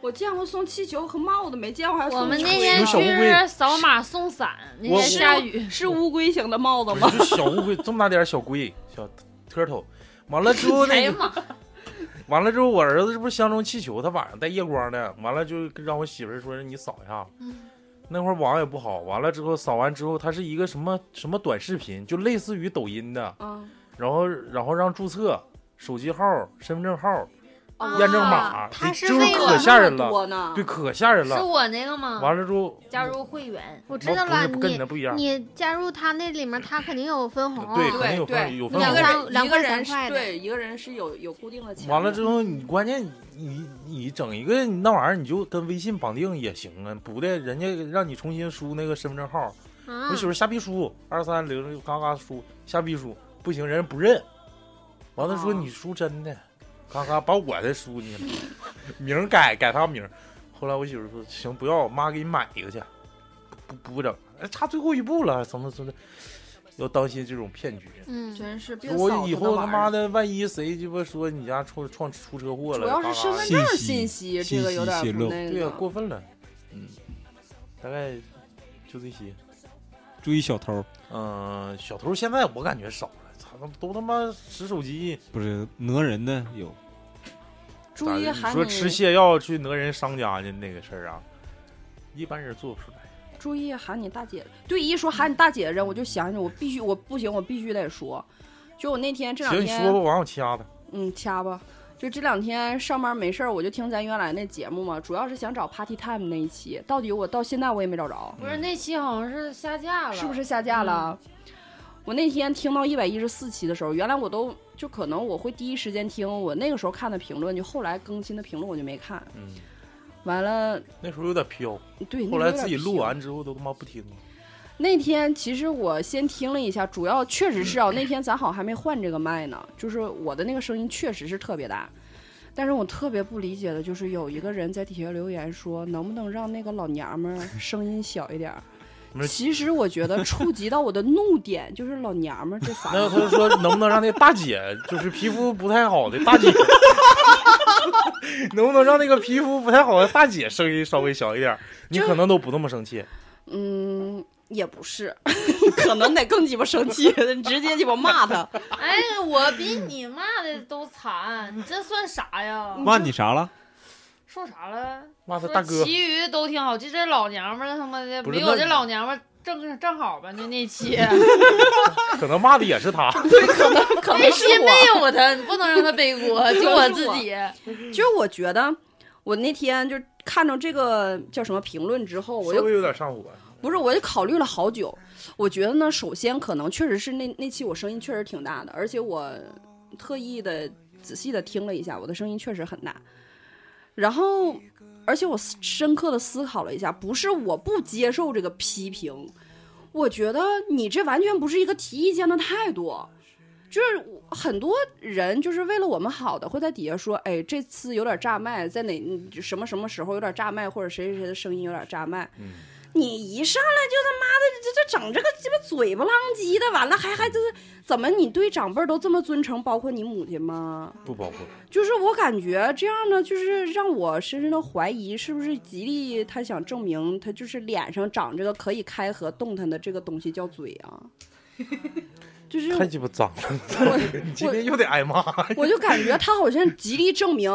[SPEAKER 7] 我见过送气球和帽子，没见过还送啊
[SPEAKER 3] 我们那
[SPEAKER 7] 吹
[SPEAKER 3] 天
[SPEAKER 2] 有小乌龟
[SPEAKER 3] 去扫码送伞，那
[SPEAKER 2] 我
[SPEAKER 3] 天下雨，
[SPEAKER 7] 是乌龟型的帽子
[SPEAKER 2] 不
[SPEAKER 7] 吗？
[SPEAKER 2] 是就小乌龟这么大点儿小龟小 turtle，完了之后
[SPEAKER 3] 哎
[SPEAKER 2] 那
[SPEAKER 3] 呀
[SPEAKER 2] 个
[SPEAKER 3] 妈！
[SPEAKER 2] 完了之后我儿子这不是相中气球，他晚上带夜光的，完了就让我媳妇儿说你扫一下。那会儿网也不好，完了之后扫完之后，它是一个什么什么短视频，就类似于抖音的，
[SPEAKER 7] 啊，
[SPEAKER 2] 然后然后让注册手机号、身份证号、
[SPEAKER 7] 啊
[SPEAKER 2] 验证码，
[SPEAKER 5] 他
[SPEAKER 2] 这
[SPEAKER 5] 是
[SPEAKER 2] 就是
[SPEAKER 5] 为
[SPEAKER 2] 可
[SPEAKER 5] 了
[SPEAKER 2] 吓人了，
[SPEAKER 7] 多呢。
[SPEAKER 2] 对，可吓人
[SPEAKER 3] 是
[SPEAKER 2] 了。
[SPEAKER 3] 我那个吗？
[SPEAKER 2] 完了之后，
[SPEAKER 3] 加入会员，
[SPEAKER 5] 我
[SPEAKER 2] 我
[SPEAKER 5] 知道
[SPEAKER 2] 不
[SPEAKER 5] 了，
[SPEAKER 2] 是跟你
[SPEAKER 5] 你
[SPEAKER 2] 那不一样，
[SPEAKER 5] 你加入他那里面，他肯定有分红。
[SPEAKER 2] 对，肯
[SPEAKER 7] 对
[SPEAKER 2] 定有
[SPEAKER 7] 对
[SPEAKER 2] 分有分
[SPEAKER 5] 两
[SPEAKER 7] 一
[SPEAKER 5] 个
[SPEAKER 7] 个
[SPEAKER 2] 红。
[SPEAKER 5] 人
[SPEAKER 7] 人
[SPEAKER 5] 两
[SPEAKER 7] 一
[SPEAKER 5] 块
[SPEAKER 7] 个
[SPEAKER 5] 儿
[SPEAKER 7] 人
[SPEAKER 5] 三
[SPEAKER 7] 是
[SPEAKER 5] 块的
[SPEAKER 7] 对一个人是有有固定的钱的。
[SPEAKER 2] 完了之后，你关键你你整一个那玩意儿，你就跟微信绑定也行啊，不的，人家让你重新输那个身份证号，
[SPEAKER 5] 啊
[SPEAKER 2] 我媳妇瞎逼输，二三零嘎嘎输，瞎逼输，不行，人家不认。完了说
[SPEAKER 7] 啊
[SPEAKER 2] 你输真的，嘎嘎把我的输进去，名儿改改他名儿。后来我媳妇说行，不要，我妈给你买一个去，不不不整，哎，差最后一步了，怎么怎么，要当心这种骗局。
[SPEAKER 5] 嗯，
[SPEAKER 7] 真是别
[SPEAKER 2] 我
[SPEAKER 7] 扫
[SPEAKER 2] 以
[SPEAKER 7] 他那
[SPEAKER 2] 后他
[SPEAKER 7] 玩意
[SPEAKER 2] 妈
[SPEAKER 7] 儿
[SPEAKER 2] 的，万一谁鸡巴说你家出创出车祸
[SPEAKER 7] 主
[SPEAKER 2] 了，
[SPEAKER 7] 要
[SPEAKER 2] 嘎
[SPEAKER 7] 是
[SPEAKER 2] 嘎的
[SPEAKER 7] 身份
[SPEAKER 9] 信
[SPEAKER 7] 证
[SPEAKER 9] 息
[SPEAKER 7] 信息，这
[SPEAKER 9] 信
[SPEAKER 7] 个
[SPEAKER 9] 息
[SPEAKER 7] 有点
[SPEAKER 9] 泄
[SPEAKER 7] 不
[SPEAKER 9] 露
[SPEAKER 7] 那
[SPEAKER 2] 对呀、
[SPEAKER 7] 个。
[SPEAKER 2] 过分了。嗯，大概就这些。
[SPEAKER 9] 注意小偷，
[SPEAKER 2] 嗯、小偷现在我感觉少了，操，他妈都他妈使手机。
[SPEAKER 9] 不是讹人的有，
[SPEAKER 7] 注意
[SPEAKER 2] 咋的
[SPEAKER 7] 还
[SPEAKER 2] 你说吃
[SPEAKER 7] 你
[SPEAKER 2] 泻药去讹人商家去那个事儿啊，一般人做不出来。
[SPEAKER 7] 注意喊你大姐，对，一说喊你大姐的人，我就想起我必须我不行，我必须得说。就我那天这两
[SPEAKER 2] 行，你
[SPEAKER 7] 天，
[SPEAKER 2] 说吧，完我掐他。
[SPEAKER 7] 嗯，掐吧。就这两天上班没事儿，我就听咱原来那节目嘛，主要是想找 Party Time 那一期，到底我到现在我也没找着，
[SPEAKER 3] 不是那期好像是下架了，
[SPEAKER 7] 是不是下
[SPEAKER 2] 嗯
[SPEAKER 7] 架了？我那天听到一百一十四期的时候，原来我都就可能我会第一时间听，我那个时候看的评论，就后来更新的评论我就没看。
[SPEAKER 2] 嗯，
[SPEAKER 7] 完了，
[SPEAKER 2] 那时候有点飘，
[SPEAKER 7] 对，那
[SPEAKER 2] 后
[SPEAKER 7] 个
[SPEAKER 2] 来
[SPEAKER 7] 有点
[SPEAKER 2] 自己录
[SPEAKER 7] 皮
[SPEAKER 2] 完之后都他妈不听了。
[SPEAKER 7] 那天其实我先听了一下，主要确实是啊，那天咱好像还没换这个麦呢，就是我的那个声音确实是特别大。但是我特别不理解的就是有一个人在底下留言说，能不能让那个老娘们儿声音小一点儿
[SPEAKER 2] 没？事
[SPEAKER 7] 其实我觉得触及到我的怒点，就是“老娘们儿”这仨
[SPEAKER 2] 那
[SPEAKER 7] 字
[SPEAKER 2] 他就说能不能让那大姐，就是皮肤不太好的大姐， 能不能让那个皮肤不太好的大姐声音稍微小一点儿？你可能都不那么生气。
[SPEAKER 7] 嗯，也不是， 可能得更鸡巴生气，直接鸡巴骂他。
[SPEAKER 3] 哎，我比你骂的都惨，
[SPEAKER 7] 嗯
[SPEAKER 3] 你这算啥呀？
[SPEAKER 9] 骂你啥了？
[SPEAKER 3] 说啥了？
[SPEAKER 2] 骂他
[SPEAKER 3] 说
[SPEAKER 2] 大哥，
[SPEAKER 3] 其余都挺好，就这老娘们儿他妈的
[SPEAKER 2] 不是
[SPEAKER 3] 没有
[SPEAKER 2] 那
[SPEAKER 3] 这老娘们儿正正好吧？就那 期
[SPEAKER 2] 可能骂的也是他。
[SPEAKER 7] 可
[SPEAKER 3] 那
[SPEAKER 7] 能是
[SPEAKER 3] 期
[SPEAKER 7] 我。
[SPEAKER 3] 没有他，你不能让他背 锅，就我自己。
[SPEAKER 7] 就是我觉得，我那天就看着这个叫什么评论之后，我
[SPEAKER 2] 稍
[SPEAKER 7] 就
[SPEAKER 2] 微有点上火。啊
[SPEAKER 7] 不是，我就考虑了好久。我觉得呢，首先可能确实是那那期我声音确实挺大的，而且我特意的仔细的听了一下，我的声音确实很大。然后，而且我思深刻的思考了一下，不是我不接受这个批评，我觉得你这完全不是一个提意见的态度。就是我很多人就是为了我们好的，会在底下说，哎，这次有点炸麦，在哪嗯什么什么时候有点炸麦，或者谁谁谁的声音有点炸麦。
[SPEAKER 2] 嗯
[SPEAKER 7] 你一上来就他妈的这这整这个鸡巴嘴巴浪叽的，完了还还就是怎么你对长辈儿都这么尊称，包括你母亲吗？
[SPEAKER 2] 不包括，
[SPEAKER 7] 就是我感觉这样呢，就是让我深深的怀疑，是不是吉利他想证明他就是脸上长这个可以开合动弹的这个东西叫嘴 啊？就是
[SPEAKER 2] 太鸡巴脏了！
[SPEAKER 7] 我
[SPEAKER 2] 你今天又得挨骂。
[SPEAKER 7] 我就感觉他好像极力证明，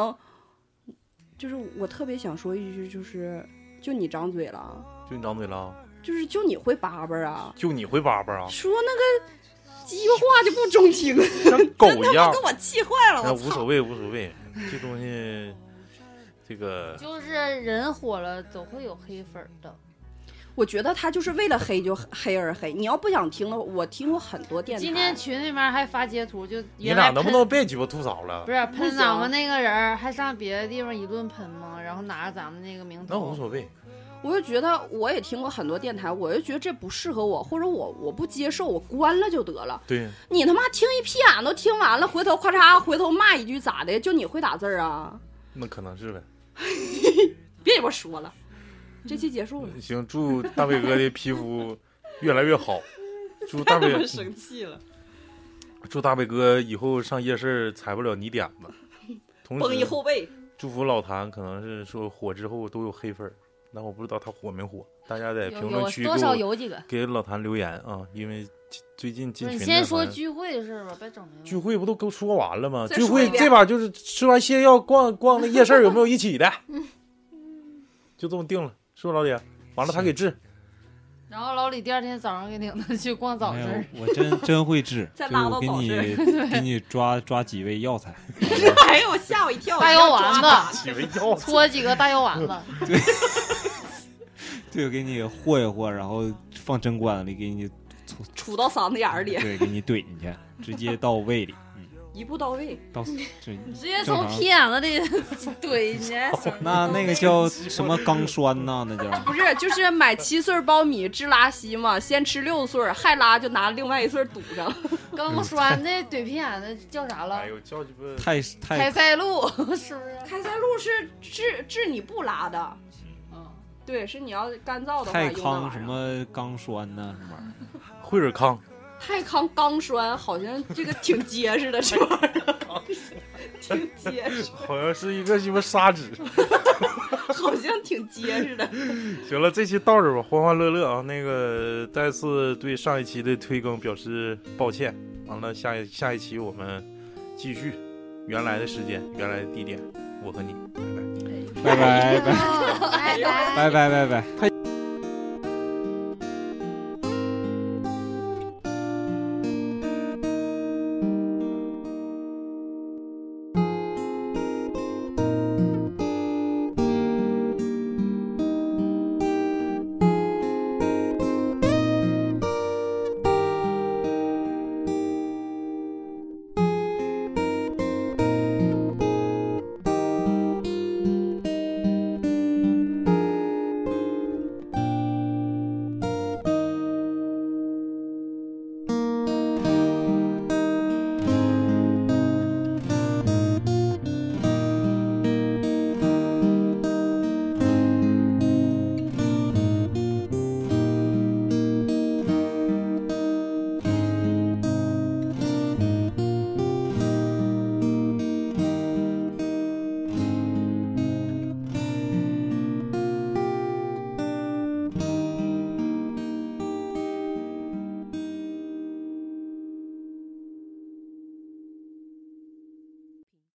[SPEAKER 7] 就是我特别想说一句，就是就你张嘴了，
[SPEAKER 2] 就你张嘴了，啊
[SPEAKER 7] 就是就你会叭叭啊。
[SPEAKER 2] 就你会叭叭啊，
[SPEAKER 7] 说那个鸡巴话就不中 听，
[SPEAKER 2] 像狗一
[SPEAKER 7] 他妈
[SPEAKER 2] 样
[SPEAKER 7] 给。我气坏了，
[SPEAKER 2] 那
[SPEAKER 7] 我
[SPEAKER 2] 无所
[SPEAKER 7] 操！
[SPEAKER 2] 谓，无所谓，这东西，这个
[SPEAKER 3] 就是人火了，总会有黑粉儿的。
[SPEAKER 7] 我觉得他就是为了黑就黑而黑。你要不想听的话，我听过很多电台。
[SPEAKER 3] 今天群里面还发截图，就
[SPEAKER 2] 你
[SPEAKER 3] 原来
[SPEAKER 2] 俩能不
[SPEAKER 3] 喷
[SPEAKER 2] 能别鸡巴吐槽了
[SPEAKER 3] 不？是
[SPEAKER 7] 不
[SPEAKER 3] 喷
[SPEAKER 7] 行
[SPEAKER 3] 咱们那个人儿，还上别的地方一顿喷吗？然后拿着咱们那个名
[SPEAKER 2] 那无
[SPEAKER 3] 头，
[SPEAKER 2] 所谓，
[SPEAKER 7] 我就觉得我也听过很多电台，我就觉得这不适合我，或者我我不接受，我关了就得了。
[SPEAKER 2] 对，
[SPEAKER 7] 你他妈听一屁眼都听完了，回头咔嚓，回头骂一句咋的？就你会打字儿啊？
[SPEAKER 2] 那可能是呗。
[SPEAKER 7] 别鸡巴说 了，这期结束了，
[SPEAKER 2] 行，祝大伟哥的皮肤越来越 好，祝大
[SPEAKER 7] 他
[SPEAKER 2] 伟
[SPEAKER 7] 妈生气了，
[SPEAKER 2] 祝大伟哥以后上夜市踩不了泥点子。同
[SPEAKER 7] 崩一
[SPEAKER 2] 时，
[SPEAKER 7] 后背。
[SPEAKER 2] 祝福老谭，可能是说火之后都有黑粉儿，但我不知道他火没火，大家在评
[SPEAKER 3] 有
[SPEAKER 2] 论
[SPEAKER 3] 有
[SPEAKER 2] 区给
[SPEAKER 3] 多少
[SPEAKER 2] 我
[SPEAKER 3] 有几个。
[SPEAKER 2] 给老谭留言啊，因为最近进
[SPEAKER 3] 不
[SPEAKER 2] 群
[SPEAKER 3] 是你
[SPEAKER 2] 的
[SPEAKER 3] 先
[SPEAKER 2] 好
[SPEAKER 3] 说
[SPEAKER 2] 像
[SPEAKER 3] 聚会的事儿吧，别整没
[SPEAKER 2] 聚会不都都说完了吗？
[SPEAKER 7] 再
[SPEAKER 2] 聚
[SPEAKER 7] 说
[SPEAKER 2] 会
[SPEAKER 7] 一遍
[SPEAKER 2] 这把就是吃完泻药逛逛那夜市儿有没有一起 的？就这么定了，是不是老李？完了他给 治，
[SPEAKER 3] 然后老李第二天早上给领他去逛早
[SPEAKER 9] 没
[SPEAKER 3] 市儿，
[SPEAKER 9] 有，我真真会治，
[SPEAKER 7] 再
[SPEAKER 9] 就
[SPEAKER 7] 拉
[SPEAKER 9] 是
[SPEAKER 7] 到
[SPEAKER 9] 我给
[SPEAKER 7] 早
[SPEAKER 9] 你 给你抓抓几味药材，
[SPEAKER 7] 哎呦，我吓我一跳！
[SPEAKER 3] 大
[SPEAKER 7] 我
[SPEAKER 3] 腰
[SPEAKER 7] 要抓他
[SPEAKER 3] 丸子，
[SPEAKER 2] 起为药。
[SPEAKER 3] 搓几个大腰丸子，
[SPEAKER 9] 对，给你和一和，然后放针管里给你，
[SPEAKER 7] 杵到嗓子眼儿里，
[SPEAKER 9] 对，给你怼进去，直接到胃里，嗯，
[SPEAKER 7] 一步到位。
[SPEAKER 9] 到 这
[SPEAKER 3] 直接
[SPEAKER 9] 正
[SPEAKER 3] 从
[SPEAKER 9] 常
[SPEAKER 3] 屁眼子里 怼进去。
[SPEAKER 9] 那那个叫什么钢栓呐？那叫
[SPEAKER 7] 不是，就是买七穗儿苞米治拉稀嘛，先吃六穗儿，还拉就拿另外一穗儿堵上。
[SPEAKER 3] 刚栓那怼屁眼子叫啥了
[SPEAKER 2] 哎？呦，叫鸡巴！
[SPEAKER 9] 太
[SPEAKER 3] 开
[SPEAKER 9] 太
[SPEAKER 3] 塞露 是不是？
[SPEAKER 7] 开塞露是治治你不拉的，
[SPEAKER 3] 嗯，
[SPEAKER 7] 对，是你要干燥的话
[SPEAKER 9] 太
[SPEAKER 7] 用的玩
[SPEAKER 9] 康
[SPEAKER 7] 意
[SPEAKER 9] 什
[SPEAKER 7] 儿。
[SPEAKER 9] 么钢栓呐？什么玩意儿？
[SPEAKER 2] 惠尔康，
[SPEAKER 7] 泰康钢栓好像这个挺结实的，这玩意儿 挺结实，
[SPEAKER 2] 好像是一个鸡巴砂纸。
[SPEAKER 7] 好像挺结实的。
[SPEAKER 2] 行了，这期到这儿吧，欢欢乐乐啊。那个再次对上一期的推更表示抱歉。完了，下一下一期我们继续原来的时间、原来的地点，我和你，
[SPEAKER 9] 拜
[SPEAKER 2] 拜拜。
[SPEAKER 9] 拜拜
[SPEAKER 5] 哦
[SPEAKER 2] 哎
[SPEAKER 5] 拜拜。
[SPEAKER 9] 拜拜拜拜。